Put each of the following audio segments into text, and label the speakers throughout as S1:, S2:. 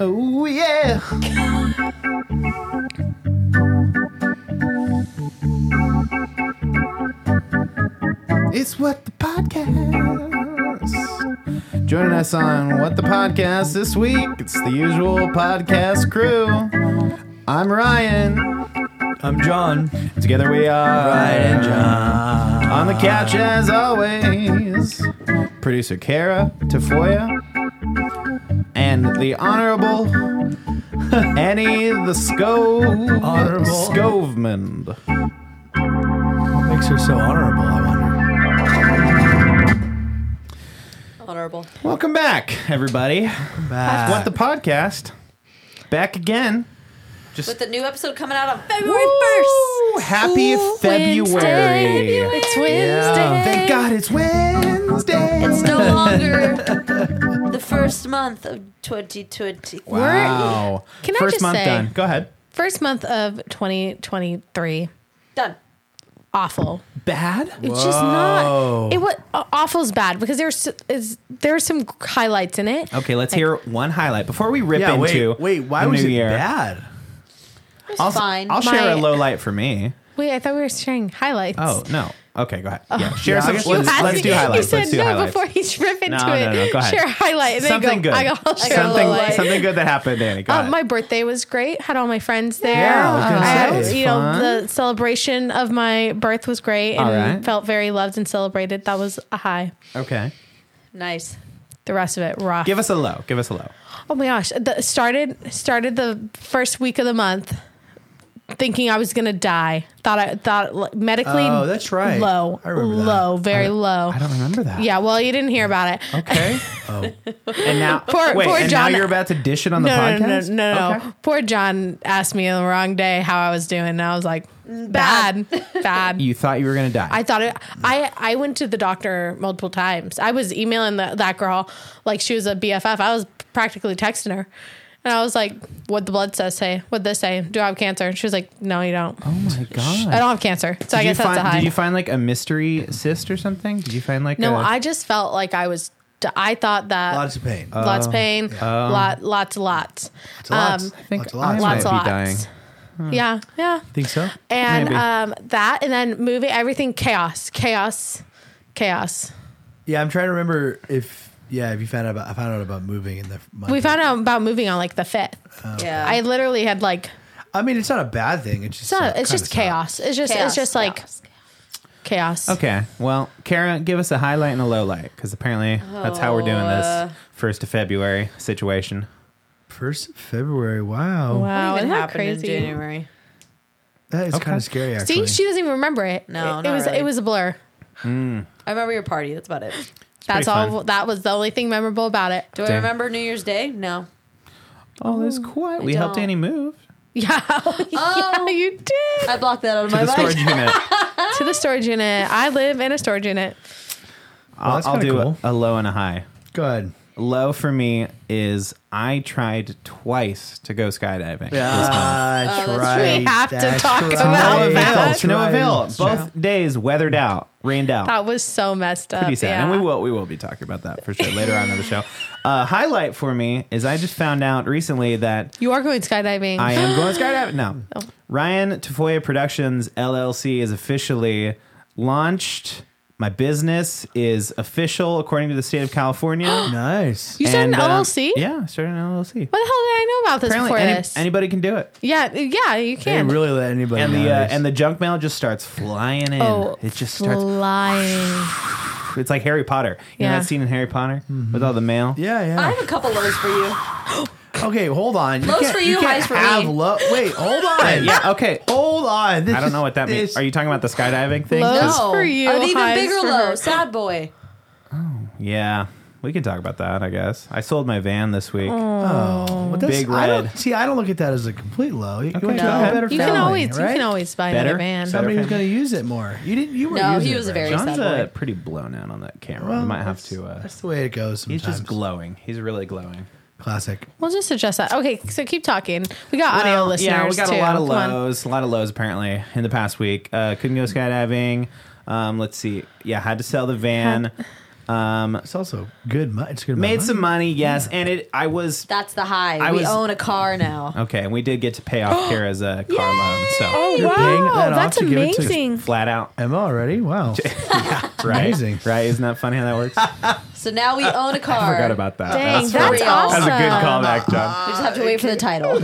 S1: Oh yeah. It's what the podcast. Joining us on What the Podcast this week, it's the usual podcast crew. I'm Ryan.
S2: I'm John.
S1: Together we are Ryan and John. On the couch as always. Producer Kara Tafoya. And the Honorable Annie the Scove
S2: Honorable.
S1: Scovemond.
S2: What makes her so honorable, I wonder?
S3: Honorable.
S1: Welcome back, everybody.
S2: Back.
S1: what the podcast? Back again.
S3: With the new episode coming out on February
S1: Woo!
S3: 1st.
S1: Happy
S3: Ooh,
S1: February.
S3: It's
S4: Oh,
S2: Yeah.
S1: Thank God it's Wednesday.
S3: It's no longer the first month of 2020.
S1: wow.
S4: Can I
S1: First
S4: just
S1: month
S4: say-
S1: done. Go ahead.
S4: First month of 2023.
S3: Done.
S4: Awful.
S2: Bad?
S4: It's just not. It was awful's bad because there's is there's some highlights in it.
S1: Okay, let's hear one highlight before we rip
S2: Yeah,
S1: into
S2: wait, wait, why
S1: the
S2: was
S1: new
S2: it
S1: year.
S2: bad?
S3: It was
S1: I'll,
S3: fine.
S1: I'll share a
S4: My-
S1: low light for me.
S4: Wait, I thought we were sharing highlights.
S1: Oh no. Okay, go ahead. Yeah, share
S2: Yeah, I
S1: some.
S2: guess
S1: Let's,
S4: Ask-
S2: asked
S1: let's
S2: me-
S1: do
S4: you
S1: highlights.
S4: said
S1: let's do
S4: no
S1: highlights.
S4: before you rip into
S1: no, no,
S4: it.
S1: no. Go ahead.
S4: Share a highlight and then
S1: something good.
S4: go. I'll share a
S1: something,
S4: low light.
S1: something good that happened, Annie. Go
S4: Uh,
S1: ahead.
S4: my birthday was great. Had all my friends there. Um,
S2: Yeah, I was gonna
S4: I
S2: say,
S4: had-
S2: it's
S4: you
S1: fun.
S4: know, the celebration of my birth was great and
S1: All right.
S4: felt very loved and celebrated. That was a high.
S1: okay.
S3: nice.
S4: The rest of it rough.
S1: Give us a low. Give us a low.
S4: Oh my gosh! The, started started the first week of the month, thinking I was gonna die. Thought I thought like, medically.
S2: Oh, that's right.
S4: Low,
S2: I remember that.
S4: low, very
S1: I-
S4: low.
S1: I don't remember that.
S4: yeah, well, you didn't hear about it.
S1: Okay.
S2: Oh.
S1: And now,
S4: Poor-
S1: wait,
S4: poor
S1: and
S4: John-
S1: now you're about to dish it on the
S4: No, no, no, no,
S1: podcast?
S4: no, no.
S1: Okay.
S4: Poor John asked me on the wrong day how I was doing, and I was like, bad, bad.
S1: You thought you were going to die.
S4: I thought it. I I went to the doctor multiple times. I was emailing the, that girl like she was a BFF. I was practically texting her, and I was like, "What the blood test say? What this say? Do I have cancer?" And she was like, "No, you don't.
S1: oh my God.
S4: I don't have cancer." So I
S1: Did you
S4: guess that's a
S1: find-
S4: high.
S1: Did you find like a mystery cyst or something? Did you find like
S4: no,
S1: a-
S4: I just felt like I was. d- I thought that
S2: Lots of pain.
S1: uh,
S4: lots
S1: oh,
S4: of pain, lot lots lots,
S2: It's lots.
S4: um,
S1: I think
S2: lots, of lots.
S1: I
S4: lots
S1: might
S4: lots.
S1: be dying. Hmm.
S4: Yeah, yeah.
S2: Think so?
S4: And
S1: Maybe.
S4: um, that, and then movie, everything chaos, chaos, chaos.
S2: Yeah, I'm trying to remember if yeah, if you found out about I found out about moving in the month.
S4: We found out about moving on like the fifth.
S1: Oh.
S3: yeah.
S4: I literally had like
S2: I mean, it's not a bad thing. It's just
S4: It's not.
S2: kinda
S4: It's just
S2: sucks.
S4: chaos. It's just.
S3: Chaos,
S4: It's just like
S3: chaos.
S4: chaos.
S1: Okay. Well, Kara, give us a highlight and a low light because apparently that's how we're doing
S3: Oh, uh,
S1: this first of February situation.
S2: First February. Wow.
S4: Wow,
S3: What even
S4: isn't that
S3: happened in
S4: crazy?
S3: January?
S2: That is
S1: Okay.
S2: kind of scary actually.
S4: See, she doesn't even remember it.
S3: No,
S4: it, it
S3: not
S4: was.
S3: really.
S4: It was a blur.
S3: I remember your party. That's about it.
S4: That's
S1: pretty
S4: all. That was the only thing memorable about it.
S3: Do I
S1: Dang.
S3: remember New Year's Day? No.
S1: Oh, that's quite. We helped
S3: don't.
S1: Annie move
S4: Yeah,
S3: Oh.
S4: yeah, you did
S3: I blocked that out of
S1: to
S3: my
S1: the storage
S3: mind.
S1: unit.
S4: to the storage unit. I live in a storage unit.
S1: I'll,
S2: that's
S1: I'll
S2: kinda
S1: do a-
S2: cool.
S1: a low and a high.
S2: Go ahead.
S1: Low for me is I tried twice to go skydiving.
S2: That's
S3: that's
S2: right.
S4: We Uh, have to
S2: That's
S4: talk
S2: right.
S4: about
S1: No
S4: Hey,
S1: avail.
S2: That's
S1: To no
S2: right.
S1: avail. Both days weathered out, rained out.
S4: That was so messed up.
S1: pretty sad.
S4: Yeah.
S1: And we will we will be talking about that for sure later on in the show. Uh, highlight for me is I just found out recently that
S4: You are going skydiving.
S1: I am going skydiving. No,
S4: Oh.
S1: Ryan Tafoya Productions LLC is officially launched. My business is official according to the state of California.
S2: Nice.
S4: you started an
S1: And, uh,
S4: LLC.
S1: yeah, I started an LLC.
S4: What the hell did I know about this
S1: Apparently,
S4: before
S1: any-
S4: this?
S1: anybody can do it.
S4: yeah, yeah, you
S2: They
S4: can.
S2: really let anybody.
S1: And the uh,
S2: nowadays.
S1: and the junk mail just starts flying in.
S4: oh,
S1: it just starts.
S4: flying.
S1: It's like Harry Potter. You know
S4: Yeah.
S1: that scene in Harry Potter with all the mail.
S2: Mm-hmm. yeah, yeah.
S3: I have a couple lows for you.
S2: Okay, hold on. You
S3: Lows
S2: can't-
S3: for you,
S2: can't
S3: highs for
S2: have
S3: me.
S2: Low, wait, hold on.
S1: Yeah. Okay.
S2: Hold on. This
S1: I don't know
S2: is-
S1: what that means.
S2: this-
S1: Are you talking about the skydiving thing?
S4: Low-
S1: Because-
S3: No.
S4: for you,
S3: Are they even
S4: highs
S3: bigger
S4: for her.
S3: lows? Sad boy.
S1: Yeah, we can talk about that. I guess I sold my van this week.
S4: Oh,
S2: Well, that's-
S1: Big
S2: I don't-
S1: red.
S2: see, I don't look at that as a complete low. You, you want to
S1: No.
S2: have a better
S4: You
S2: family,
S4: can always
S2: right?
S4: you can always buy
S1: Better?
S4: another van.
S1: So-
S2: Somebody who's going to use it more. You didn't. You were.
S3: No,
S2: using
S3: he
S2: it
S3: was a
S2: very
S3: very
S2: much.
S1: John's
S3: sad
S1: uh,
S3: boy.
S1: pretty blown out on that camera.
S2: Well,
S1: we might have
S2: that's-
S1: to. Uh,
S2: That's the way it goes.
S1: he's
S2: Sometimes.
S1: just glowing. He's really glowing.
S2: classic.
S4: We'll just adjust that. Okay, so keep talking. We got audio
S1: Well,
S4: listeners.
S1: Yeah, we got
S4: too.
S1: a lot of
S4: Come on.
S1: lows. A lot of lows apparently in the past week. Uh, couldn't go skydiving. Um, let's see. Yeah, had to sell the van. Um,
S2: It's also good. mo- It's good.
S1: made
S2: money.
S1: some money, yes, and it. I was
S3: That's the high.
S1: I
S3: we
S1: was- Uh,
S3: own a car now.
S1: okay, and we did get to pay off Kara's uh, car loan, so
S4: Oh
S2: You're paying
S4: wow,
S2: that off
S4: that's
S2: to give it to-
S4: amazing.
S1: flat out.
S2: Emma already. Wow.
S1: Right,
S2: Amazing.
S1: right? Isn't that funny how that works? I
S3: So now we own a car.
S1: forgot about that.
S4: Dang,
S1: that's
S4: that's
S3: real.
S1: that's
S4: awesome.
S1: a good callback, John.
S3: We just have to wait for the title.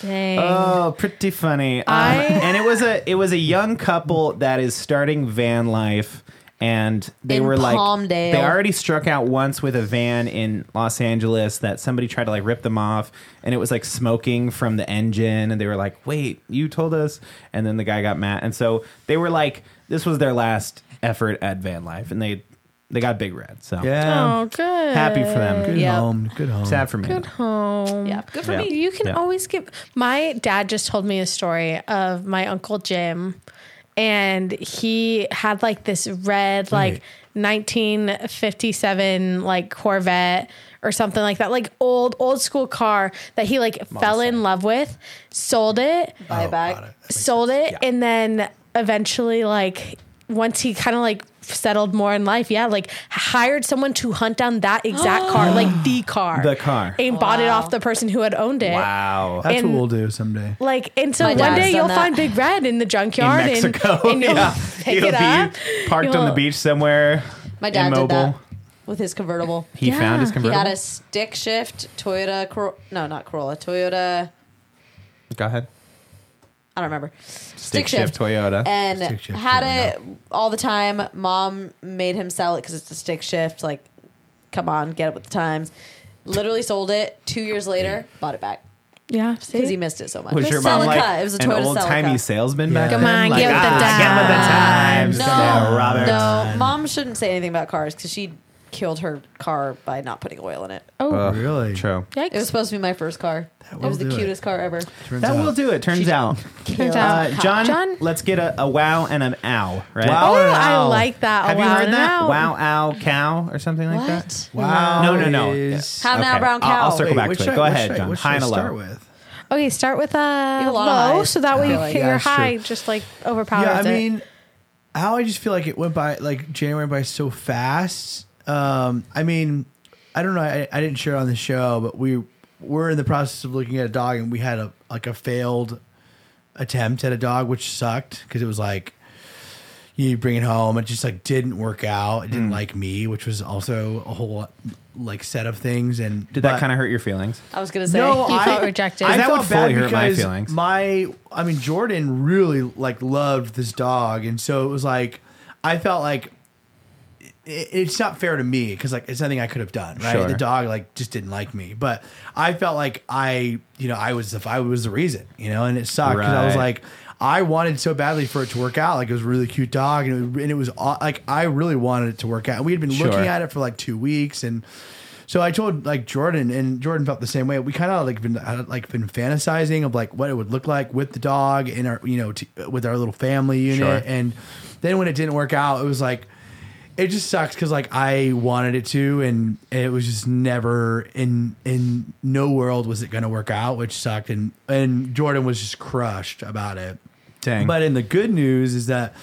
S4: Dang.
S1: Oh, pretty funny. Um,
S4: I-
S1: and it was a it was a young couple that is starting van life, and they
S3: In
S1: were like
S3: Palmdale.
S1: they already struck out once with a van in Los Angeles that somebody tried to like rip them off, and it was like smoking from the engine, and they were like, "Wait, you told us," and then the guy got mad, and so they were like, "This was their last effort at van life," and they they got big red. So
S2: Yeah.
S4: oh, good.
S1: happy for
S4: Oh,
S1: them.
S2: Good
S3: Yeah.
S2: home. Good home.
S1: Sad for me.
S4: Good home.
S3: Yeah, good
S1: for Yeah. me.
S4: You can
S1: Yeah.
S4: always give. My dad just told me a story of my uncle Jim, and he had like this red, like
S2: Right.
S4: 1957, like Corvette or something like that, like old old school car that he like fell in love with, sold it,
S3: Bye bye.
S2: got it.
S4: sold it and then eventually like once he kind of like settled more in life yeah like hired someone to hunt down that exact car like the car
S1: The car.
S4: and bought it
S3: Wow.
S4: off the person who had owned it
S1: Wow.
S2: That's
S4: And-
S2: what we'll do someday.
S4: like and so
S3: My
S4: one
S3: dad's
S4: day
S3: done
S4: you'll
S3: that.
S4: find big red in the junkyard
S1: in Mexico.
S4: and, and you'll
S1: yeah.
S4: pick
S1: He'll
S4: it
S1: be
S4: up
S1: parked on the
S4: You'll-
S1: beach somewhere.
S3: My dad
S1: immobile.
S3: did that with his convertible.
S1: He
S4: Yeah.
S1: found his
S4: He
S3: He
S1: convertible.
S3: had a stick shift Toyota. Cor- no, not Corolla. Toyota.
S1: Go ahead.
S3: I don't remember.
S1: Stick, shift Toyota.
S3: and
S2: Stick shift,
S3: had
S2: yeah,
S3: it all the time. Mom made him sell it because it's a stick shift. Like, come on, get it with the times. Literally sold it two years later, bought it back
S4: yeah
S3: because he
S4: see?
S3: missed it so much.
S1: was your
S3: Celica,
S1: mom like
S3: it was a
S1: an
S3: Toyota
S1: old timey
S3: Celica.
S1: salesman back
S2: Yeah.
S1: then?
S4: Come on,
S1: like,
S4: get with the
S1: ah, get with the times.
S3: No,
S1: yeah, Robert.
S3: no, mom shouldn't say anything about cars because she killed her car by not putting oil in it.
S4: oh
S1: Ugh,
S2: Really?
S1: True.
S4: yikes.
S3: It was supposed to be my first car. It
S2: will
S3: was the
S2: do it.
S3: cutest car ever.
S2: Turns
S1: That
S2: out.
S1: will do it. Turns out,
S4: Turns out-
S1: uh, John,
S4: John?
S1: Let's get a, a wow and an ow. Right?
S2: Wow
S4: oh
S2: and
S4: i
S2: ow.
S4: like that a
S1: Have you
S4: wow
S1: heard
S4: and an
S1: that?
S4: ow.
S1: Wow, ow, cow, or something like that.
S3: What?
S2: Wow.
S1: No, no, no.
S2: is-
S3: How now, brown
S1: I'll- I'll,
S3: cow?
S1: circle
S2: Wait,
S1: back
S2: which
S1: to it.
S2: should I-
S1: Go
S2: which
S1: ahead,
S2: should I-
S1: John.
S2: which should
S1: High
S2: I
S1: and a low.
S2: Start with.
S4: okay start with
S3: have
S4: uh,
S3: a lot of
S4: low
S3: highs.
S4: so that way
S3: I
S4: you,
S3: feel like-
S2: yeah,
S4: your
S2: that's true.
S4: high just like overpowers
S2: Yeah, I
S4: it.
S2: mean, how I just feel like it went by like January by so fast. Um, I mean, I don't know. I, I didn't share it on the show, but we were in the process of looking at a dog, and we had a like a failed attempt at a dog, which sucked because it was like you bring it home, it just like didn't work out. It didn't
S1: Hmm.
S2: like me, which was also a whole like set of things. And
S1: Did that
S2: but-
S1: kind of hurt your feelings?
S3: I was gonna say.
S4: You felt rejected.
S2: I
S1: That
S2: felt
S1: would
S2: bad
S1: fully hurt my
S2: because
S1: feelings.
S2: My, I mean, Jordan really like loved this dog, and so it was like I felt like it, it's not fair to me because like it's nothing I could have done. Right,
S1: Sure.
S2: the dog like just didn't like me, but I felt like I, you know, I was the I was the reason, you know, and it sucked because I was
S1: Right.
S2: like. I wanted so badly for it to work out. Like it was a really cute dog, and it, was- and it was aw- like I really wanted it to work out. We had been
S1: Sure.
S2: looking at it for like two weeks, and so I told like Jordan, and Jordan felt the same way. We kind of like been had, like been fantasizing of like what it would look like with the dog and our you know t- with our little family unit,
S1: Sure.
S2: and then when it didn't work out, it was like it just sucks because like I wanted it to, and it was just never in in no world was it going to work out, which sucked, and and Jordan was just crushed about it.
S1: Dang.
S2: But in the good news is that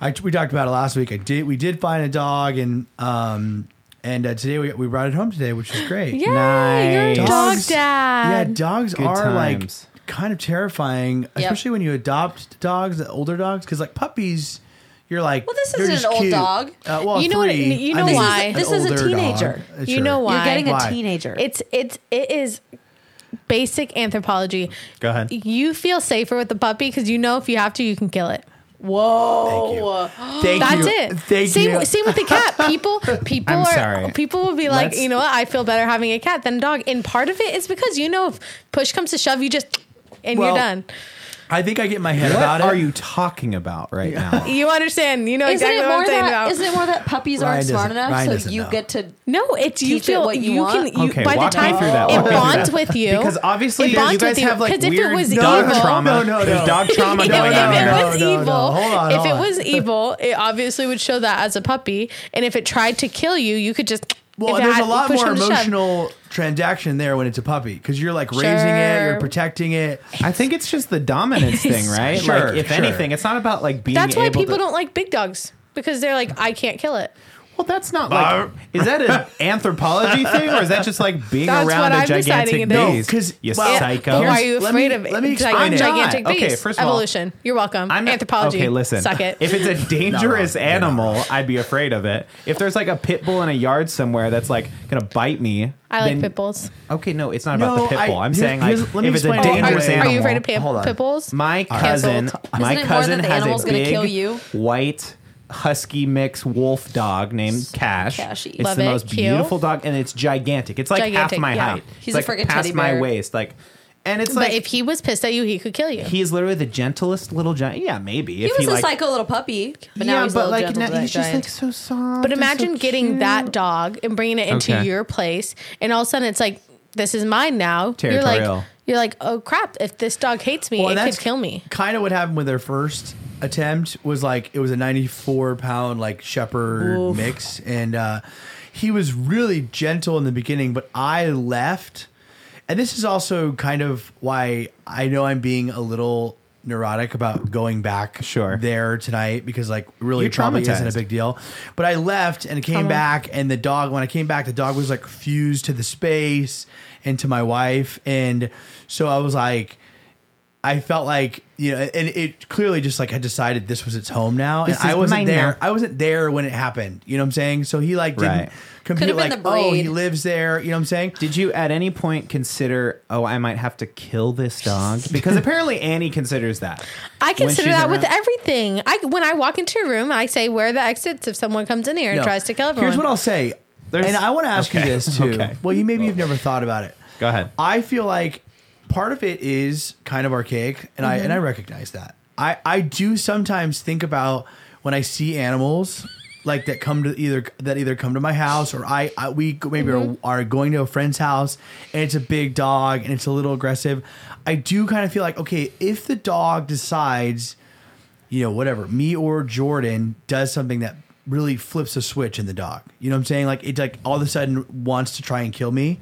S2: I we talked about it last week. I did we did find a dog and um and uh, today we we brought it home today, which is great.
S4: yeah
S1: Nice.
S4: you're a dog
S2: Dogs-
S4: dad
S2: Yeah, dogs
S1: Good
S2: are
S1: times.
S2: like kind of terrifying, especially when you adopt dogs, the older dogs, because like puppies. You're like,
S3: Well, this
S2: they're
S3: isn't
S2: just
S3: an old
S2: cute.
S3: dog.
S2: Uh, well,
S4: You know what it-
S2: three.
S4: you
S2: I
S4: know
S2: mean,
S4: why?
S2: an
S3: This is a
S2: older dog.
S3: teenager.
S2: Uh,
S4: You
S2: sure.
S4: know why?
S3: You're getting a
S2: Why?
S3: teenager.
S4: It's it's it is basic anthropology.
S1: Go ahead.
S4: You feel safer with the puppy because you know if you have to, you can kill it.
S3: whoa.
S2: Thank
S4: That's
S2: you.
S4: it.
S2: Thank
S4: same,
S2: you.
S4: same with the cat. People, people
S1: I'm
S4: are
S1: sorry.
S4: people will be like,
S1: Let's-
S4: you know what? I feel better having a cat than a dog. And part of it is because you know if push comes to shove, you just and
S2: Well-
S4: you're done.
S2: I think I get in my head
S1: what
S2: about it.
S1: are you talking about right now?
S4: You understand? You know
S3: Isn't
S4: exactly
S3: it
S4: what
S3: more
S4: I'm saying
S3: that?
S4: about.
S3: Isn't it more that puppies
S2: Ryan
S3: aren't smart
S2: doesn't-
S3: enough,
S2: Ryan
S3: so
S2: doesn't
S3: you
S2: know.
S3: get to
S4: no, it's you
S3: Teach it
S4: feel
S3: what you
S4: can
S3: want?
S4: you,
S1: Okay,
S4: by the
S1: walk me
S4: time
S1: through that. Walk
S4: it
S1: me through
S4: bonds
S1: that.
S4: with you
S1: because obviously
S4: it
S1: you
S4: bonds
S1: guys
S4: with you.
S1: have like
S4: 'Cause if it
S1: weird
S4: was
S1: dog
S4: evil-
S1: trauma.
S2: No, no, no.
S1: There's dog trauma
S4: if
S1: going
S4: it
S1: on. here.
S4: was
S2: No, no, no.
S4: evil,
S2: Hold on,
S4: if
S2: hold
S4: it
S2: on.
S4: was evil, it obviously would show that as a puppy. And if it tried to kill you, you could just.
S2: Well,
S4: if it
S2: there's
S4: had-
S2: a lot
S4: push
S2: more
S4: come to shove.
S2: emotional transaction there when it's a puppy because you're like raising it,
S4: Sure.
S2: you're protecting it.
S1: I think it's just the dominance thing, right?
S2: Sure,
S1: like, if
S2: sure.
S1: anything, it's not about like being.
S4: That's why
S1: able
S4: people
S1: to,
S4: don't like big dogs because they're like, I can't kill it.
S1: Well, that's not like. Is that an anthropology thing, or is that just like being
S4: That's
S1: around
S4: what
S1: a
S4: I'm deciding
S1: gigantic
S4: it is.
S2: No,
S1: beast?
S2: 'cause-
S1: you
S2: well,
S1: psycho.
S4: Why are you
S2: Let
S4: afraid
S2: me-
S4: of
S2: let me
S4: gi-
S2: explain it.
S4: gigantic
S1: I'm not. Okay,
S4: beasts?
S1: first of all-
S4: Evolution. You're welcome.
S1: I'm not-
S4: Anthropology.
S1: Okay, listen.
S4: Suck it.
S1: If it's a dangerous
S2: You're not
S1: animal, I'd be afraid of it. If there's like a pit bull in a yard somewhere that's like gonna bite me,
S4: I like
S1: then-
S4: pit bulls.
S1: Okay, no, it's not
S2: No,
S1: about the pit
S2: I-
S1: bull. I'm
S2: here's-
S1: saying like
S2: here's- let me
S1: if it's a
S2: explain it.
S4: are,
S1: dangerous
S2: Are you
S1: animal.
S4: you afraid of pit,
S2: Hold on.
S4: pit bulls?
S1: My cousin,
S4: Canceled.
S1: my
S3: Isn't it more
S1: cousin
S3: that the
S1: has
S3: animal's
S1: a
S3: gonna
S1: big
S3: kill you?
S1: white husky mix wolf dog named Cash.
S3: Cashy.
S1: It's
S4: Love
S1: the
S4: it.
S1: most
S4: Cute.
S1: beautiful dog, and it's gigantic. It's like half
S4: Gigantic,
S1: my
S4: yeah.
S1: height.
S3: He's
S1: it's
S3: a
S1: like
S3: friggin'
S1: past
S3: teddy
S1: my
S3: bear.
S1: waist, like, and it's
S4: but
S1: like
S4: if he was pissed at you, he could kill you.
S1: he's literally the gentlest little giant. Yeah, maybe
S3: He
S1: if he
S3: was a
S1: like,
S3: psycho little puppy, but now
S1: yeah,
S3: he's a
S1: but
S3: little
S1: like
S3: gentle
S1: now-
S3: black
S1: he's just
S3: giant.
S1: like so soft.
S4: But
S1: and so
S4: imagine getting that
S1: cute.
S4: dog and bringing it into
S1: Okay.
S4: your place, and all of a sudden it's like, this is mine now. You're like,
S1: Territorial.
S4: you're like, oh crap! If this dog hates me,
S2: Well,
S4: it
S2: that's
S4: could kill me.
S2: Kind of what happened with their first attempt was like it was a 94 pound like shepherd mix, and uh, he was really gentle in the beginning, but I left, and this is also kind of why I know I'm being a little neurotic about going back
S1: Sure.
S2: there tonight because like really
S1: You're
S2: probably isn't a
S1: traumatized.
S2: big deal but i left and came
S4: Trauma.
S2: back and the dog when i came back the dog was like fused to the space and to my wife and so i was like I felt like you know, and it clearly just like had decided this was its home now,
S1: This
S2: and I
S1: is
S2: wasn't
S1: mine
S2: there.
S1: now.
S2: I wasn't there when it happened. You know what I'm saying? So he like didn't
S1: Right.
S2: compute
S3: Could've been
S2: like
S3: the breed.
S2: oh he lives there. You know what I'm saying?
S1: Did you at any point consider, oh, I might have to kill this dog? Because apparently Annie considers that.
S4: I
S1: When
S4: consider
S1: she's
S4: that with
S1: around-
S4: everything. I when I walk into a room, I say where are the exits if someone comes in here and
S2: No.
S4: tries to kill everyone.
S2: Here's what I'll say,
S1: There's-
S2: and I want to ask
S1: Okay.
S2: you this too.
S1: Okay.
S2: Well, you maybe you've never thought about it.
S1: Go ahead.
S2: I feel like part of it is kind of archaic, and I and I recognize that. I I do sometimes think about when I see animals like that come to either that either come to my house or I, I we go- maybe are, are going to a friend's house and it's a big dog and it's a little aggressive. I do kind of feel like okay, if the dog decides you know, whatever, me or Jordan does something that really flips a switch in the dog. You know what I'm saying? Like it like all of a sudden wants to try and kill me.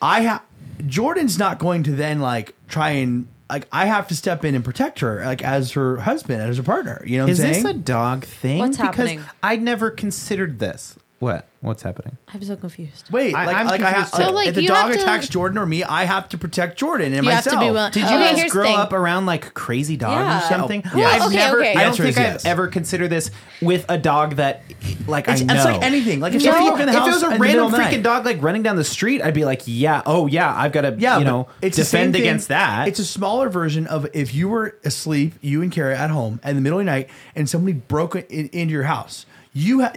S2: I have Jordan's not going to then like try and like I have to step in and protect her like as her husband, as her partner. You know what
S1: Is
S2: I'm
S1: this
S2: saying?
S1: a dog thing?
S3: What's
S1: because
S3: happening?
S1: I never considered this. What? What's happening?
S3: I'm so confused.
S2: Wait,
S1: I-
S2: like,
S1: I'm
S2: like I have
S1: confused too. So,
S4: like,
S2: if the
S4: you
S2: dog
S4: have to-
S2: attacks Jordan or me, I have to protect Jordan and
S4: You have
S2: myself.
S4: to be willing-
S1: Did you
S4: Okay,
S1: guys
S4: Uh, here's
S1: grow
S4: the thing.
S1: up around like crazy dogs
S3: Yeah.
S1: or something?
S2: Well,
S1: I've
S4: okay,
S1: never.
S4: okay.
S1: I don't
S2: Oh, Answer
S1: think
S2: is
S1: I've
S2: yes.
S1: ever considered this with a dog that, like,
S2: It's-
S1: I
S2: it's
S1: know.
S2: like anything. Like, if
S1: if,
S2: somebody
S1: you-
S2: walked in the
S1: if there
S2: house
S1: was
S2: in
S1: a
S2: the middle
S1: random
S2: of the
S1: freaking
S2: night.
S1: dog like running down the street, I'd be like, yeah, oh yeah, I've got to,
S2: yeah,
S1: you
S2: but
S1: know,
S2: the same
S1: defend
S2: thing.
S1: against that.
S2: It's a smaller version of if you were asleep, you and Kara at home, in the middle of the night, and somebody broke in, into your house. You ha-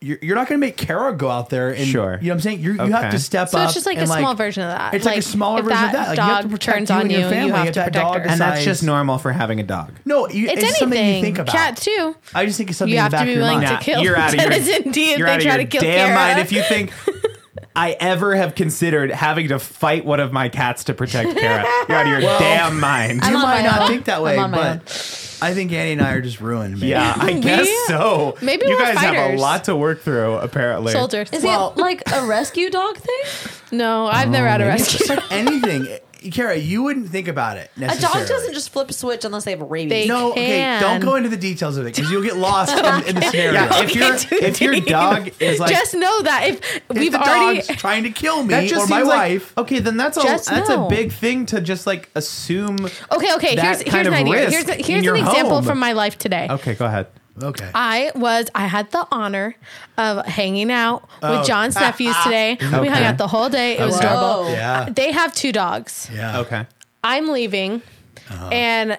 S2: you're, you're not going to make Kara go out there and
S1: Sure.
S2: you know what I'm saying. You're, You have
S1: Okay.
S2: to step
S4: so
S2: up.
S4: it's just like a
S2: and,
S4: small version of that.
S2: It's like, a smaller
S4: if
S2: version of that. Like, you have to
S4: dog
S2: protect
S4: turns
S2: you
S4: on
S2: and
S4: you,
S2: your family.
S4: you have
S2: If
S4: to
S2: that
S4: protect
S2: dog
S4: her.
S2: is-
S1: and that's
S2: size.
S1: just normal for having a dog.
S2: No, you, it's,
S4: it's,
S2: something
S4: anything.
S2: you think about.
S4: Cat too.
S2: I just think it's something
S4: You
S2: in
S4: have
S2: the back
S4: to be
S2: of your
S4: willing
S2: mind.
S4: to
S1: Nah,
S4: kill
S1: you're outta your-
S4: Citizen D if
S1: You're
S4: they
S1: out of
S4: try
S1: your
S4: to kill
S1: damn
S4: Kara.
S1: mind if you think I ever have considered having to fight one of my cats to protect Kara. You're out of your damn mind.
S3: I'm
S2: you
S3: on
S2: might
S3: my
S2: not
S3: own.
S2: think that
S3: I'm
S2: way,
S3: on my own.
S2: but I think Annie and I are just ruined. Man.
S1: yeah, I
S4: We-
S1: guess so.
S4: maybe
S1: you
S4: we're
S1: guys have a
S4: fighters.
S1: lot to work through, apparently.
S4: soldiers.
S3: Is
S2: Well-
S3: it like a rescue dog thing?
S4: No, I've never had a rescue.
S2: It's like anything, Kara. You wouldn't think about it.
S3: A
S2: Necessarily.
S3: dog doesn't just flip a switch unless they have rabies.
S4: They-
S2: No, okay.
S4: can.
S2: Don't go into the details of it because you'll get lost in, in the scenario.
S1: Yeah, if,
S4: Okay,
S1: your
S4: too
S1: if your
S4: deep.
S1: dog is like
S4: just know that if,
S2: If
S4: we've
S2: the
S4: already
S2: dog's trying to kill me
S1: that just
S2: or my
S1: seems like-
S2: wife.
S1: okay, then that's a
S4: Just
S1: that's
S4: know.
S1: a big thing to just like assume.
S4: okay okay
S1: that
S4: here's
S1: kind
S4: here's
S1: of
S4: an idea
S1: risk
S4: here's, a-
S1: in
S4: here's
S1: your
S4: an example
S1: home.
S4: from my life today
S1: Okay, go ahead.
S2: Okay.
S4: I was I had the honor of hanging out
S2: Oh.
S4: with John's nephews today. We hung
S1: Okay.
S4: out the whole day. It was
S1: Okay.
S4: adorable.
S3: Whoa.
S2: Yeah.
S4: They have two dogs.
S2: yeah.
S1: Okay,
S4: I'm leaving.
S2: Uh-huh.
S4: And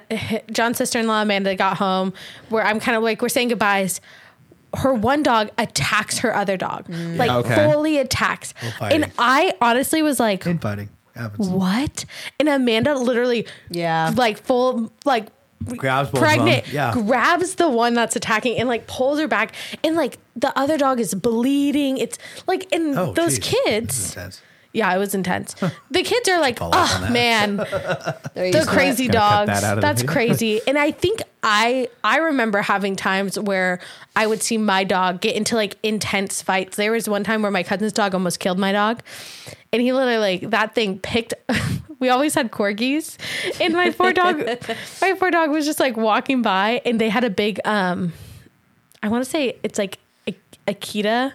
S4: John's sister in law, Amanda, got home where I'm kind of like, we're saying goodbyes. Her one dog attacks her other dog,
S2: Mm.
S4: like
S1: Okay.
S4: fully attacks.
S2: fighting.
S4: And I honestly was like,
S2: Infighting happens.
S4: what? And Amanda literally,
S3: Yeah.
S4: like full, like
S2: Grabs both of them.
S4: pregnant,
S2: Yeah.
S4: grabs the one that's attacking and like pulls her back, and like the other dog is bleeding. It's like, and
S2: Oh,
S4: those
S2: geez. This is
S4: kids,
S2: intense.
S4: yeah, it was intense. the kids are like,
S2: Follow up on
S4: oh
S2: that."
S4: man,
S3: There you
S4: the
S3: go.
S4: crazy
S1: Gotta cut
S4: dogs.
S1: that out of the
S4: That's
S1: video.
S4: crazy. And I think I I remember having times where I would see my dog get into like intense fights. There was one time where my cousin's dog almost killed my dog. And he literally like that thing picked we always had corgis. And my poor dog my poor dog was just like walking by and they had a big um I want to say it's like a, Akita.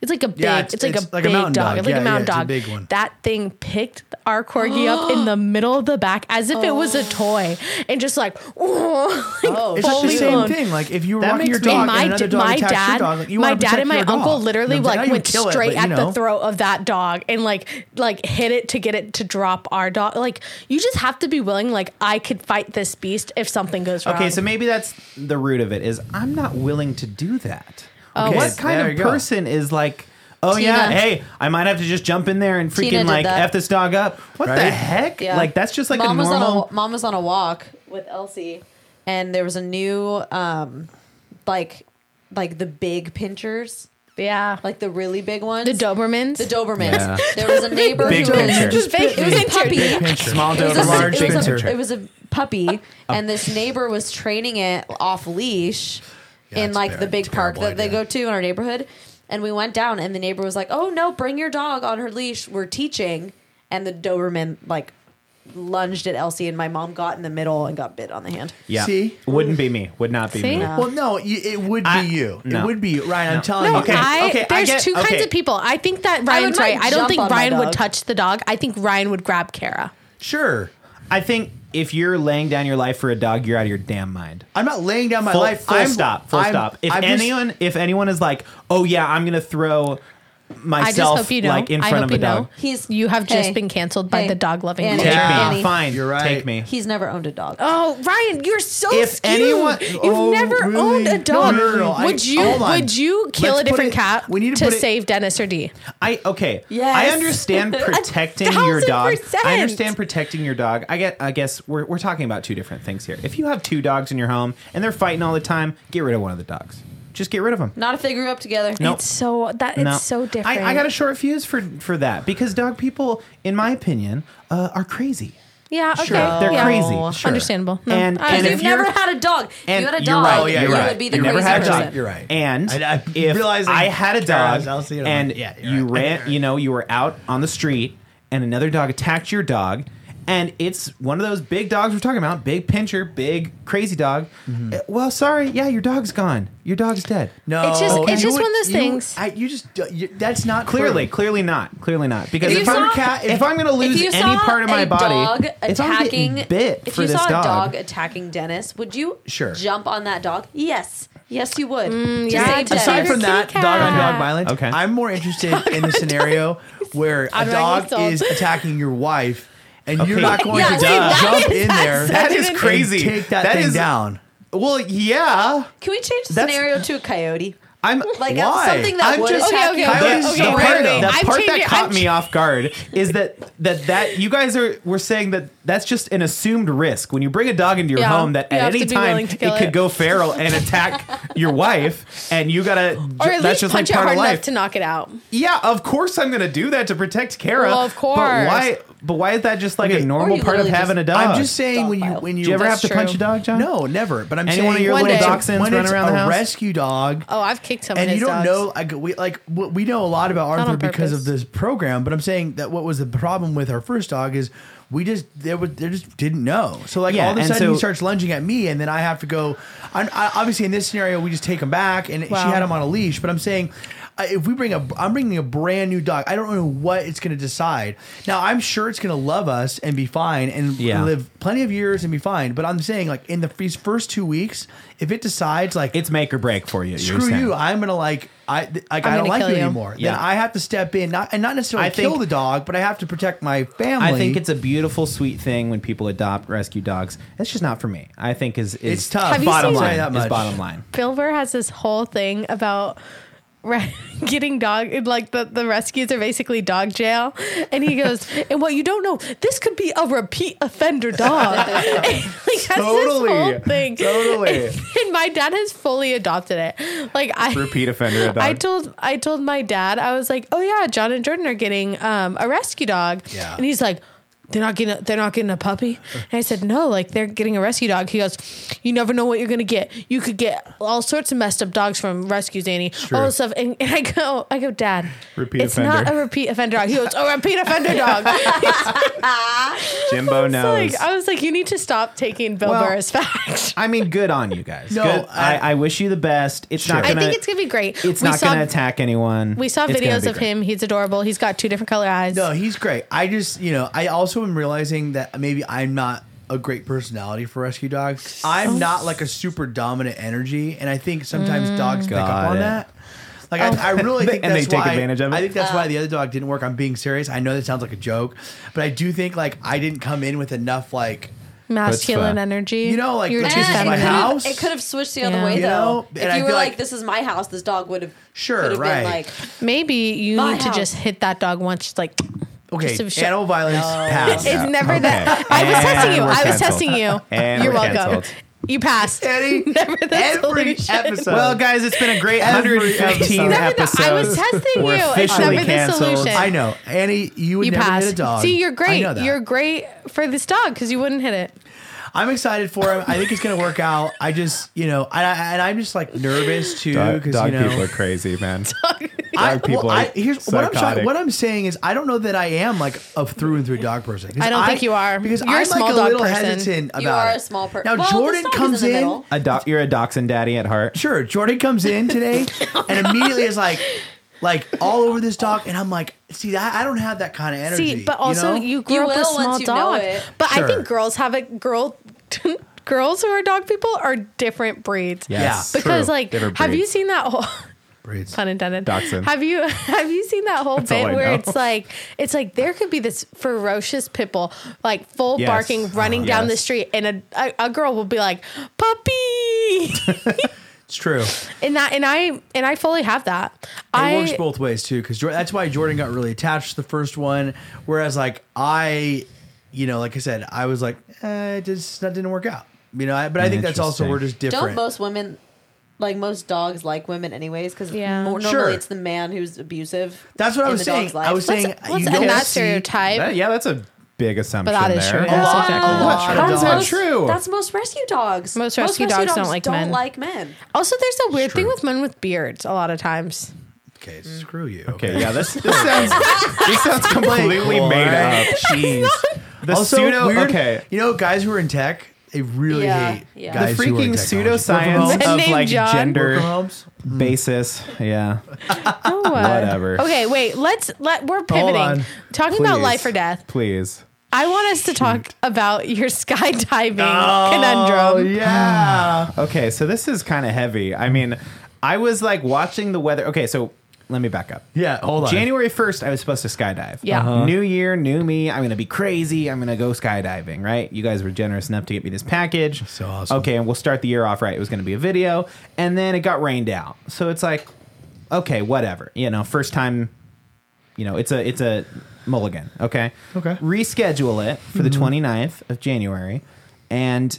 S4: It's like a big,
S2: Yeah,
S4: it's,
S2: it's-
S4: like,
S2: it's
S4: a big dog. It's like
S2: Yeah, yeah,
S4: a mountain
S2: it's a
S4: dog.
S2: big one.
S4: That thing picked our corgi up in the middle of the back as if it was a toy and just like, oh, like
S3: Oh.
S2: It's not the
S4: fully
S2: same
S4: blown.
S2: thing. Like if you were
S1: That
S2: walking your
S1: makes me-
S2: dog
S4: And my,
S2: and another
S4: d-
S2: dog
S4: my
S2: attacks your
S4: dad,
S2: dog, like, you
S4: my
S2: wanna
S4: dad
S2: protect
S4: and my
S2: your dog.
S4: uncle literally
S2: You know, now
S4: like
S2: you
S4: went
S2: kill it,
S4: straight
S2: but,
S4: at
S2: you
S4: the
S2: know.
S4: throat of that dog and like like hit it to get it to drop our dog. Like you just have to be willing. Like I could fight this beast if something goes wrong.
S1: Okay, so maybe that's the root of it. Is I'm not willing to do that.
S4: Okay,
S1: Oh, what
S2: so
S1: kind
S2: there
S1: of
S2: you go.
S1: person is like? Oh
S3: Tina.
S1: yeah, hey, I might have to just jump in there and
S3: Tina
S1: freaking
S3: did
S1: like
S3: that.
S1: f this dog up. What the
S2: Right?
S1: heck? Like that's just like
S3: mom
S1: a
S3: Was on
S1: normal.
S3: a, mom was on a walk with Elsie, and there was a new, um, like, like the big pinchers,
S4: yeah, like
S3: like the really big ones,
S4: the Dobermans.
S3: the Dobermans.
S1: Yeah.
S3: There was a neighbor
S1: Big
S3: who
S1: pincher.
S3: was
S4: Just big
S3: it was a
S4: pincher.
S3: puppy.
S4: Big
S1: Small
S3: It was, a,
S1: Doberman, large
S3: it, was
S1: pincher.
S3: a, it was a puppy, and this neighbor was training it off leash in
S2: it's
S3: like
S2: a
S3: the big park
S2: terrible
S3: that they
S2: idea.
S3: go to in our neighborhood. And we went down, and the neighbor was like, "Oh no, bring your dog on her leash. We're teaching." And the Doberman like lunged at Elsie, and my mom got in the middle and got bit on the hand.
S1: yeah,
S2: See?
S1: wouldn't be me. Would not be
S4: See?
S1: me.
S4: No.
S2: Well, no, y- it would be
S1: I-
S2: you.
S1: no.
S2: It would be you. Ryan, I'm telling
S1: No,
S2: you.
S1: okay.
S4: I,
S1: okay, I
S4: there's
S1: get-
S4: two
S1: okay.
S4: kinds of people. I think that Ryan's
S3: might
S4: right. I don't
S3: jump
S4: think
S3: on my
S4: Ryan would
S3: dog.
S4: touch the dog. I think Ryan would grab Kara.
S2: Sure.
S1: I think if you're laying down your life for a dog, you're out of your damn mind.
S2: I'm not laying down my
S1: Full,
S2: life.
S1: full
S2: I'm-
S1: stop. Full
S2: I'm-
S1: stop. If
S2: I'm just-
S1: anyone, if anyone is like, oh yeah, I'm gonna throw myself
S4: I just hope you know.
S1: like in
S4: I
S1: front of
S4: hope you
S1: a dog.
S4: Know.
S3: He's-
S4: you have just
S3: hey,
S4: been canceled by
S3: hey,
S4: the dog loving.
S3: Annie.
S4: culture.
S1: Take
S2: Yeah.
S1: me,
S3: Annie.
S1: fine.
S2: You're right.
S1: Take me.
S3: He's never owned a dog.
S4: Oh, Ryan, you're so
S1: If
S4: skewed.
S1: anyone-
S4: You've
S1: Oh,
S4: never
S1: really?
S4: owned a dog.
S2: No, no, no, no.
S4: Would
S2: I-
S4: you
S2: hold on.
S4: would you kill
S2: Let's put
S4: a different
S2: it-
S4: cat
S2: we need to
S4: to,
S2: put it-
S4: save Dennis or D?
S1: I okay. I
S3: Yes.
S1: understand
S3: A
S1: protecting your
S4: thousand
S1: dog.
S4: percent.
S1: I understand protecting your dog. I get. I guess we're we're talking about two different things here. If you have two dogs in your home and they're fighting all the time, get rid of one of the dogs. Just get rid of them.
S3: Not if they grew up together.
S1: No.
S4: It's so that
S1: No.
S4: it's so different.
S1: I, I got a short fuse for for that because dog people, in my opinion, uh, are crazy.
S4: yeah, okay.
S1: Sure, they're
S4: yeah.
S1: crazy. Sure.
S4: Oh, Understandable. No,
S1: And- and
S4: I
S3: Because
S1: if
S4: agree.
S3: you've
S1: you're-
S3: never had a dog. If
S1: And
S3: you had a
S1: you're
S3: dog,
S1: right.
S2: Oh, yeah,
S3: you
S2: you're
S1: right.
S3: would be the
S1: I never
S3: crazy
S1: had a
S3: person.
S1: dog.
S2: You're right.
S1: And
S2: I- I-
S1: if
S2: realizing-
S1: I had a
S2: Kara's-
S1: dog
S2: I'll see you in a
S1: and
S2: minute. Yeah, you're
S1: you
S2: right.
S1: ran, you know, you were out on the street and another dog attacked your dog, and it's one of those big dogs we're talking about, big pincher, big crazy dog.
S2: Mm-hmm.
S1: uh, Well, sorry, yeah, your dog's gone. Your dog's dead.
S2: No,
S4: It's just-
S2: okay.
S4: it's
S2: You
S4: just
S2: would-
S4: one of those
S2: you-
S4: things.
S2: I, you just don't- you, that's not
S1: Clearly,
S2: true.
S1: clearly not. Clearly not. Because
S3: If
S1: if,
S3: you
S1: I'm,
S3: saw-
S1: cat- if I'm going to lose
S3: if you
S1: any
S3: saw
S1: part of my
S3: a
S1: body,
S3: dog
S1: if I'm getting
S3: attacking
S1: bit
S3: if
S1: for
S3: you
S1: this
S3: saw
S1: dog,
S3: a dog attacking Dennis, would you
S2: Sure.
S3: jump on that dog? Yes, yes, you would. To
S4: Mm, yeah,
S3: save
S4: Dennis.
S2: Aside
S3: Dennis.
S2: from that,
S4: kitty cat.
S2: dog on dog violence.
S1: Okay.
S2: I'm more interested in the scenario where a
S4: I'm already
S2: dog
S4: sold.
S2: is attacking your wife, and you're
S1: Okay.
S2: not going
S1: Yeah,
S2: to
S1: see, that
S2: jump
S4: is
S2: in there.
S4: That
S1: that is
S4: didn't-
S1: crazy.
S2: and Take that,
S1: That
S2: thing
S1: is-
S2: down.
S1: Well, yeah.
S3: Can we change the
S1: That's-
S3: scenario to a coyote?
S1: I'm
S3: Like uh,
S2: Why?
S3: something that
S1: I'm
S3: would
S1: just-
S3: attack
S4: Okay,
S3: you.
S4: okay,
S1: The-
S4: okay,
S1: the
S4: wait,
S1: part,
S4: wait, wait.
S1: the
S4: I'm
S1: part that
S4: changing-
S1: caught
S4: I'm
S1: me off guard is that that that you guys are were saying that that's just an assumed risk when you bring a dog into your
S4: Yeah.
S1: home that
S4: You
S1: at
S4: have
S1: any
S4: to be
S1: time
S4: willing
S1: it
S4: to kill
S1: could
S4: it.
S1: go feral and attack your wife and you gotta
S4: or at
S1: that's
S4: least
S1: just like
S4: punch it
S1: part
S4: hard
S1: of
S4: enough
S1: life
S4: to knock it out.
S1: yeah of course I'm gonna do that to protect Kara
S4: Well, of
S1: but why
S4: course.
S1: but why is that just like
S2: Okay.
S1: a
S2: Or
S1: normal
S3: you
S1: part of
S3: literally
S1: having a
S3: just-
S1: dog
S2: I'm just saying
S3: Dog
S2: when you
S3: file.
S2: when
S1: do you ever have
S4: That's
S1: to punch
S4: true.
S1: a dog John
S2: No, never. But I'm
S1: Any
S2: saying
S1: one of your
S4: One
S1: little
S4: day.
S1: dachshunds
S2: when
S1: running
S2: it's
S1: around the
S2: a
S1: house?
S2: rescue dog.
S4: Oh, I've kicked some of
S2: and
S4: his
S2: you don't
S4: dogs.
S2: know like we like what we know a lot about
S4: Not
S2: Arthur
S4: on
S2: because of
S4: purpose.
S2: this program, but I'm saying that what was the problem with our first dog is we just there was they just didn't know. So like
S1: Yeah,
S2: all of a
S1: and
S2: sudden
S1: so-
S2: he starts lunging at me, and then I have to go. I, I, obviously, in this scenario, we just take him back, and she
S4: Wow.
S2: had him on a leash. But I'm saying. I- If we bring a, I'm bringing a brand new dog. I don't know what it's going to decide. Now I'm sure it's going to love us and be fine and
S1: Yeah.
S2: live plenty of years and be fine. But I'm saying like in the these first two weeks, if it decides like
S1: it's make or break for you you're
S2: screw
S1: saying.
S2: you. I'm gonna like I th- like
S4: I'm
S2: I don't
S4: gonna
S2: like
S4: kill
S2: you,
S4: you.
S2: anymore.
S1: Yeah.
S2: Then I have to step in, not and not necessarily
S1: I
S2: kill
S1: think-
S2: the dog, but I have to protect my family.
S1: I think it's a beautiful, sweet thing when people adopt rescue dogs. It's just not for me. I think is, is
S2: It's tough.
S4: Have you
S1: Bottom
S4: seen-
S1: line
S2: Say that
S1: is
S2: much.
S1: bottom line.
S4: Bilber has this whole thing about re- getting dog like the, the rescues are basically dog jail and he goes and what you don't know this could be a repeat offender dog And, like that's
S1: Totally.
S4: this whole thing
S1: Totally.
S4: and, and my dad has fully adopted it like i
S1: Repeat offender dog.
S4: I told I told my dad I was like, "Oh yeah, John and Jordan are getting um, a rescue dog,"
S2: Yeah.
S4: and he's like, they're not getting a, they're not getting a puppy. And I said, no, like they're getting a rescue dog. He goes, you never know what you're gonna get. You could get all sorts of messed up dogs from rescues, Annie. All this stuff. And, and I go, I go, Dad,
S1: Repeat
S4: it's not
S1: offender. Oh,
S4: a repeat offender dog. He goes, a repeat offender dog.
S1: Jimbo knows.
S4: like I was like, you need to stop taking Bill
S1: Well,
S4: Burr as fact.
S1: I mean, good on you guys.
S2: No,
S1: Good. I,
S2: I-
S1: I wish you the best. It's not
S4: I
S1: gonna.
S4: think it's gonna be great.
S1: it's not gonna attack anyone.
S4: We saw
S1: It's gonna
S4: videos
S1: be
S4: of
S1: great.
S4: him. He's adorable. He's got two different color eyes.
S2: No, he's great. I just, you know, I also am realizing that maybe I'm not a great personality for rescue dogs. I'm
S4: Oh.
S2: not like a super dominant energy, and I think sometimes
S4: Mm.
S2: dogs pick
S1: Got
S2: up on
S1: it.
S2: that. Like
S4: Oh.
S2: I, I really think
S1: And they
S2: that's
S1: take
S2: why,
S1: advantage of it?
S2: I think that's
S4: Uh.
S2: why the other dog didn't work. I'm being serious. I know that sounds like a joke, but I do think like I didn't come in with enough like
S4: masculine
S1: Chutzpah.
S4: energy.
S2: You know, like,
S4: you're
S2: the
S4: too
S2: This is
S3: Eh,
S2: my
S3: it could've-
S4: feminine.
S2: house?
S3: It could have switched the other
S4: Yeah.
S3: way
S2: You
S3: though.
S2: know?
S3: if
S2: And I
S3: you were
S2: feel
S3: like,
S2: like-
S3: "This is my house," this dog would have
S2: Sure,
S3: could have
S2: right.
S3: Been like,
S4: Maybe you
S3: My
S4: need to
S3: house.
S4: just hit that dog once, like.
S2: okay
S4: Just a-
S2: animal violence. Pass.
S4: It's never
S1: okay.
S4: that. I was
S1: And
S4: testing you.
S1: we're
S4: I was
S1: canceled.
S4: testing you.
S1: And
S4: You're
S1: we're
S4: welcome.
S1: canceled.
S4: You passed.
S2: Eddie,
S4: Never the
S2: every
S4: solution.
S2: episode.
S1: Well, guys, it's been a great
S2: Every
S1: 115
S2: episode.
S4: Never the-
S1: episodes.
S4: I was testing
S1: We're
S4: you. It's
S1: officially
S4: never the
S1: canceled.
S4: solution.
S2: I know, Annie, you would
S4: You
S2: never
S4: passed.
S2: hit a dog.
S4: See, you're
S2: I
S4: great.
S2: know that.
S4: You're great for this dog because you wouldn't hit it.
S2: I'm excited for him. I think it's gonna work out. I just, you know, I, I- and I'm just like nervous too
S1: Dog,
S2: because
S1: dog
S2: you know,
S1: people are crazy, man.
S2: I,
S1: dog people
S2: well, I,
S1: are
S2: here's what I'm trying,
S1: psychotic.
S2: what I'm saying is I don't know that I am like a through and through dog person. 'Cause
S4: I don't think you are.
S2: because
S4: You're a
S2: I'm
S4: small
S2: like a
S4: dog
S2: little
S4: person.
S2: hesitant about.
S3: "You are
S2: it.
S3: a small person."
S2: Now
S3: well, this
S2: Jordan
S3: dog is
S2: comes
S3: in.
S2: in-
S3: The middle.
S1: A doc, you're a dachshund daddy at heart.
S2: Sure, Jordan comes in today and immediately is like, like all over this dog, and I'm like, see, I, I don't have that kind of energy.
S4: See, but also
S2: know?
S4: you, grew
S3: You
S4: up with
S3: will once
S4: small
S3: you know
S4: dogs.
S3: it.
S4: But I
S2: Sure.
S4: think girls have a girl. girls who are dog people are different breeds.
S1: Yes.
S2: Yeah.
S4: Because
S1: True.
S4: like,
S1: Different
S4: have you
S1: breeds.
S4: seen that whole?
S2: Breeds.
S4: pun intended.
S1: Dachshund.
S4: Have you have you seen that whole
S1: all
S4: bit
S1: I
S4: where
S1: know.
S4: it's like it's like there could be this ferocious pit bull, like full
S1: Yes.
S4: barking, running down the
S1: Yes.
S4: street, and a, a, a girl will be like puppy,
S2: it's true.
S4: and that and I and I fully have that. I
S2: it works both ways too because that's why jordan got really attached to the first one whereas like i you know like i said i was like eh, it just that didn't work out you know I, but i think that's also
S1: Interesting.
S2: we're just
S3: Don't
S2: different
S3: most women like most dogs like women anyways? Because
S4: Yeah.
S3: normally
S2: Sure.
S3: it's the man who's abusive.
S2: that's what i
S3: in
S2: was
S3: the
S2: saying
S3: dog's life.
S2: i was saying
S4: Let's- let's
S2: you
S4: end
S2: don't
S4: that
S2: see-
S4: stereotype.
S1: That- yeah, that's a big assumption
S4: that is
S1: there.
S4: true.
S2: a
S4: That's
S2: lot,
S4: exactly
S2: a
S4: what-
S2: lot
S1: How
S2: of
S1: is that
S2: dogs.
S1: true?
S3: That's most rescue dogs.
S4: Most rescue dogs don't like men.
S3: men.
S4: also there's a weird thing
S2: true.
S4: with men with beards a lot of times.
S2: Mm. okay screw you
S1: Okay, yeah, this, this sounds this sounds completely
S2: Boy,
S1: made up.
S2: jeez
S1: The
S2: also
S1: pseudo
S2: weird,
S1: okay,
S2: you know guys who are in tech they really
S3: Yeah,
S2: hate
S3: yeah. The
S1: the
S2: guys who are in
S1: freaking
S2: technology. Work
S1: pseudoscience
S2: from home,
S4: Work from
S1: of
S4: home.
S1: like
S4: Name, John.
S2: work
S1: gender
S2: from homes.
S1: basis. Yeah,
S4: Oh, uh,
S1: Whatever.
S4: Okay, wait. Let's let we're pivoting.
S2: on.
S4: Talking about
S1: Please.
S4: life or death.
S1: please.
S4: I want us to talk about your skydiving
S2: oh
S4: conundrum.
S2: yeah
S1: Okay, so this is kind of heavy. I mean, I was like watching the weather. Okay, so let me back up.
S2: yeah hold on
S1: January 1st, I was supposed to skydive.
S4: Yeah. Uh-huh.
S1: New year, new me. I'm going to be crazy. I'm going to go skydiving, right? You guys were generous enough to get me this package.
S2: So awesome.
S1: Okay, and we'll start the year off right. It was going to be a video, and then it got rained out. So it's like, okay, whatever. You know, first time, you know, it's a it's a mulligan, okay?
S2: Okay. Mm-hmm.
S1: Reschedule it for the 29th of January, and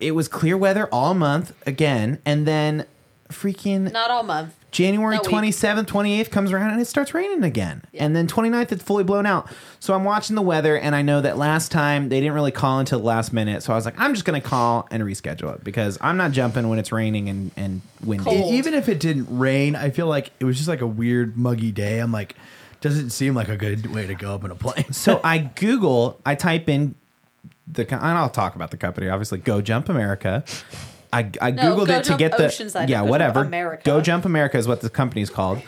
S1: it was clear weather all month again, and then freaking
S3: Not all month.
S1: January
S3: That week.
S1: 27th, 28th comes around and it starts raining again. And then 29th, it's fully blown out. So I'm watching the weather and I know that last time they didn't really call until the last minute. So I was like, I'm just going to call and reschedule it because I'm not jumping when it's raining and, and windy.
S3: Cold.
S2: E- even if it didn't rain, I feel like it was just like a weird muggy day. I'm like, doesn't seem like a good way to go up in a plane.
S1: So I Google, I type in the, co- and I'll talk about the company, obviously, Go Jump America. I, I
S3: No,
S1: Googled
S3: Go
S1: it to
S3: Jump
S1: get the,
S3: Oceanside,
S1: yeah,
S3: Go Jump
S1: whatever.
S3: America.
S1: Go Jump America is what the company's called.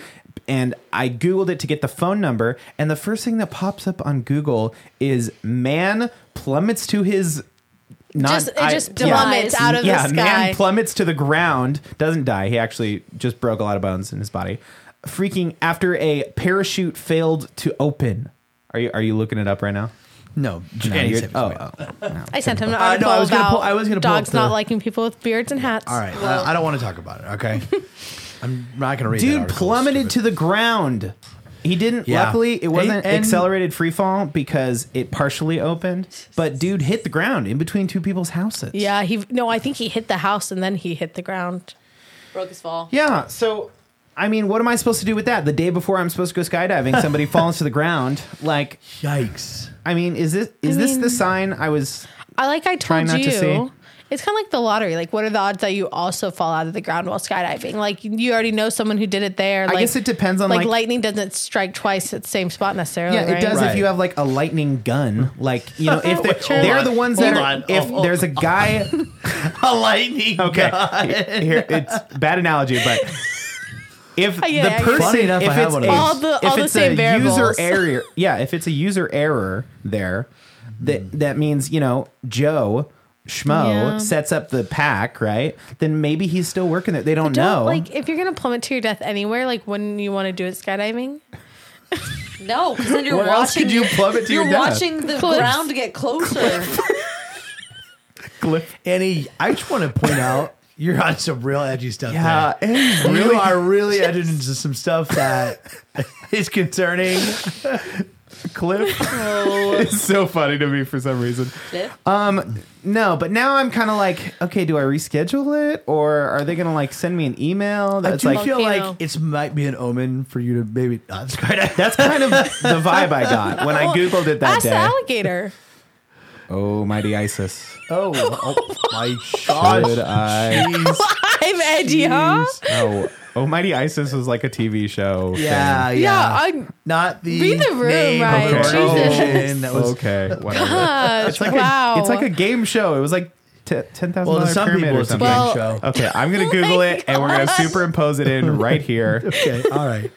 S1: And I Googled it to get the phone number. And the first thing that pops up on Google is man plummets to his. Not,
S4: Just, it
S1: I-
S4: just
S1: yeah.
S4: plummets out of
S1: Yeah,
S4: the
S1: man
S4: sky.
S1: plummets to the ground, doesn't die. He actually just broke a lot of bones in his body. Freaking after a parachute failed to open. Are you are you looking it up right now?
S2: No,
S1: No,
S2: Annie
S1: you're-
S2: saved
S1: oh,
S2: me.
S1: oh.
S4: I sent him an
S2: no, I
S4: article
S2: was gonna
S4: about
S2: pull- I was gonna pull
S4: dogs
S2: up the-
S4: not liking people with beards and hats.
S2: all right. I- I, don't want to talk about it. Okay, I'm not gonna read. that
S1: dude
S2: article,
S1: plummeted
S2: stupid.
S1: to the ground. He didn't.
S2: Yeah.
S1: Luckily, it wasn't
S2: And- and-
S1: accelerated free fall because it partially opened. But dude hit the ground in between two people's houses.
S4: Yeah, he no, I think he hit the house and then he hit the ground.
S3: Broke his fall.
S1: Yeah. So I mean, what am I supposed to do with that? The day before I'm supposed to go skydiving, somebody falls to the ground. Like,
S2: Yikes.
S1: I mean, is this is this the sign I was?
S4: I like I
S1: Try
S4: told
S1: not to
S4: you.
S1: see.
S4: It's kind of like the lottery. Like, what are the odds that you also fall out of the ground while skydiving? Like, you already know someone who did it there. Like,
S1: I guess it depends on
S4: like,
S1: like,
S4: lightning doesn't strike twice at the same spot necessarily.
S1: yeah, it
S4: right?
S1: does if
S2: Right.
S1: you have like a lightning gun. Like, you know, if
S4: Hold on,
S1: they're, they're the ones that
S2: hold
S1: are,
S2: on, Oh,
S1: if
S2: hold on.
S1: there's a guy.
S2: A lightning.
S1: Okay, here it's bad analogy, but. If
S4: yeah, I
S1: the
S4: get it.
S1: person,
S2: Funny enough,
S1: if
S2: I have
S1: it's
S2: one
S1: a,
S2: of those.
S4: All the- all
S1: if
S4: the
S1: it's
S4: same
S1: a
S4: variables.
S1: user error, yeah, if it's a user error there,
S2: Hmm.
S1: that that means you know Joe Schmo
S4: Yeah.
S1: sets up the pack, right? Then maybe he's still working there. They don't,
S4: Don't,
S1: know.
S4: Like, if you're gonna plummet to your death anywhere, like, wouldn't you want to do it skydiving?
S3: No, because then you're
S1: Where else
S3: watching.
S1: could you plummet to your
S3: you're
S1: death?
S3: watching the
S4: Cliffs.
S3: ground get closer.
S2: Annie, I just want to point out you're on some real edgy stuff.
S1: yeah,
S2: there.
S1: and
S2: You
S1: really
S2: are really edging into some stuff that is concerning.
S1: Cliff is so funny to me for some reason.
S3: Cliff?
S1: Um, no, but now I'm kind of like, okay, do I reschedule it or are they gonna like send me an email?
S2: I
S1: That's
S2: do
S1: like,
S2: feel
S4: Volcano.
S2: like it's might be an omen for you to maybe not skydive.
S1: that's kind of the vibe I got when I googled it that
S4: Ask the
S1: day.
S4: alligator.
S1: Oh, mighty ISIS!
S2: Oh, oh my
S1: Should
S2: god!
S1: I?
S4: I'm edgy, huh?
S1: Oh, oh, mighty ISIS was like a TV show. thing.
S2: Yeah, yeah,
S4: Yeah, I'm.
S2: Not the
S4: Read the room,
S2: name of
S4: Ryan.
S2: the
S4: Jesus.
S2: organization that was.
S1: Oh, okay, whatever.
S4: Gosh,
S1: It's like
S4: wow.
S1: a, it's like a game show. It was like t- ten thousand
S2: Well, to
S1: dollars
S2: some
S1: pyramid
S2: people,
S1: or
S2: it's a game
S1: something.
S4: Well-
S2: show.
S1: Okay, I'm gonna Google
S4: my
S1: it and we're gonna
S4: God.
S1: superimpose it in right here.
S2: Okay, all right.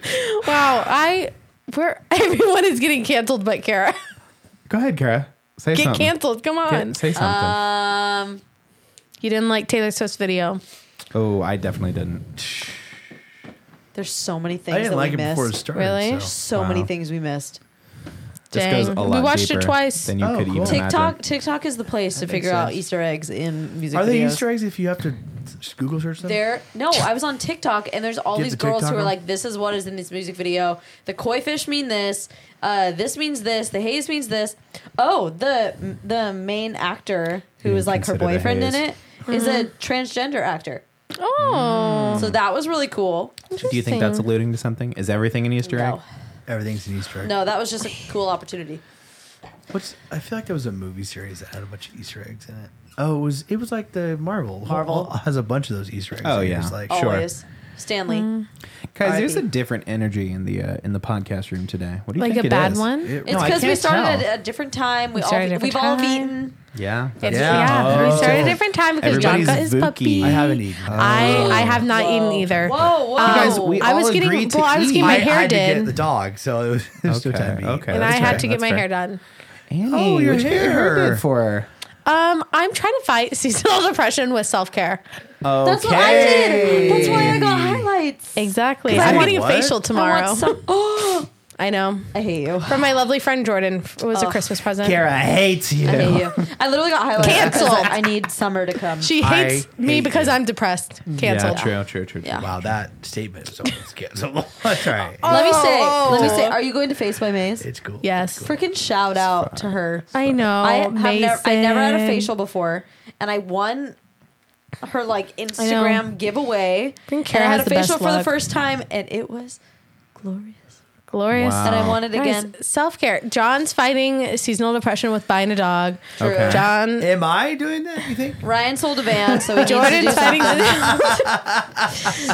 S4: wow. I where everyone is getting canceled, but Kara
S1: Go ahead, Kara. Say
S4: get
S1: something.
S4: canceled. Come on. Uh,
S1: Get- say something.
S3: Um,
S4: you didn't like Taylor Swift's video.
S1: oh, I definitely didn't.
S3: there's so many things
S2: I didn't
S3: that
S2: like
S3: we
S2: it
S3: missed.
S2: before it started.
S4: Really?
S2: so.
S3: So
S1: Wow.
S3: many things we missed.
S1: This goes a
S4: Dang.
S1: lot
S4: We watched it
S1: deeper
S4: twice.
S1: Than you
S2: Oh,
S1: could
S2: cool.
S1: even
S3: TikTok,
S1: imagine.
S3: TikTok is the place to figure out
S2: sense.
S3: Easter eggs in music
S2: Are
S3: videos.
S2: they Easter eggs if you have to s- Google search them?
S3: There, no, I was on TikTok and there's all
S2: Get
S3: these
S2: the
S3: girls who
S2: TikTok
S3: are
S2: on?
S3: like, "This is what is in this music video. The koi fish mean this. Uh, this means this. The haze means this. Oh, the the main actor who
S1: You
S3: was like her
S1: consider the
S3: boyfriend in
S1: haze.
S3: it is a
S1: Mm-hmm.
S3: transgender actor.
S1: Mm.
S4: Oh,
S3: So that was really cool.
S1: Do you think that's alluding to something? Is everything an Easter egg?
S3: No,
S2: Everything's an Easter egg.
S3: no, that was just a cool opportunity.
S2: What's I feel like there was a movie series that had a bunch of Easter eggs in it. Oh, it was it was like the Marvel.
S3: Marvel.
S2: has a bunch of those Easter eggs.
S1: Oh,
S2: in it.
S1: yeah.
S2: It's like,
S1: Sure. Mm.
S3: Always, Stanley.
S1: Guys,
S3: I-
S1: there's a different energy in the uh, in the podcast room today. What do you
S4: like
S1: think
S4: a
S1: it
S4: bad
S1: is?
S4: one.
S2: It-
S3: It's
S1: No, I
S3: because we
S1: can't
S3: started uh,
S1: tell.
S3: at a different time. We,
S4: We
S3: all
S4: started at a
S3: we've
S4: different
S3: all
S4: time.
S3: eaten.
S1: Yeah.
S4: It's,
S2: Yeah.
S4: yeah, we
S2: Oh.
S4: started a different time because John
S1: Everybody's
S4: got his
S1: Vookie.
S4: puppy.
S2: I haven't eaten.
S1: Oh.
S4: I, I have not
S3: Whoa.
S4: eaten either.
S3: Whoa, whoa!
S4: You
S1: guys, we-
S4: I was
S1: all
S4: getting
S1: agreed to
S4: well, I was
S1: eat.
S4: getting
S2: I
S4: my hair
S2: had to get
S4: did,
S2: the dog, so it was, there's still
S1: Okay,
S2: time to eat.
S1: okay.
S4: and I
S1: That's
S4: had
S1: fair,
S4: to get
S1: that's
S4: my
S1: fair.
S4: hair done.
S1: Annie,
S2: Oh, your
S1: what you
S2: hair.
S1: hurting for.
S4: Um, I'm trying to fight seasonal depression with self care.
S3: That's what I did. That's why I got highlights.
S4: Exactly.
S2: I
S4: I'm
S2: want
S4: getting
S2: what?
S4: a facial
S3: I
S4: tomorrow.
S3: want some. Oh,
S4: I know.
S3: I hate you.
S4: From my lovely friend Jordan. It was a Christmas present.
S2: Kara hates you.
S3: I hate you. I literally got highlights.
S4: Cancel.
S3: because, like, I need summer to come.
S4: She
S2: I
S4: hates me
S2: hate
S4: because
S2: you.
S4: I'm depressed. Canceled.
S1: Yeah, true, true, true.
S3: Yeah.
S2: Wow, that statement is almost canceled. That's all right.
S3: let me
S4: Oh,
S3: say. Let me
S4: oh.
S3: say. Are you going to Face by Maze?
S2: It's cool.
S4: Yes.
S3: Freaking shout out to her.
S4: I know.
S3: I have never. I never had a
S4: Oh, Mason.
S3: facial before, and I won her like
S4: know.
S3: Instagram giveaway.
S4: think
S3: and
S4: Kara
S3: I had
S4: has
S3: a
S4: the best
S3: facial for the
S4: luck.
S3: first time, and it was glorious.
S4: Glorious.
S1: Wow.
S3: And I won it
S4: Guys,
S3: again.
S4: self care. John's fighting seasonal depression with buying a dog.
S3: True.
S1: Okay.
S4: John.
S2: Am I doing that? You think?
S3: Ryan sold a van, so we Jordan
S4: Jordan's fighting.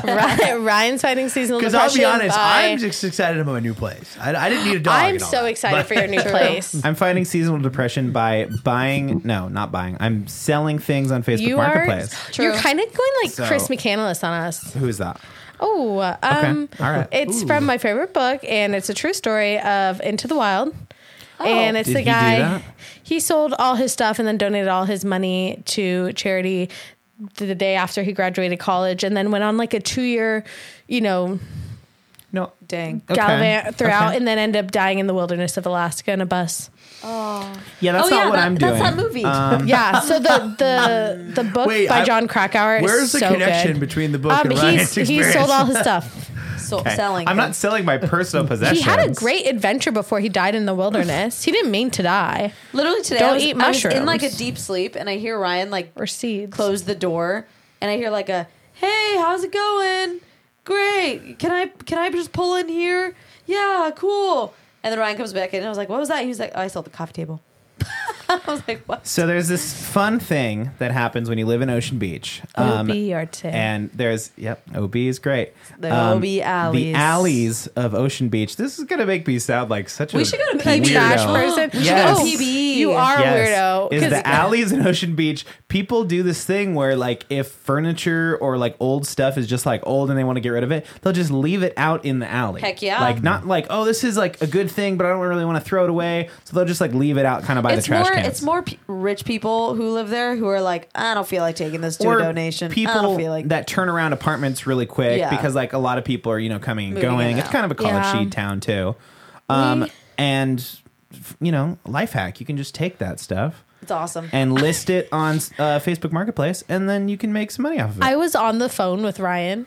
S4: Ryan- Ryan's fighting seasonal
S2: Because
S4: depression.
S2: I'll be honest,
S4: by-
S2: I'm just excited about my new place. I, I didn't need a dog.
S4: I'm
S2: and all
S4: so
S2: that,
S4: excited
S2: but-
S4: for your new place.
S1: I'm fighting seasonal depression by buying, no, not buying. I'm selling things on Facebook
S4: You are.
S1: Marketplace.
S4: You're
S3: True.
S4: kind of going like
S1: So-
S4: Chris McCandless on us.
S1: Who's that?
S4: Oh, um,
S1: All right.
S4: It's from my favorite book, and it's a true story of Into the Wild. and it's
S1: Did
S4: the
S1: he do
S4: guy.
S1: that?
S4: He sold all his stuff and then donated all his money to charity the day after he graduated college, and then went on like a two-year, you know,
S1: No.
S3: Dang.
S1: Okay.
S4: gallivant throughout,
S1: Okay.
S4: and then ended up dying in the wilderness of Alaska in a bus.
S1: Yeah, that's
S3: Oh,
S1: not
S3: yeah,
S1: what
S3: that-
S1: I'm doing.
S3: that's that movie.
S4: yeah. So the the the book
S2: Wait,
S4: by
S2: I-
S4: John Krakauer.
S2: Where's
S4: is
S2: the
S4: so
S2: connection
S4: good.
S2: between the book
S4: Um,
S2: and Ryan's
S4: he's, he
S2: experience?
S4: sold all his stuff.
S3: So,
S1: Okay.
S3: selling.
S1: I'm
S3: things.
S1: not selling my personal possessions.
S4: He had a great adventure before he died in the wilderness. he didn't mean to die
S3: Literally today,
S4: Don't
S3: I was,
S4: eat
S3: I was in
S4: mushrooms.
S3: like a deep sleep, and I hear Ryan like
S4: or seeds.
S3: close the door, and I hear like a "Hey, how's it going?" great. Can I can I just pull in here? Yeah, cool. And then Ryan comes back in, and I was like, what was that? He was like, oh, I saw the coffee table. I was like, what?
S1: So there's this fun thing that happens when you live in Ocean Beach.
S3: OB or two.
S1: Um, And there's yep, OB is great. Um,
S3: The OB
S1: The
S3: alleys.
S1: alleys of Ocean Beach. This is gonna make me sound like such a
S3: We should go to
S4: Like
S3: Weirdo.
S4: trash person.
S3: We should
S1: Yes.
S4: Oh,
S3: go to PB.
S4: You are
S1: Yes,
S4: a weirdo.
S1: Is
S4: 'cause-
S1: the alleys in Ocean Beach? People do this thing where like if furniture or like old stuff is just like old and they want to get rid of it, they'll just leave it out in the alley.
S3: Heck yeah.
S1: Like not like oh this is like a good thing, but I don't really want to throw it away, so they'll just like leave it out kind of by
S3: it's
S1: the trash
S3: more
S1: cans.
S3: it's more p- rich people who live there who are like I don't feel like taking this to
S1: or
S3: a donation.
S1: people
S3: I don't feel like
S1: that turn around apartments really quick
S3: Yeah.
S1: because like a lot of people are you know coming and
S3: Moving in
S1: going.
S3: and
S1: It's
S3: out.
S1: kind of a
S4: Yeah.
S1: college y town too, um,
S4: We-
S1: and f- you know life hack you can just take that stuff.
S3: it's awesome.
S1: and list it on uh, Facebook Marketplace, and then you can make some money off of it.
S4: I was on the phone with Ryan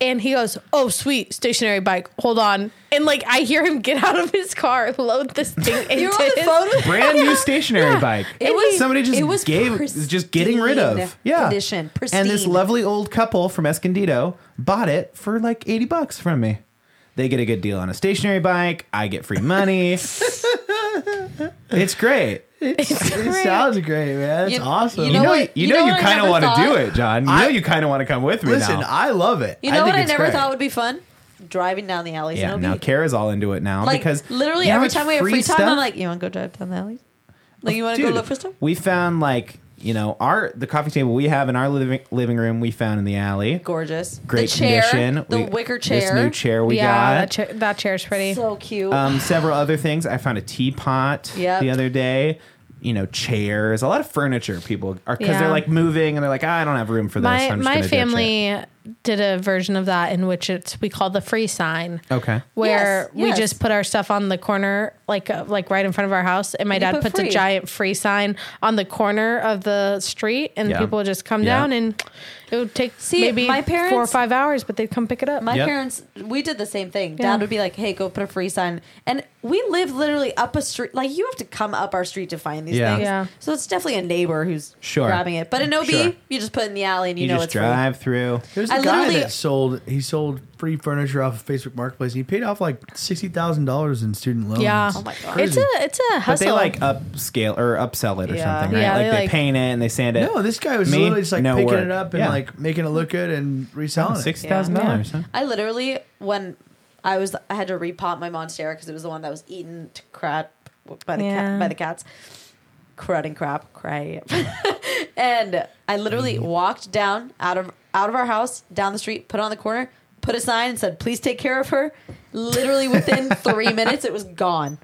S4: and he goes, Oh, sweet, stationary bike. Hold on. And like I hear him get out of his car, load this thing into
S3: You're on the
S4: his-
S3: phone with
S1: Brand new stationary bike.
S3: It was-
S1: somebody just
S3: it was
S1: gave
S3: pristine
S1: just getting rid of. Yeah,
S3: condition,
S1: And this
S3: pristine.
S1: lovely old couple from Escondido bought it for like eighty bucks from me. They get a good deal on a stationary bike. I get free money. it's great.
S2: It sounds great, man. It's
S3: You-
S2: awesome.
S1: You
S3: you
S1: know,
S3: what-
S1: you,
S3: you
S1: know,
S3: know
S1: you
S3: what I
S1: kind of
S3: never
S1: want to do
S3: thought?
S1: it, John. You
S2: I-
S1: know, you kind of want to come with me
S2: Listen,
S1: now.
S2: I love it.
S3: You know
S1: think
S3: what I
S1: it's
S3: never
S1: great.
S3: thought would be fun? Driving down the alleys.
S1: yeah,
S3: in OB.
S1: now Kara's all into it now
S3: like
S1: because
S3: literally
S1: now
S3: every
S1: it's
S3: time we have free time,
S1: stuff.
S3: I'm like, you want to go drive down the alleys? Like you want to go
S1: Dude,
S3: look for stuff?
S1: We found like you know our the coffee table we have in our living living room. We found in the alley.
S3: Gorgeous.
S1: Great
S3: the chair,
S1: condition.
S3: The
S1: We-
S3: wicker chair.
S1: This new chair we
S4: yeah, that,
S1: got.
S4: chair, that chair's pretty.
S3: So cute.
S1: um, several other things. I found a teapot
S3: Yep.
S1: the other day. You know, chairs. A lot of furniture. People are because
S4: Yeah.
S1: they're like moving and they're like, "Ah, I don't have room for this.
S4: my
S1: I'm just
S4: my
S1: gonna ditch it."
S4: family did a version of that in which it's we call the free sign.
S1: Okay.
S4: Where
S3: Yes,
S4: we
S3: yes.
S4: just put our stuff on the corner, like uh, like right in front of our house, and my
S3: You
S4: dad
S3: put
S4: puts
S3: free.
S4: a giant free sign on the corner of the street, and
S1: Yeah.
S4: people would just come
S1: Yeah.
S4: down, and it would take
S3: See,
S4: maybe
S3: my
S4: four or
S3: parents-
S4: five hours, but they'd come pick it up.
S3: My
S1: Yep.
S3: parents, we did the same thing.
S4: Yeah.
S3: Dad would be like, "Hey, go put a free sign," and we live literally up a street. Like you have to come up our street to find these
S1: Yeah.
S3: things.
S4: Yeah.
S3: So it's definitely a neighbor who's
S1: Sure.
S3: grabbing it. But in OB,
S1: Sure.
S3: you just put it in the alley and you,
S1: You,
S3: know
S1: just
S3: it's free.
S1: drive through.
S2: There's a
S3: I
S2: guy
S3: literally-
S2: that sold he sold free furniture off of Facebook Marketplace and he paid off like sixty thousand dollars in student loans.
S4: yeah,
S3: Oh my God.
S4: it's
S2: Crazy.
S4: a it's a
S1: But
S4: hustle.
S1: they like upscale or upsell it or
S3: Yeah.
S1: something, right?
S4: Yeah,
S1: like
S4: they,
S1: they,
S4: like-
S1: paint it and they sand it.
S2: No, this guy was
S1: Me?
S2: literally just like
S1: No
S2: picking
S1: work.
S2: it up and
S1: Yeah.
S2: like making it look good and reselling it.
S1: six thousand dollars.
S4: Yeah.
S1: Huh?
S3: I literally when I was I had to repot my Monstera because it was the one that was eaten to crap by the
S4: Yeah.
S3: cat by the cats. Crud and crap, crap. and I literally walked down out of out of our house, down the street, put it on the corner, put a sign and said, "Please take care of her." Literally within three minutes, it was gone.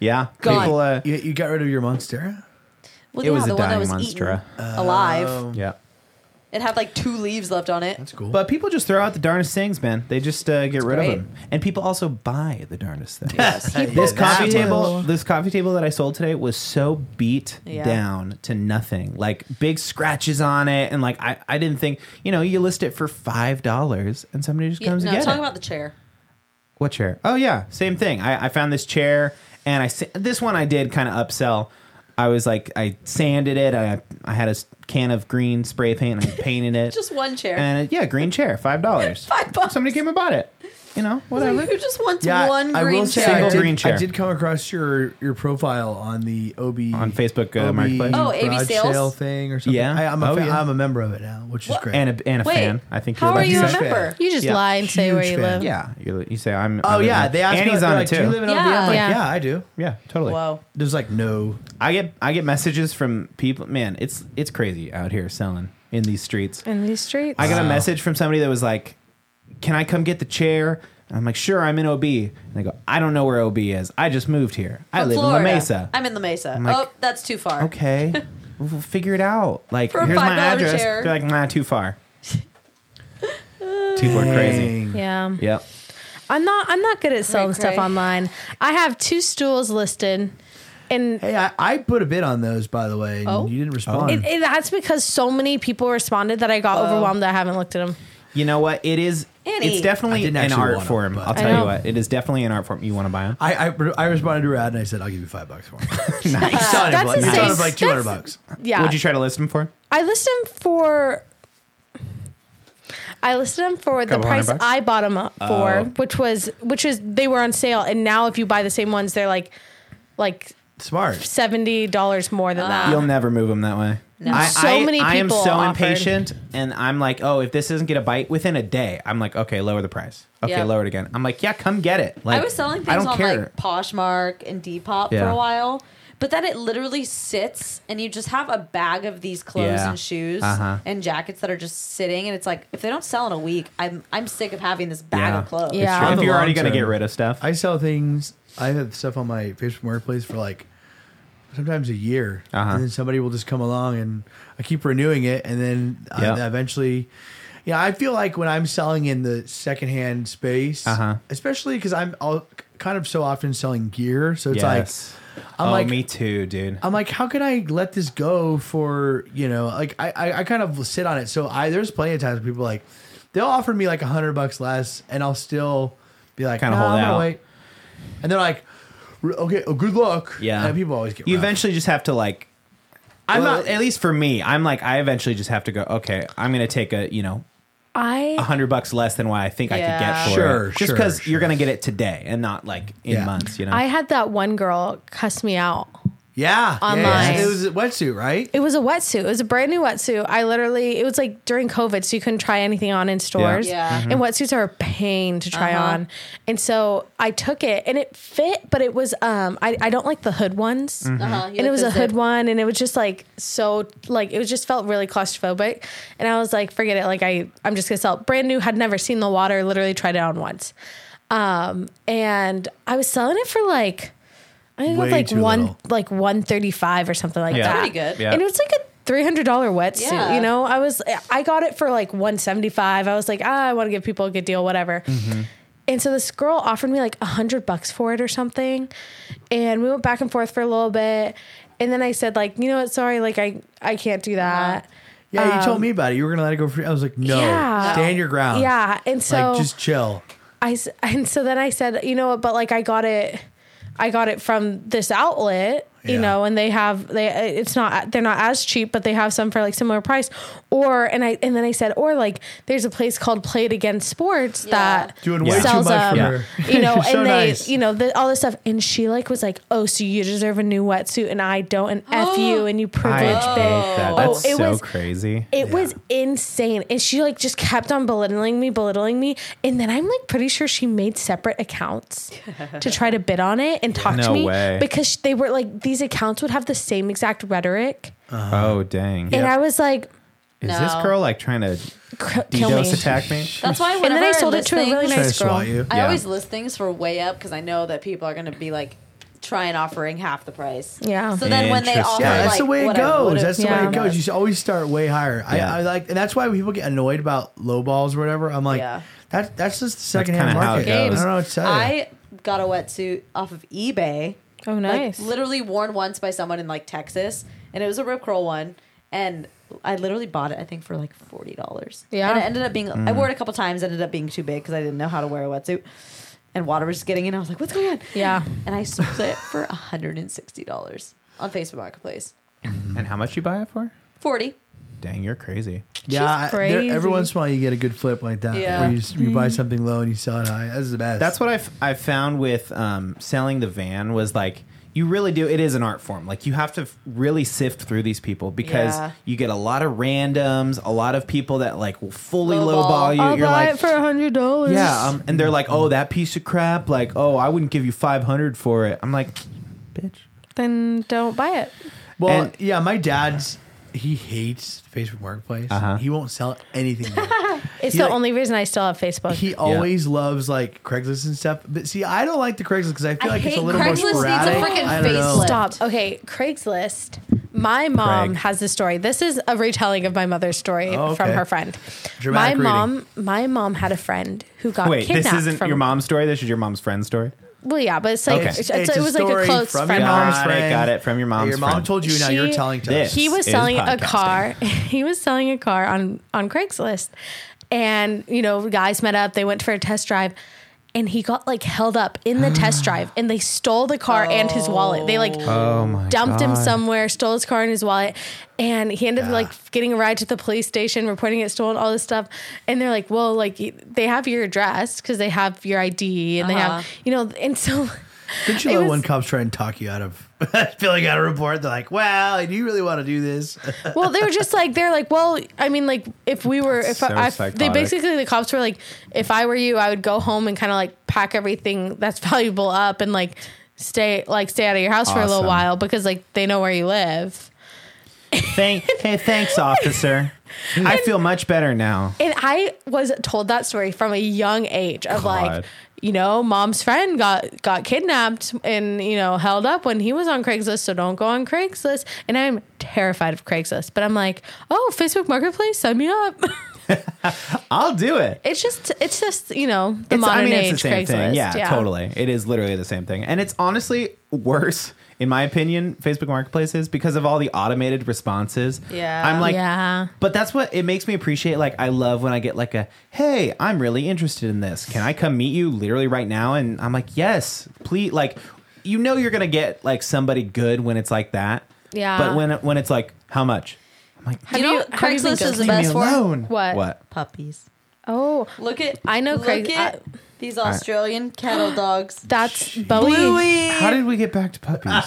S1: Yeah,
S3: Gone.
S1: people. Uh,
S2: You, you got rid of your Monstera?
S3: Well,
S1: It was a
S3: the one that
S1: dying
S3: was
S1: Monstera.
S3: eaten alive.
S1: yeah.
S3: it had like two leaves left on it.
S2: That's cool.
S1: But people just throw out the darndest things, man. They just uh, get rid
S3: great.
S1: of them, and people also buy the darndest things.
S2: Yeah,
S1: this coffee
S2: that-
S1: table, this coffee table that I sold today was so beat
S3: Yeah.
S1: down to nothing. Like big scratches on it, and like I, I didn't think, you know, you list it for five dollars, and somebody just
S3: Yeah,
S1: comes
S3: no,
S1: and
S3: talking
S1: gets it.
S3: about the chair.
S1: What chair? Oh yeah, same thing. I, I found this chair, and I sa- this one I did kind of upsell. I was like, I sanded it. I I had a s- can of green spray paint. and I painted it.
S3: Just one chair.
S1: And uh, yeah, green chair, five dollars.
S3: Five bucks.
S1: Somebody came and bought it. You know, whatever.
S3: Who just wants
S2: yeah,
S3: one
S2: I
S3: green
S2: will say
S3: chair?
S1: Single
S2: I did,
S1: green chair.
S2: I did come across your your profile on the OB
S1: On Facebook, uh,
S2: OB
S1: Marketplace?
S3: Oh, AB
S2: garage
S3: sales?
S2: sale thing or something.
S1: Yeah.
S2: I, am a
S1: Oh,
S2: fa-
S1: yeah.
S2: I'm a member of it now, which is great.
S1: And a, and a
S3: Wait,
S1: fan. I think.
S3: how
S1: you're
S3: are
S1: about
S3: you
S1: to
S3: a
S1: say.
S3: member?
S4: you just
S1: Yeah.
S4: lie and say where
S2: Huge
S4: you
S2: fan.
S4: live.
S1: Yeah, you, you say I'm.
S2: oh
S1: I'm a
S2: yeah,
S1: member.
S2: they asked
S1: and
S2: me
S1: he's
S2: they're
S1: on
S2: like,
S1: it
S2: Do you
S1: too.
S2: live in OB?
S3: Yeah.
S2: I'm like,
S4: Yeah.
S2: yeah. I do.
S1: Yeah, totally.
S3: Whoa.
S2: There's like no
S1: I get I get messages from people. Man, it's it's crazy out here selling in these streets.
S4: In these streets,
S1: I got a
S2: Wow.
S1: message from somebody that was like, "Can I come get the chair?" And I'm like, "Sure, I'm in OB." And they go, "I don't know where OB is. I just moved here. I
S3: From
S1: live in La
S3: Florida.
S1: Mesa."
S3: I'm in La Mesa.
S1: like,
S3: oh, that's too far.
S1: okay, we'll figure it out. Like,
S3: For a
S1: here's my
S3: $5
S1: address.
S3: chair.
S1: They're like, "Nah, too far." People are crazy.
S2: Dang.
S4: yeah.
S1: Yep.
S4: I'm not. I'm not good at selling
S3: Cray,
S4: stuff
S3: cray.
S4: online. I have two stools listed, and
S2: Hey, I, I put a bid on those, by the way, and
S3: Oh.
S2: you didn't respond.
S4: It, it, that's because so many people responded that I got
S3: Oh.
S4: overwhelmed. That I haven't looked at them.
S1: You know what? It is.
S3: Annie.
S1: It's
S2: I
S1: definitely
S2: didn't
S1: an
S2: actually
S1: art
S2: want 'em,
S1: form.
S2: but-
S1: I'll
S2: I
S1: tell you
S4: know.
S1: what. It is definitely an art form. You want to buy them?
S2: I, I I responded to her ad and I said, I'll give you five bucks for it.
S1: nice.
S2: Son of
S4: That's
S2: like,
S4: the
S2: son
S4: same-
S2: of like two hundred
S4: that's-
S2: bucks.
S4: Yeah,
S1: Would you try to list them for?
S4: I listed them for. I listed them for the
S5: Couple hundred
S4: price
S5: bucks?
S4: I bought them up for,
S1: Oh.
S4: which was which is they were on sale, and now if you buy the same ones, they're like like
S2: Smart.
S4: seventy dollars more than that.
S1: You'll never move them that way.
S3: No.
S1: I,
S4: So
S1: I-
S4: many
S1: I am so
S4: people offered.
S1: impatient, and I'm like, oh, if this doesn't get a bite within a day, I'm like, okay, lower the price. Okay,
S3: Yeah.
S1: lower it again. I'm like, yeah, come get it. Like,
S3: I was selling
S1: I
S3: things
S1: don't
S3: on
S1: care.
S3: like Poshmark and Depop for
S1: Yeah.
S3: a while, but then it literally sits, and you just have a bag of these clothes
S1: Yeah.
S3: and shoes
S1: Uh-huh.
S3: and jackets that are just sitting, and it's like if they don't sell in a week, I'm I'm sick of having this bag
S1: Yeah.
S3: of clothes.
S4: Yeah.
S1: If
S4: On
S2: the
S1: you're already
S2: long
S1: gonna
S2: term.
S1: get rid of stuff,
S2: I sell things. I have stuff on my Facebook Marketplace for like sometimes a year,
S1: Uh-huh.
S2: and then somebody will just come along, and I keep renewing it, and then I-
S1: Yeah.
S2: eventually. Yeah, I feel like when I'm selling in the secondhand space,
S1: Uh-huh.
S2: especially because I'm all, kind of so often selling gear, so it's
S1: yes.
S2: like I'm
S1: oh,
S2: like
S1: me too, dude.
S2: I'm like, how can I let this go for you know? Like I, I, I kind of sit on it. So I there's plenty of times where people like they'll offer me like a hundred bucks less, and I'll still be like,
S1: Kinda
S2: "Nah,
S1: hold
S2: I'm gonna
S1: out."
S2: wait. And they're like, "R- okay, oh, good luck.
S1: yeah,
S2: and people always get.
S1: You
S2: rough.
S1: eventually just have to like. I'm
S2: Well,
S1: not. At least for me, I'm like, I eventually just have to go. Okay, I'm gonna take a you know a
S4: I
S1: hundred bucks less than what I think I could
S4: Yeah.
S1: get for
S2: Sure,
S1: it. Just
S2: sure,
S1: because
S2: sure.
S1: you're gonna get it today and not like in
S2: Yeah.
S1: months, you know.
S4: I had that one girl cuss me out.
S2: yeah, yeah, yeah.
S4: Online.
S2: It was a wetsuit, right?
S4: It was a wetsuit. It was a brand new wetsuit. I literally, it was like during COVID, so you couldn't try anything on in stores.
S3: Yeah.
S1: Mm-hmm.
S4: And wetsuits are a pain to try
S3: Uh-huh.
S4: on. And so I took it and it fit, but it was, um, I, I don't like the hood ones.
S1: Mm-hmm.
S3: Uh-huh. You
S4: and
S3: like
S4: it was
S3: the
S4: a hood
S3: zip.
S4: one and it was just like so like it was just felt really claustrophobic and i was like forget it like i i'm just gonna sell it. brand new had never seen the water literally tried it on once um and i was selling it for like i think it
S2: Way
S4: was like
S2: too
S4: one
S2: little.
S4: like 135 or something like
S1: Yeah.
S4: that
S1: That's
S3: pretty good.
S1: Yeah.
S4: and it was like a $300 wetsuit
S3: Yeah.
S4: you know i was i got it for like 175 i was like ah, i want to give people a good deal whatever
S2: Mm-hmm.
S4: and so this girl offered me like a hundred bucks for it or something. And we went back and forth for a little bit. And then I said, like, you know what, sorry, like I, I can't do that.
S2: Yeah, you told me about it. You were gonna let it go free. I was like, no,
S4: Um, Yeah.
S2: stand your ground.
S4: Yeah. And so
S2: like just chill.
S4: I s- and so then I said, you know what, but like I got it, I got it from this outlet, you
S2: Yeah.
S4: know, and they have they it's not they're not as cheap, but they have some for like similar price. Or and I and then I said, or like there's a place called Play It Again Sports
S3: Yeah.
S4: that
S2: Doing way too
S4: sells
S2: much for
S4: um,
S2: her.
S4: you know,
S2: You're so
S4: and they
S2: nice.
S4: you know the, all this stuff. And she like was like, oh, so you deserve a new wetsuit and I don't, and f you and you privilege bitch.
S1: that.
S4: Oh,
S1: That's
S4: it
S1: so
S4: was-
S1: crazy.
S4: It was insane. And she like just kept on belittling me, belittling me. And then I'm like pretty sure she made separate accounts to try to bid on it and talk to
S1: No
S4: me
S1: way.
S4: because they were like these accounts would have the same exact rhetoric.
S2: Uh-huh.
S1: oh dang!
S4: And I was like
S1: Is this
S3: No.
S1: girl like trying to
S4: cr- kill me.
S1: DDoS attack me?
S3: That's why
S4: And
S3: whenever
S4: then I sold it
S3: list
S4: to a really
S3: things-
S2: Trying
S4: nice
S2: to
S4: girl.
S2: swat you.
S3: I
S1: Yeah.
S3: always list things for way up because I know that people are going to be like trying offering half the price.
S4: Yeah.
S3: So then when they
S1: Interesting.
S3: offer,
S1: Yeah,
S2: Yeah, that's
S3: like,
S2: the way it
S3: whatever,
S2: goes.
S3: whatever-
S2: That's the
S4: Yeah.
S2: way it goes. You should always start way higher.
S1: Yeah.
S2: I, I like, and that's why people get annoyed about low balls or whatever. I'm like,
S3: Yeah.
S2: that that's just the secondhand
S1: kinda how it
S2: market. I
S1: goes.
S2: don't know what to tell you.
S3: I got a wetsuit off of eBay.
S4: Oh nice.
S3: Like literally worn once by someone in like Texas, and it was a rip curl one, and I literally bought it I think for like forty dollars.
S4: Yeah.
S3: and it ended up being I
S2: Mm.
S3: wore it a couple times, ended up being too big because I didn't know how to wear a wetsuit, and water was just getting in. I was like, what's going on?
S4: yeah.
S3: and I sold it for hundred and sixty dollars on Facebook Marketplace.
S1: And how much you buy it for?
S3: Forty.
S1: Dang, you're crazy.
S2: yeah,
S4: She's
S2: I- there-
S4: crazy.
S2: every once in a while you get a good flip like that
S3: Yeah. Mm-hmm.
S2: where you, s- you buy something low and you sell it high. That's the best.
S1: That's what I, f- I found with um, selling the van was like you really do. It is an art form. Like you have to f- really sift through these people because
S3: Yeah.
S1: you get a lot of randoms, a lot of people that like will fully
S3: Lowball.
S1: lowball you.
S4: I'll
S1: You're
S4: buy
S1: like,
S4: it for a hundred dollars.
S1: yeah, um, and they're like, oh, that piece of crap. Like, oh, I wouldn't give you five hundred for it. I'm like, bitch.
S4: then don't buy it.
S2: well,
S1: and-
S2: yeah, my dad's he hates Facebook Marketplace.
S1: Uh-huh.
S2: He won't sell anything. there.
S4: It's
S2: He,
S4: the
S2: like-
S4: only reason I still have Facebook.
S2: he always loves like Craigslist and stuff. But see, I don't like the Craigslist because I feel
S3: I
S2: like it's a
S3: hate
S2: little
S3: Craigslist needs a
S2: more sporadic.
S3: freaking
S2: I don't know.
S3: facelift.
S4: Stop. Okay, Craigslist. My mom
S1: Craig.
S4: has this story. This is a retelling of my mother's story
S2: Oh,
S4: from
S2: okay.
S4: her friend.
S2: Dramatic
S4: my
S2: reading.
S4: mom, my mom had a friend who got
S1: Wait,
S4: Uh, kidnapped.
S1: this isn't
S4: from,
S1: your mom's story. This is your mom's friend's story.
S4: Well, yeah, but it's like
S1: Okay.
S4: it's,
S1: It's
S4: it's-
S2: a
S4: it was like a
S2: story
S4: close
S2: from
S4: friend.
S2: your
S4: of ours.
S1: mom's friend. Got it from your mom's
S2: Your mom
S1: friend.
S2: told you. Now you're
S4: She-
S2: telling to
S1: This.
S2: us.
S4: he was
S1: is
S4: selling a
S1: podcasting.
S4: car. He was selling a car on on Craigslist, and you know, guys met up. They went for a test drive, and he got like held up in the test drive and they stole the car and his wallet. They like
S1: Oh my
S4: dumped him
S1: God.
S4: somewhere, stole his car and his wallet, and he ended up like getting a ride to the police station, reporting it stolen, all this stuff. And they're like, "Well, like y- they have your address because they have your ID and they
S3: Uh-huh.
S4: have, you know." And so,
S2: Didn't you
S4: It
S2: let
S4: was-
S2: one cops try and talk you out of filling out a report? They're like, "Well, do you really want to do this?"
S4: well, they were just like, they're like, "Well, I mean, like if we were, if
S1: so
S4: I, I they
S1: psychotic.
S4: basically the cops were like, if I were you, I would go home and kind of like pack everything that's valuable up and like." Stay like stay out of your house for a little
S1: Awesome.
S4: while because like they know where you live.
S1: Thank, hey, thanks, officer. I feel much better now.
S4: And I was told that story from a young age of
S1: God.
S4: like, you know, mom's friend got got kidnapped and you know held up when he was on Craigslist, so don't go on Craigslist. And I'm terrified of Craigslist, but I'm like, oh, Facebook Marketplace, sign me up.
S1: I'll do it.
S4: it's just, it's just, you know, the
S1: It's-
S4: modern age Craigslist.
S1: thing. Yeah, totally. It is literally the same thing. And it's honestly worse, in my opinion, Facebook Marketplace is because of all the automated responses.
S3: Yeah.
S1: I'm like,
S4: Yeah.
S1: but that's what it makes me appreciate. Like, I love when I get like a, hey, I'm really interested in this. Can I come meet you literally right now? And I'm like, yes, please. Like, you know, you're going to get like somebody good when it's like that.
S4: Yeah.
S1: But when, when it's like, how much?
S4: Have
S3: you know what
S4: have been
S3: Craigslist is
S4: ghosted?
S3: about? Best for-
S4: What?
S1: What?
S3: Puppies.
S4: Oh,
S3: Look at
S4: I know
S3: Look
S4: Craig-
S3: at
S4: I-
S3: these Australian cattle dogs.
S4: that's Bowie.
S1: How did we get back to puppies? man?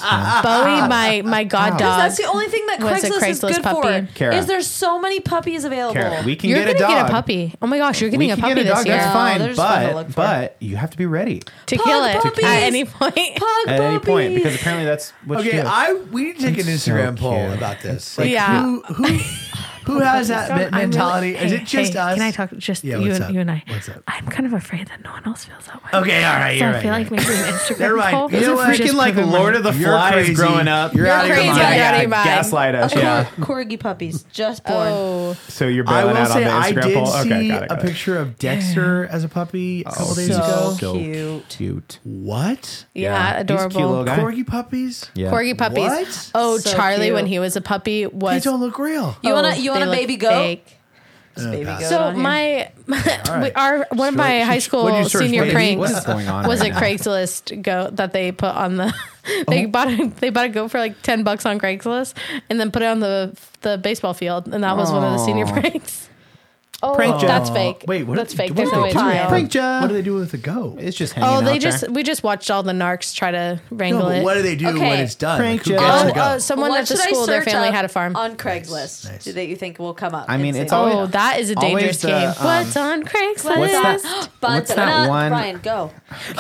S4: Bowie, my
S1: Ah.
S4: my god dog.
S3: That's the only thing that
S4: Was
S3: Craigslist,
S4: a
S3: is
S4: Uh, Craigslist
S3: good
S4: puppy.
S3: for.
S1: Kara.
S3: Is there's so many puppies available?
S1: Kara, we can
S4: You're
S1: get a
S4: gonna
S1: dog.
S4: get a puppy. Oh my gosh, you're getting
S1: we
S4: a
S1: can
S4: puppy
S1: get a dog.
S4: this year.
S1: That's
S3: No, they're
S1: fine,
S3: just fun to look
S1: but
S3: for.
S1: but you have to be ready
S4: to
S3: Pug
S4: kill it
S3: puppies.
S4: at any point.
S3: Pug
S1: at any point
S3: puppies.
S1: because apparently that's what. she
S2: Okay,
S1: does.
S2: I we need to take an
S1: That's so
S2: Instagram poll
S1: cute.
S2: about this. Like,
S4: Yeah.
S2: who who who has that
S4: I'm
S2: me-
S4: really-
S2: mentality? is
S4: hey,
S2: it just
S4: hey,
S2: us?
S4: Can I talk? Just
S2: Yeah,
S4: you,
S2: what's
S4: and,
S2: up?
S4: you and I.
S2: What's up?
S4: I'm kind of afraid that no one else feels that way.
S2: Okay, all right,
S4: So
S2: you're
S4: I
S2: right,
S4: feel
S2: you're
S4: like maybe an Instagram
S2: Never mind.
S4: poll.
S2: You know
S4: is
S2: what?
S4: just
S1: Freaking like
S4: proving
S1: Lord
S4: my-
S1: of the
S2: You're
S1: Flies
S2: crazy.
S1: growing up.
S2: You're
S1: out
S2: outta your
S4: crazy,
S1: of
S2: mind.
S1: your mind.
S4: you're outta
S1: Yeah,
S4: your mind.
S1: gaslight us.
S3: A
S1: Yeah.
S3: cor- corgi puppies just born.
S4: Oh,
S1: So you're
S2: I
S1: bailing
S2: will
S1: out on
S2: say
S1: the
S2: I
S1: Instagram
S2: did
S1: poll.
S2: see
S1: Okay, got it.
S2: a
S1: got it.
S2: picture of Dexter as a puppy a couple
S1: Oh,
S2: days
S3: so
S2: ago.
S3: cute.
S1: cute. cute.
S2: What?
S4: yeah,
S1: He's a cute
S4: adorable.
S1: little guy.
S2: Corgi puppies?
S1: Yeah.
S4: Corgi puppies.
S2: What?
S4: Oh,
S3: So
S4: Charlie
S3: cute.
S4: when he was a puppy
S2: They
S4: was.
S2: don't look real.
S3: You wanna
S4: oh,
S3: you
S4: they
S3: wanna
S4: look
S3: baby goat?
S4: fake.
S3: This baby
S2: pass.
S3: goat
S4: So
S3: on here.
S4: my,
S2: right.
S4: our one of my
S2: Search-
S4: high
S2: what did
S4: school
S2: you search? What
S4: senior
S2: did you-
S4: pranks
S1: What is going on?
S4: was
S1: right
S4: a
S1: now? Oh.
S4: Craigslist goat that they put on the. They bought a, they bought a goat for like ten bucks on Craigslist and then put it on the the baseball field and that was one of the senior
S1: Aw.
S4: pranks. Oh,
S1: Prank job.
S4: that's fake.
S2: Wait, what?
S4: that's
S2: did-
S4: fake.
S2: what
S4: There's
S2: did
S4: no
S2: they
S4: way it's
S2: do?
S4: real.
S1: Prank job.
S2: What do they do with the goat?
S1: It's just hanging
S4: Oh,
S1: out
S4: they
S1: there.
S4: just we just watched all the narcs try to
S2: No,
S4: wrangle
S2: but
S4: it.
S2: what do they do when
S3: Okay.
S2: it's done?
S1: Prank
S2: Like, who
S1: job.
S2: gets
S4: oh,
S2: the goat?
S4: uh, someone
S3: What
S4: at the
S3: should I
S4: school, their
S3: search
S4: family
S3: up
S4: had a farm.
S3: on Craigslist
S2: nice.
S3: that you think will come up.
S1: I mean,
S3: and say
S1: it's
S3: that.
S1: always-
S4: oh, that is a
S1: Always
S4: dangerous
S1: the,
S4: game.
S1: um,
S4: What's on Craigslist?
S1: what's that?
S3: But
S1: What's that
S3: not-
S1: one-
S3: Ryan, go.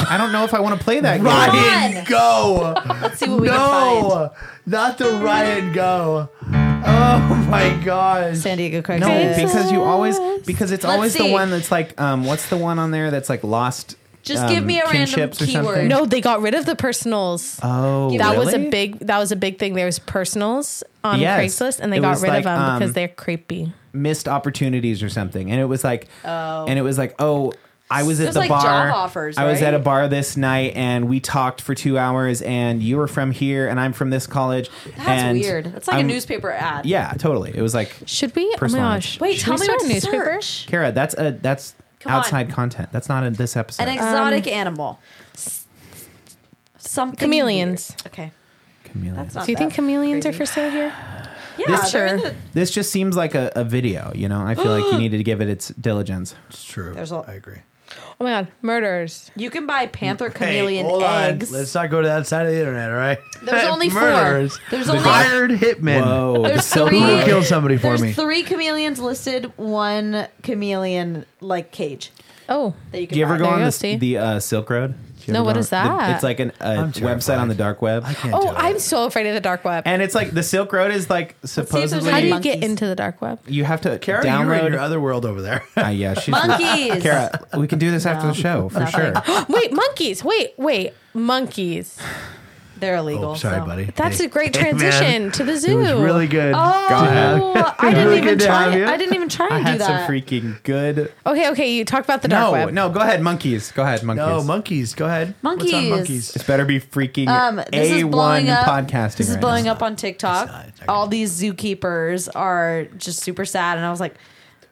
S1: I don't know if I want to play that game.
S2: Ryan, go.
S3: Let's see what we can find.
S2: no, not the Ryan go. Oh my god.
S3: San Diego Craigslist.
S1: No, because you always because it's
S3: Let's
S1: always the
S3: see.
S1: one that's like um what's the one on there that's like lost.
S3: Just
S1: um,
S3: give me a random
S1: kinships or
S3: keyword.
S1: something?
S4: No, they got rid of the personals.
S1: Oh,
S4: that was
S1: really?
S4: a big that was a big thing. There was personals on
S1: Yes.
S4: Craigslist, and they
S1: It
S4: got
S1: was
S4: rid
S1: like,
S4: of them
S1: um,
S4: because they're creepy.
S1: missed opportunities or something. And it was like,
S3: Oh.
S1: and it was like, oh, I was
S3: It
S1: at
S3: was
S1: the
S3: like
S1: bar.
S3: job offers,
S1: I was
S3: right?
S1: at a bar this night, and we talked for two hours. And you were from here, and I'm from this college.
S3: That's
S1: and
S3: weird. That's like
S1: I'm-
S3: a newspaper ad.
S1: Yeah, totally. It was like,
S4: Should we? Oh my
S1: Personal
S4: gosh!
S3: Wait,
S4: Should
S3: tell
S4: we
S3: me
S4: start
S3: what
S4: a
S3: to
S4: newspaper?
S3: search.
S1: Kara, that's a that's
S3: Come on.
S1: outside content. That's not in this episode.
S4: Um,
S3: An exotic animal. Something
S4: Chameleons.
S3: weird. Okay.
S1: Chameleon.
S3: That's not
S4: Do you think
S3: that
S4: chameleons
S3: crazy.
S4: are for sale here?
S3: Yeah,
S1: This-
S3: they're in
S4: Sure.
S3: the-
S1: this just seems like a, a video. You know, I feel like you needed to give it its diligence.
S2: It's true.
S3: There's a-
S2: I agree.
S4: Oh my god, murders!
S3: you can buy panther
S2: Hey,
S3: chameleon
S2: hold on.
S3: eggs.
S2: Let's not go to that side of the internet, all right?
S3: There's only four.
S2: Murderers.
S3: There's only-
S2: fired hitmen.
S1: Whoa, the
S3: There's
S1: Silk
S3: three-
S2: Who
S1: Road.
S2: killed somebody for
S3: There's
S2: me?
S3: three chameleons listed, one chameleon like cage
S4: Oh,
S3: that you can
S1: Do you ever
S3: buy.
S1: go
S4: There
S1: on
S4: you go,
S1: the,
S4: Steve.
S1: the uh, Silk Road? Do you
S4: No,
S1: ever
S4: what
S1: go
S4: is
S1: on- the-
S4: that?
S1: it's like an, a
S2: I'm
S1: website on the
S2: terrified.
S1: dark web.
S2: I can't do
S4: oh,
S2: it.
S4: I'm so afraid of the dark web.
S1: And it's like the Silk Road is like
S3: see if there's
S1: supposedly
S4: How do you
S3: Monkeys.
S4: get into the dark web?
S1: you have to
S2: Kara, you're
S1: download.
S2: in your other world over there.
S1: Ah, yeah, she's
S3: Monkeys.
S1: Kara, we can do this after
S3: No,
S1: the show for
S3: nothing.
S1: sure.
S4: wait, monkeys! Wait, wait, monkeys!
S3: They're illegal.
S2: Oh, sorry,
S3: so.
S2: buddy.
S4: That's
S2: Hey.
S4: a great
S2: Hey, man.
S4: transition to the
S2: It
S4: zoo.
S2: was really good.
S3: Oh, I didn't
S2: Really
S3: even
S2: good to
S3: try.
S2: have
S3: it.
S2: you.
S3: I didn't even try to
S1: I
S3: do
S1: had some
S3: that.
S1: freaking good.
S4: okay, okay. You talk about the dark
S1: No,
S4: web.
S1: no, go ahead, monkeys. Go ahead, monkeys.
S2: No, monkeys. Go ahead. What's on
S3: Monkeys.
S2: monkeys?
S1: This better be freaking
S3: Um, this
S1: a
S3: is
S1: one
S3: blowing up.
S1: podcasting.
S3: This is
S1: right
S3: blowing
S1: now.
S3: up on TikTok.
S2: not. It's not
S3: All
S2: good.
S3: these zookeepers are just super sad, and I was like,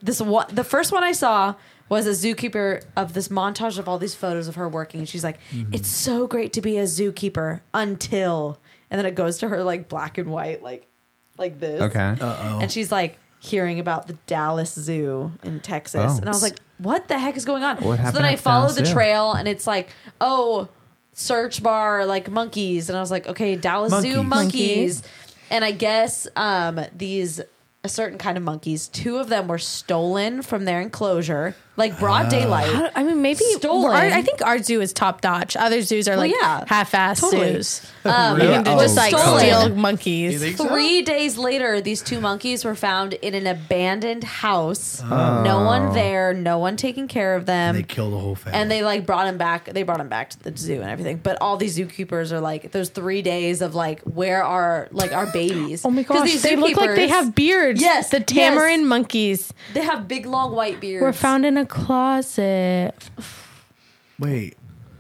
S3: this one. The first one I saw was a zookeeper of this montage of all these photos of her working. And she's like,
S1: Mm-hmm.
S3: it's so great to be a zookeeper until. And then it goes to her like black and white, like like this.
S1: Okay.
S3: And she's like hearing about the Dallas Zoo in Texas.
S1: Oh.
S3: And I was like, what the heck is going on?
S1: What
S3: so
S1: happened
S3: then I
S1: at
S3: follow
S1: Dallas
S3: the
S1: Zoo?
S3: trail and it's like, oh, search bar, like monkeys. And I was like, okay, Dallas Zoo
S2: Monkeys.
S3: monkeys. And I guess um, these, a certain kind of monkeys, two of them were stolen from their enclosure, like broad daylight.
S4: I don't- I mean, maybe
S3: Stolen.
S4: Our, I think our zoo is top notch. Other zoos are like
S3: yeah.
S4: half-ass
S3: Totally.
S4: zoos.
S3: Um,
S4: You
S2: Really?
S4: can
S2: Oh,
S4: just like
S3: stolen.
S4: steal monkeys.
S3: Three days later, these two monkeys were found in an abandoned house. No one there, no one taking care of them.
S2: They kill the whole family.
S3: and they like brought him back. They brought him back to the zoo and everything. But all these zookeepers are like, there's three days of like, where are like our babies?
S4: Oh my
S3: 'Cause
S4: gosh,
S3: these
S4: they look like they
S3: zookeepers,
S4: have beards.
S3: Yes,
S4: the
S3: yes.
S4: tamarin monkeys
S3: they have big long white beards.
S4: were found in a closet.
S2: Wait,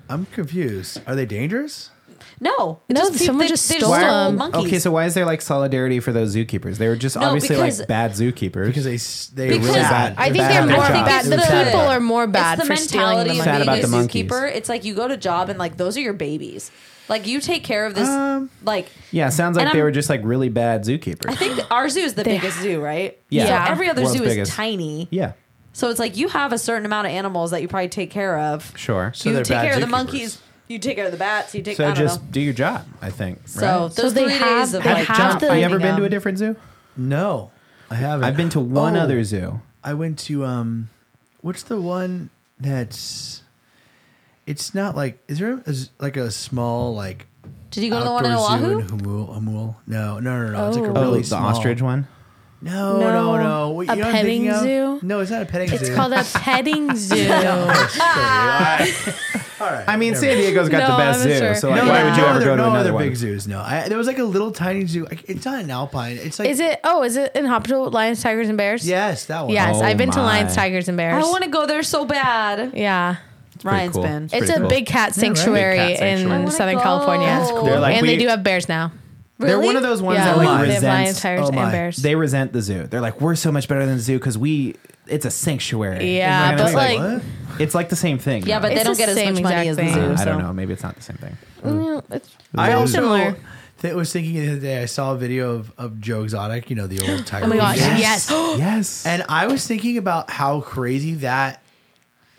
S2: I'm confused. Are they dangerous?
S3: No,
S4: No,
S3: pe-
S4: someone
S3: they-
S4: just
S3: they
S4: stole them.
S3: monkeys.
S1: Okay, so why is there like solidarity for those zookeepers? They were just
S3: No,
S1: obviously
S3: because-
S1: like bad zookeepers.
S2: Because they s- they
S3: Because
S2: really bad.
S4: I think
S1: Bad
S4: they're
S1: at
S4: more
S1: their job.
S4: bad.
S3: It's
S4: The
S3: the-
S4: people are more bad
S3: it's the
S4: for stealing
S3: mentality
S4: the money.
S3: of
S1: Sad
S3: being
S1: about
S3: a
S1: the monkeys.
S3: zookeeper. It's like you go to job and like those are your babies. Like you take care of this.
S2: Um,
S3: like
S1: yeah, sounds like
S3: And
S1: they
S3: I'm-
S1: were just like really bad zookeepers.
S3: I think our zoo is the biggest zoo, right?
S1: Yeah.
S3: So every other
S1: World's
S3: zoo
S1: biggest.
S3: is tiny.
S1: yeah,
S3: So it's like you have a certain amount of animals that you probably take care of.
S1: sure.
S2: So
S3: you
S2: they're
S3: take
S2: bad
S3: care of the
S2: zookeepers.
S3: monkeys. You take care of the bats. You take. I
S1: So
S3: don't
S1: just
S3: know.
S1: do your job, I think.
S3: So
S1: right?
S3: those
S4: So they
S3: three
S4: have-
S3: days of
S4: they
S3: like job
S4: have the-
S1: have you
S3: finding
S1: ever been to a
S3: them.
S1: different zoo?
S2: No, I haven't.
S1: I've been to one
S2: Oh,
S1: other zoo.
S2: I went to um, what's the one that's? It's not like is there a, is like a small like
S3: Did you go to the
S2: outdoor
S3: one in
S2: zoo
S3: Oahu?
S2: in Humul? Humul? No, no, no, no. It's like a
S4: Oh.
S1: Oh,
S2: really
S1: the
S2: small.
S1: ostrich one.
S2: No, no,
S4: No.
S2: no. What,
S4: A
S2: you know what I'm thinking
S4: petting
S2: of?
S4: zoo?
S2: No, it's not a petting zoo.
S4: It's called a petting zoo.
S2: Oh, sorry. All right. All right.
S1: I mean, San Diego's got
S4: No,
S1: the best
S4: I'm
S1: zoo,
S4: sure.
S1: so like,
S4: No,
S1: why would you
S2: no
S1: ever
S2: other-
S1: go to
S2: no
S1: another
S2: other
S1: one?
S2: big zoos? No, I, there was like a little tiny zoo. I- It's not an alpine. It's like
S4: Is it? Oh, is it in Hopital Lions, Tigers, and Bears?
S2: Yes, that one.
S4: Yes,
S1: Oh
S4: I've been to
S1: my.
S4: Lions, Tigers, and Bears.
S3: I want to go there so bad.
S4: Yeah.
S1: pretty
S3: Ryan's
S1: cool.
S3: been.
S1: It's
S4: It's
S1: pretty
S4: a
S1: cool.
S4: big cat sanctuary,
S1: Big cat sanctuary. I
S4: in
S1: wanna
S4: Southern
S3: go.
S4: California.
S3: That's cool.
S1: They're like,
S4: and they
S1: we-
S4: do have bears now.
S1: They're
S3: Really?
S1: one of those ones
S4: Yeah,
S1: that like
S4: they have lions,
S1: resents.
S4: tigers,
S2: oh my.
S4: and bears.
S1: They resent the zoo. They're like, we're so much better than the zoo because we. It's a sanctuary.
S4: Yeah,
S1: And
S4: but,
S1: it's
S4: like-
S2: What?
S1: it's like the same thing.
S3: Yeah,
S1: though.
S3: but they
S4: It's
S3: don't
S4: the
S3: get as
S4: same
S3: much money as the
S4: exact
S3: zoo.
S4: thing.
S1: Uh, I
S3: so.
S1: don't know. Maybe it's not the same thing.
S4: Mm, it's
S2: I also
S4: similar.
S2: th- was thinking the other day. I saw a video of, of Joe Exotic. You know the old tiger.
S4: Oh my gosh!
S1: Yes.
S4: Yes.
S1: yes.
S2: And I was thinking about how crazy that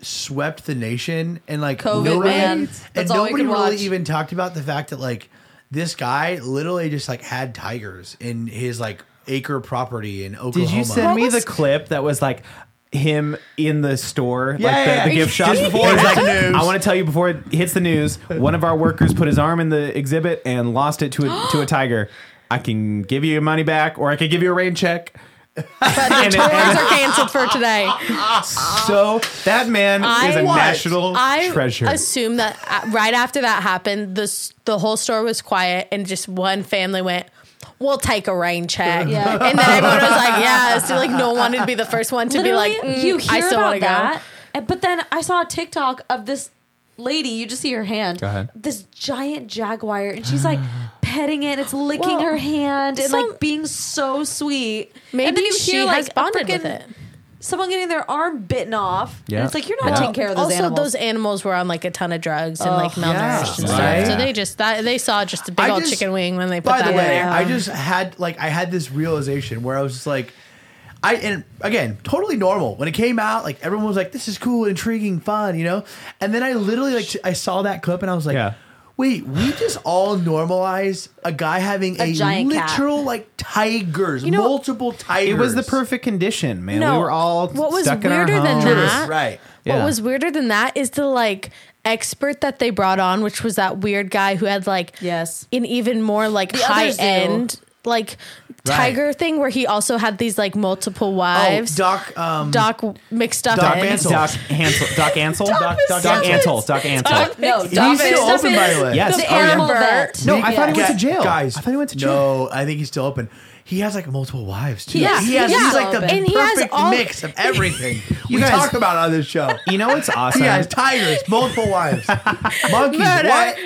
S2: swept the nation and like
S3: COVID,
S2: nobody,
S3: man.
S2: and
S3: That's all we
S2: nobody
S3: could
S2: really
S3: watch.
S2: even talked about the fact that like this guy literally just like had tigers in his like acre property in Oklahoma.
S1: Did you send me
S4: was-
S1: the clip that was like him in the store, like the,
S2: yeah,
S1: the
S2: yeah.
S1: gift shop?
S2: Just before it
S1: He's
S2: hits
S1: like,
S2: the news.
S1: I want to tell you before it hits the news. One of our workers put his arm in the exhibit and lost it to a, to a tiger. I can give you your money back, or I could give you a rain check. And it-
S4: Tours are canceled for today.
S1: so that man is a
S4: what?
S1: national
S4: I
S1: treasure.
S4: assume that uh, right after that happened, the s- the whole store was quiet, and just one family went. We'll take a rain check,
S3: Yeah.
S4: and then everyone was like, "Yeah." So like, no one would be the first one to be like,
S3: Literally,
S4: mm,
S3: you hear
S4: "I still
S3: about
S4: want to go."
S3: that, and- but then I saw a TikTok of this lady. You just see her hand.
S1: Go ahead.
S3: This giant jaguar, and she's like petting it. It's licking
S4: Well,
S3: her hand and
S4: some-
S3: like being so sweet. and
S4: Maybe
S3: then you
S4: she
S3: hear, like,
S4: has
S3: a
S4: bonded
S3: frickin'
S4: with it.
S3: Someone getting their arm bitten off.
S1: Yeah.
S3: And it's like you're not
S1: Yeah.
S3: taking care of those
S4: also,
S3: animals.
S4: those animals were on like a ton of drugs and
S3: Oh,
S4: like malnourished
S2: yeah.
S4: and stuff.
S1: Right.
S4: So they just that, they saw just a big
S2: I
S4: old
S2: just-
S4: chicken wing when they put
S2: By
S4: that
S2: the
S4: in
S2: way,
S4: there.
S2: I just had like I had this realization where I was just like, I and again totally normal when it came out. Like everyone was like, "This is cool, intriguing, fun," you know. And then I literally like t- I saw that clip and I was like.
S1: Yeah.
S2: Wait, we just all normalize a guy having a,
S3: A giant cat.
S2: literal like tigers,
S4: know,
S2: multiple tigers.
S1: it was the perfect condition, man.
S4: No.
S1: we were all
S4: What was
S1: stuck in our
S4: weirder than
S1: homes.
S4: that-
S2: Truth, right?
S1: Yeah.
S4: What was weirder than that is the like expert that they brought on, which was that weird guy who had like
S3: Yes.
S4: an even more like
S3: The other
S4: high
S3: zoo.
S4: end like tiger thing where he also had these like multiple
S2: Oh,
S4: wives.
S2: Doc, um,
S4: Doc mixed up.
S2: Doc
S4: in.
S2: Ansel.
S1: Doc Ansel. Doc Ansel. Doc, Doc, Doc
S4: Ansel.
S1: Ansel. Doc Ansel.
S3: no,
S2: He's
S3: stop it.
S2: still
S3: Stop
S2: open,
S3: it.
S2: by the way.
S1: Yes.
S3: The
S1: Oh, yeah.
S3: animal vet.
S4: Bert.
S1: No, I thought he went
S2: Guys-
S1: to jail.
S2: Guys,
S1: I thought he went to jail.
S2: No, I think he's still open. He has like multiple wives too.
S4: Yeah,
S2: he has,
S4: yeah.
S2: he's like the
S4: And he has
S2: perfect
S4: all-
S2: mix of everything we
S1: guys-
S2: talk about on this show.
S1: You know what's awesome?
S2: He has tigers, multiple wives, monkeys,
S4: Murder.
S2: what?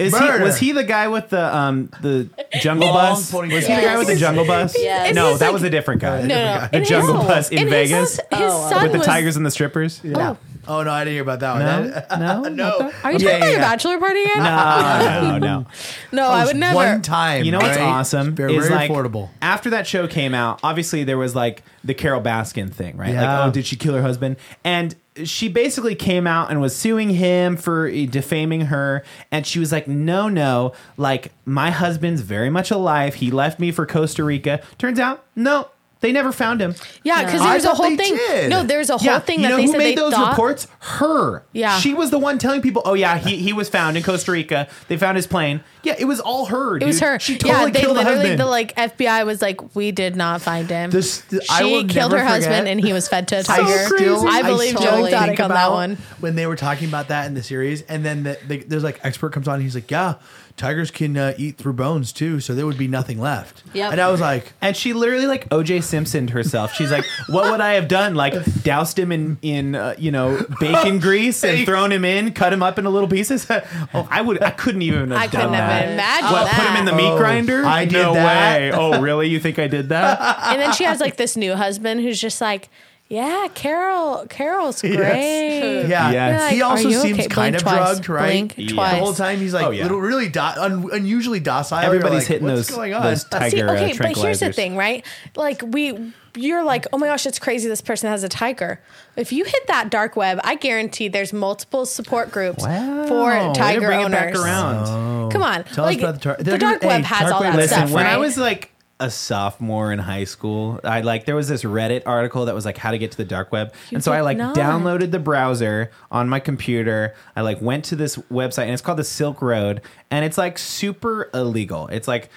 S1: Is he,
S2: Murder.
S1: was he the guy with the um the jungle
S2: Long
S1: bus? Was
S2: ponytail.
S1: he the guy with the jungle bus?
S3: Yes. Is
S1: No,
S4: this
S1: that
S4: like-
S1: was a different guy.
S4: No, no,
S1: The
S4: And
S1: jungle
S4: his-
S1: bus in
S4: and his
S1: Vegas
S4: son- His
S3: Oh,
S4: son
S1: with the
S4: was,
S1: tigers and the strippers.
S4: Oh,
S2: Oh no, I didn't hear about that oh. one.
S1: No? No?
S2: That-
S1: Not
S2: no.
S1: that-
S4: are
S1: Yeah,
S4: you talking about
S1: yeah,
S4: your
S1: yeah.
S4: bachelor party again?
S1: No, no, no.
S4: no, I would never.
S2: One time.
S1: You know what's
S2: right?
S1: awesome?
S2: Very,
S1: is
S2: very
S1: like,
S2: affordable.
S1: After that show came out, obviously there was like the Carol Baskin thing, right?
S2: Yeah.
S1: Like, oh, did she kill her husband? And she basically came out and was suing him for uh, defaming her. And she was like, no, no, like my husband's very much alive. He left me for Costa Rica. Turns out, no, they never found him.
S4: Yeah, because
S2: I
S4: there's a
S2: thought
S4: whole
S2: they
S4: thing.
S2: did.
S4: No, there's a whole thing
S1: you
S4: that
S1: know
S4: they
S1: who
S4: said
S1: made
S4: they
S1: those
S4: thought.
S1: reports? Her.
S4: Yeah.
S1: she was the one telling people, "Oh yeah, he, he was found in Costa Rica. They found his plane. Yeah, it was all her.
S4: It was her.
S1: She totally
S4: yeah, they
S1: killed the
S4: literally
S1: husband.
S4: the like FBI was like, we did not find him.
S2: This- th- I
S4: she
S2: will
S4: killed her
S2: never
S4: husband,
S2: forget.
S4: and he was fed to a tiger.
S2: still-
S4: I believe
S2: still
S4: Joel
S2: think
S4: Doddick on that
S2: about
S4: one.
S2: When they were talking about that in the series, and then the, the, there's like expert comes on, he's like, "Yeah, tigers can uh, eat through bones too, so there would be nothing left."
S3: Yep.
S2: And I was like,
S1: And she literally like OJ Simpsoned herself. She's like, "What would I have done? Like doused him in in uh, you know bacon grease and thrown him in, cut him up into little pieces. oh, I would. I couldn't even have
S4: I
S1: done
S4: couldn't
S1: that.
S4: have imagined
S1: What?
S4: that.
S1: Put him in the
S2: Oh,
S1: meat grinder?
S2: I did
S1: no
S2: that.
S1: way. Oh, really? You think I did that?
S4: and then she has like this new husband who's just like, yeah, Carol, Carol's great.
S2: "Yeah."
S1: Yes.
S4: You're like,
S2: He
S4: "Are
S2: also
S4: you
S2: seems
S4: okay?"
S2: kind
S4: Blink
S2: of
S4: twice.
S2: drugged, right?
S4: Blink
S1: Yeah.
S4: twice.
S2: The whole time he's like
S1: Oh, yeah.
S2: little, really do- un- unusually docile. You're
S1: Everybody's
S2: like,
S1: hitting
S2: What's
S1: those
S2: going on?
S1: those tiger
S4: See, okay,
S1: uh,
S4: but here's the
S1: tranquilizers.
S4: thing, right? Like we, you're like, oh my gosh, it's crazy. This person has a tiger. If you hit that dark web, I guarantee there's multiple support groups
S1: Wow. Way to
S4: for tiger
S1: bring
S4: owners.
S1: It back around.
S4: Come on,
S2: Tell us
S4: like
S2: about the tar-
S4: the dark
S2: Hey,
S4: web has
S2: dark
S4: all
S2: web-
S4: that
S1: Listen,
S4: stuff.
S1: when
S4: right?
S1: I was like a sophomore in high school, I like there was this Reddit article that was like how to get to the dark web, and so I
S4: did
S1: like
S4: not.
S1: downloaded the browser on my computer. I like went to this website, and it's called the Silk Road, and it's like super illegal. It's like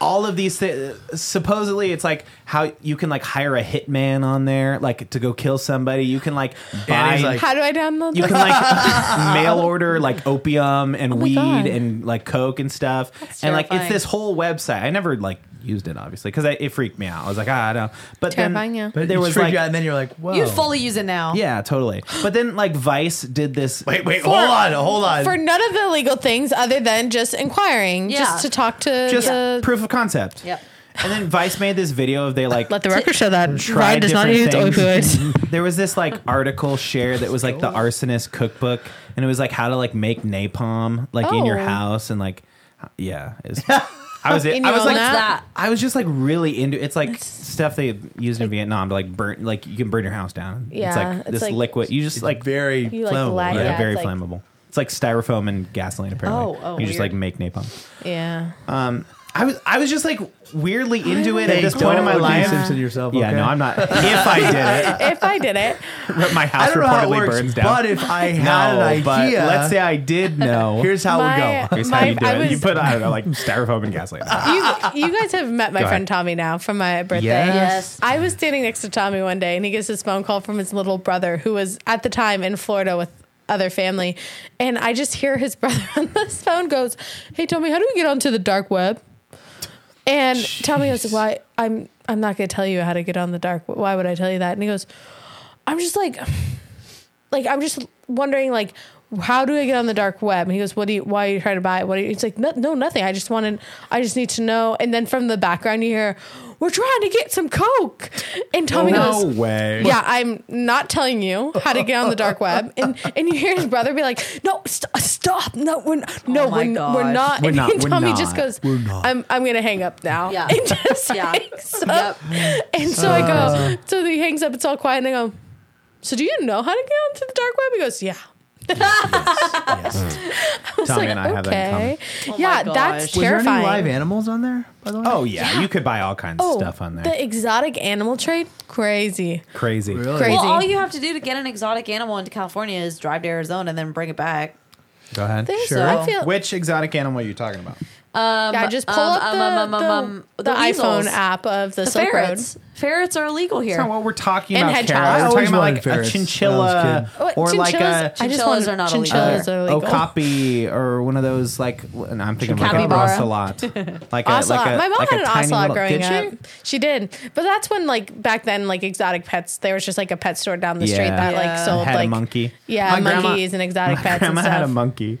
S1: all of these thi- supposedly it's like how you can like hire a hitman on there like to go kill somebody you can like
S2: And
S1: buy
S2: he's like-
S4: how do I download?
S1: you
S4: this?
S1: can like mail order like opium and
S4: Oh my
S1: weed
S4: God.
S1: and like coke and stuff. and like it's
S3: terrifying.
S1: this whole website. I never like used it obviously because it freaked me out. I was like, ah, no. But
S4: Terrifying,
S1: then
S4: yeah.
S2: But
S1: there
S2: you
S1: was
S2: freak
S1: like
S2: you out, and then you're like, "Whoa."
S3: You'd fully use it now.
S1: yeah, totally. But then like Vice did this.
S2: wait, wait,
S4: For-
S2: hold on, hold on.
S4: for none of the legal things other than just inquiring,
S3: Yeah.
S4: just to talk to
S1: just
S4: the.
S1: proof of concept.
S3: Yep.
S1: And then Vice made this video of they like
S4: the record show that
S1: tried different things. there was this like article shared that was like the arsonist cookbook, and it was like how to like make napalm like in your
S4: Oh.
S1: house and like yeah. It was, I was
S4: In
S1: I
S4: your
S1: was
S4: own
S1: like
S4: house?
S3: That
S1: I was just like really into it's like stuff they used in Vietnam to like burn like you can burn your house down.
S4: Yeah,
S1: it's like
S4: it's
S1: this
S4: like-
S1: liquid. You just like
S2: very
S4: You, like,
S2: flammable,
S4: lag-
S1: yeah,
S4: yeah,
S1: very
S4: it's like-
S1: flammable. It's like styrofoam and gasoline apparently.
S3: Oh, oh,
S1: you just
S3: weird.
S1: like make napalm.
S4: Yeah.
S1: Uh, I was I was just like weirdly into it at this
S2: Hey,
S1: point in
S2: don't
S1: my
S2: O.J.
S1: life.
S2: Simpson yourself,
S1: Yeah,
S2: okay?
S1: no, I'm not. If I did it,
S4: if I did it,
S1: my
S2: I
S1: house
S2: don't know how it
S1: reportedly
S2: works,
S1: burns down.
S2: but if I had
S1: no,
S2: an
S1: but
S2: idea,
S1: let's say I did know.
S2: here's how
S4: My-
S2: we go.
S1: Here's how you do
S4: I
S1: it.
S4: was-
S1: you put I don't know like styrofoam and gasoline.
S4: you, you guys have met
S1: uh, Go
S4: my
S1: ahead.
S4: friend Tommy now from my birthday.
S3: Yes.
S4: I was standing next to Tommy one day and he gets this phone call from his little brother who was at the time in Florida with other family. And I just hear his brother on this phone goes, Hey Tommy, how do we get onto the dark web? And Tommy goes, Why I'm I'm not gonna tell you how to get on the dark web. Why would I tell you that? And he goes, I'm just like like I'm just wondering like how do I get on the dark web? And he goes, "What do you? Why are you trying to buy it? What?" Are you? It's like, no, no, nothing. I just wanted. I just need to know. And then from the background, you hear, "We're trying to get some coke." And Tommy
S1: no
S4: goes,
S1: way.
S4: "Yeah, I'm not telling you how to get on the dark web." And and you hear his brother be like, "No, st- stop! No, we're not, no,
S3: Oh my
S4: we're, n- we're
S3: gosh.
S4: not."
S1: We're
S4: and
S1: not,
S4: then
S1: we're
S4: Tommy
S1: not.
S4: just goes,
S2: We're not.
S4: "I'm I'm gonna hang up now."
S3: Yeah.
S4: and just
S3: Yeah.
S4: hangs up. And so I
S1: Uh.
S4: go, so he hangs up. It's all quiet, and I go. So do you know how to get onto the dark web? He goes, yeah. It's
S1: Tommy
S4: like,
S1: and I have that in common.
S4: okay. yeah,
S3: Oh my
S4: that's
S3: gosh. Was
S2: there any
S4: terrifying.
S2: live animals on there? By the way,
S1: Oh yeah, you could buy all kinds of
S4: Oh,
S1: stuff on there.
S4: The exotic animal trade, crazy,
S1: Crazy.
S2: Really?
S4: crazy.
S3: Well, all you have to do to get an exotic animal into California is drive to Arizona and then bring it back.
S1: Go ahead.
S4: There's-
S2: Sure.
S4: I feel.
S1: Which exotic animal are you talking about?
S4: yeah, just pull
S3: um,
S4: up
S3: um,
S4: the,
S3: um, um,
S4: the,
S3: um,
S4: the
S3: the
S4: iPhone
S3: weasels.
S4: app of the,
S3: The
S4: Silk
S3: ferrets.
S4: Road.
S3: Ferrets are illegal here.
S1: That's not what we're talking
S4: And
S1: about,
S4: hedgehogs.
S1: Kara.
S4: I
S1: We're
S2: always
S1: talking about
S2: wanted
S1: like a
S2: ferrets when I was
S1: chinchilla
S2: a kid.
S4: Oh,
S1: or like a
S4: chinchillas- I just
S3: Chinchillas
S4: wanted-
S3: are not illegal.
S4: Chinchillas
S1: Uh,
S4: are illegal.
S1: Okapi or one of those like and I'm thinking of like an
S3: Capybara.
S1: ocelot, like a,
S4: Ocelot.
S1: like a
S4: My mom
S1: like a
S4: had an
S1: tiny
S4: ocelot
S1: little-
S4: growing
S1: Did
S4: up.
S1: she?
S4: She did, but that's when like back then like exotic pets. There was just like a pet store down the
S1: Yeah.
S4: street that
S3: Yeah.
S4: like sold
S1: Had a
S4: like
S1: monkey.
S4: Yeah,
S1: My grandma-
S4: monkeys and exotic
S1: My
S4: pets and
S1: grandma
S4: stuff.
S1: had a monkey.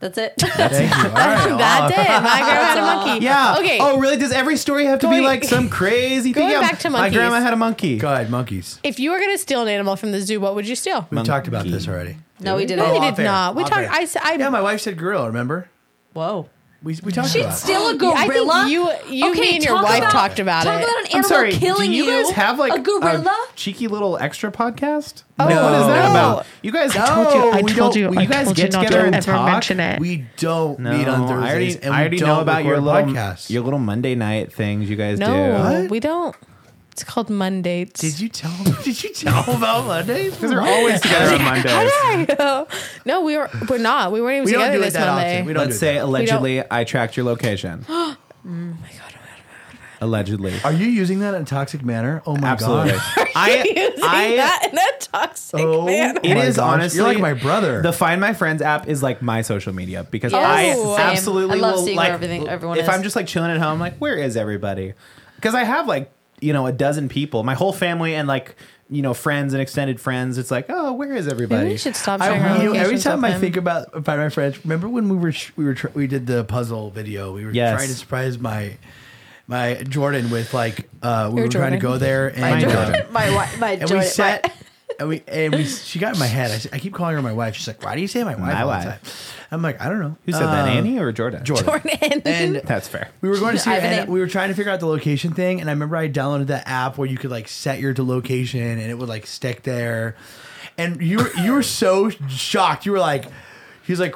S3: That's it.
S2: Thank you. All right.
S4: that day, my grandma had a monkey.
S1: Yeah.
S4: Okay.
S1: Oh, really? Does every story have to
S4: Going-
S1: be like some crazy thing?
S4: Going
S1: Yeah,
S4: back to
S1: my
S4: monkeys.
S1: grandma had a monkey.
S2: Go ahead, monkeys.
S4: If you were gonna steal an animal from the zoo, what would you steal?
S2: We talked about
S1: Monkey.
S2: this already. Oh,
S3: no, we didn't.
S4: No, we
S2: off
S4: did
S2: air,
S4: not. We
S2: off
S4: talked.
S2: air.
S4: I. s- I-
S2: Yeah, my wife said gorilla. Remember?
S3: Whoa.
S2: We we talked
S3: She'd
S2: about. it.
S3: steal a gorilla.
S4: I think you, you,
S3: Okay,
S4: me, and your
S3: talk
S4: wife
S3: about-
S4: talked about
S3: Talk
S4: it.
S3: about an animal
S1: I'm sorry.
S3: killing
S1: do you, guys have like
S3: a gorilla.
S1: cheeky little extra podcast?
S4: Oh,
S1: Like, what is that
S4: no.
S1: about? You guys,
S2: told you- I
S1: we
S2: told
S1: don't-
S2: you- I
S1: guys
S5: told you
S1: get
S5: not to
S1: together and
S5: ever
S1: talk.
S5: mention it.
S2: We don't
S1: No,
S2: meet on
S1: I
S2: Thursdays,
S1: already,
S2: and we
S1: I already
S2: don't
S1: know about your
S2: record
S1: little
S2: podcasts.
S1: your little Monday night things you guys do.
S4: no,
S2: What?
S4: we don't. It's called Mondates.
S2: Did you tell? Did you tell about Mondays?
S1: Because they're always together on Mondays.
S4: no, we were. We're not. We weren't even
S2: We don't
S4: together
S2: do it
S4: this
S2: that
S4: Monday.
S2: often. We don't
S1: Let's
S2: do it
S1: say
S2: that.
S1: allegedly I tracked your location. oh my god! Allegedly,
S2: Are you using that in a toxic manner? Oh my
S1: absolutely.
S2: god!
S1: I, I,
S4: that in a toxic
S2: Oh.
S4: manner.
S1: It
S2: my
S1: is
S2: gosh.
S1: honestly
S2: You're like my brother.
S1: The Find My Friends app is like my social media because
S3: Yes.
S1: I
S4: Same.
S1: absolutely
S3: I love
S1: will
S3: seeing
S1: like
S3: where everything- everyone
S1: if
S3: is.
S1: I'm just like chilling at home, like where is everybody? Because I have like you know a dozen people, my whole family, and like you know friends and extended friends. It's like oh, where is everybody?
S4: Maybe we should stop sharing
S2: I,
S4: our
S2: you know, every
S4: locations
S2: time
S4: with
S2: I
S4: him.
S2: think about Find My Friends, remember when we were sh- we were tr- we did the puzzle video? We were
S1: Yes.
S2: trying to surprise my my Jordan with like uh, we
S4: Your
S2: were trying to
S4: Jordan.
S2: go there and uh,
S1: Jordan.
S3: my wife. My
S2: and we
S3: Jordan-
S2: sat
S3: my-
S2: and we and we she got in my head. I s- I, keep calling her my wife. She's like, "Why do you say my wife
S1: My
S2: all
S1: wife.
S2: the time?" I'm like, "I don't know."
S1: Who said that,
S2: Um,
S1: Annie or Jordan?
S2: Jordan.
S4: Jordan.
S2: And
S1: That's fair.
S2: we were going to see,
S3: Ivan
S2: and
S3: and-
S2: we were trying to figure out the location thing. And I remember I downloaded the app where you could like set your to location, and it would like stick there. And you were, you were so shocked. You were like, he's like,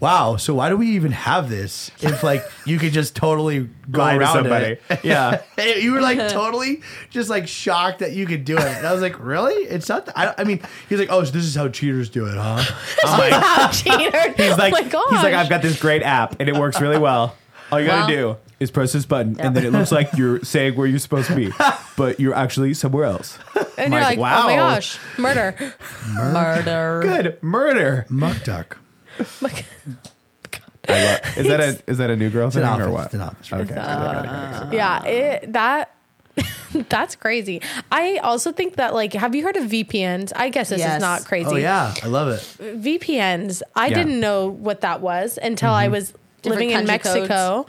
S2: wow. So why do we even have this if like you could just totally go
S1: Lie to
S2: around
S1: somebody.
S2: it?
S1: Yeah.
S2: And you were like totally just like shocked that you could do it. And I was like, really? It's not. Th- I, don't- I mean, he's like, oh, so this is how cheaters do it, huh?
S1: I'm like,
S4: cheater.
S1: he's like,
S4: oh my gosh.
S1: he's like, I've got this great app and it works really well. All you gotta
S3: Well-
S1: do is press this button, and then it looks like you're saying where you're supposed to be, but you're actually somewhere else.
S4: and you're
S1: like,
S4: like, oh my
S1: wow.
S4: gosh, murder.
S3: murder.
S1: Good murder.
S2: Muck duck.
S1: I love- is that a is that a new girl thing
S2: an
S1: or
S2: office,
S1: what?
S2: it's an office.
S1: Okay.
S3: Uh,
S1: Uh,
S4: yeah, it, that that's crazy. I also think that like, have you heard of VPNs? I guess this
S3: Yes.
S4: is not crazy.
S2: Oh yeah, I love it.
S4: VPNs. I
S1: Yeah. Mm-hmm.
S4: didn't know what that was until I was
S3: Different
S4: living
S3: country
S4: in Mexico.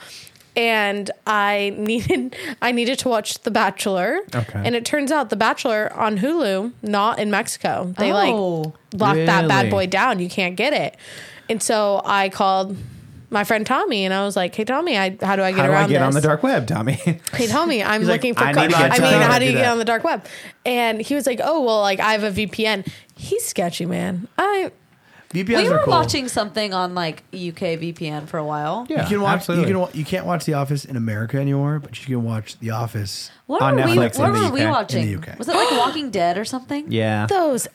S4: And I needed I needed to watch The Bachelor,
S1: Okay.
S4: and it turns out The Bachelor on Hulu, not in Mexico. They
S3: Oh.
S4: like locked that
S1: Really?
S4: bad boy down. You can't get it. And so I called my friend Tommy, and I was like, "Hey Tommy, I, how do I get
S1: How do
S4: around
S1: I get
S4: this?
S1: on the dark web, Tommy?
S4: Hey Tommy, I'm
S2: like,
S4: looking
S1: "I
S4: for.
S1: need to
S4: co-
S1: get
S4: I
S1: to
S4: mean,
S1: that.
S4: how do you
S2: Do
S4: get
S2: that."
S4: on the dark web? And he was like, "Oh well, like I have a VPN. He's sketchy, man. I
S2: VPNs
S3: We
S2: are
S3: were
S2: cool.
S3: watching something on like UK VPN for a while.
S1: Yeah,
S2: you can watch.
S1: absolutely.
S2: You can. wa- You can't watch The Office in America anymore, but you can watch The Office.
S3: What
S1: On
S3: were we?
S1: Netflix
S3: What
S1: in the
S3: were we
S1: UK.
S3: watching?
S2: In the UK.
S3: Was it like Walking Dead or something?
S1: yeah.
S4: those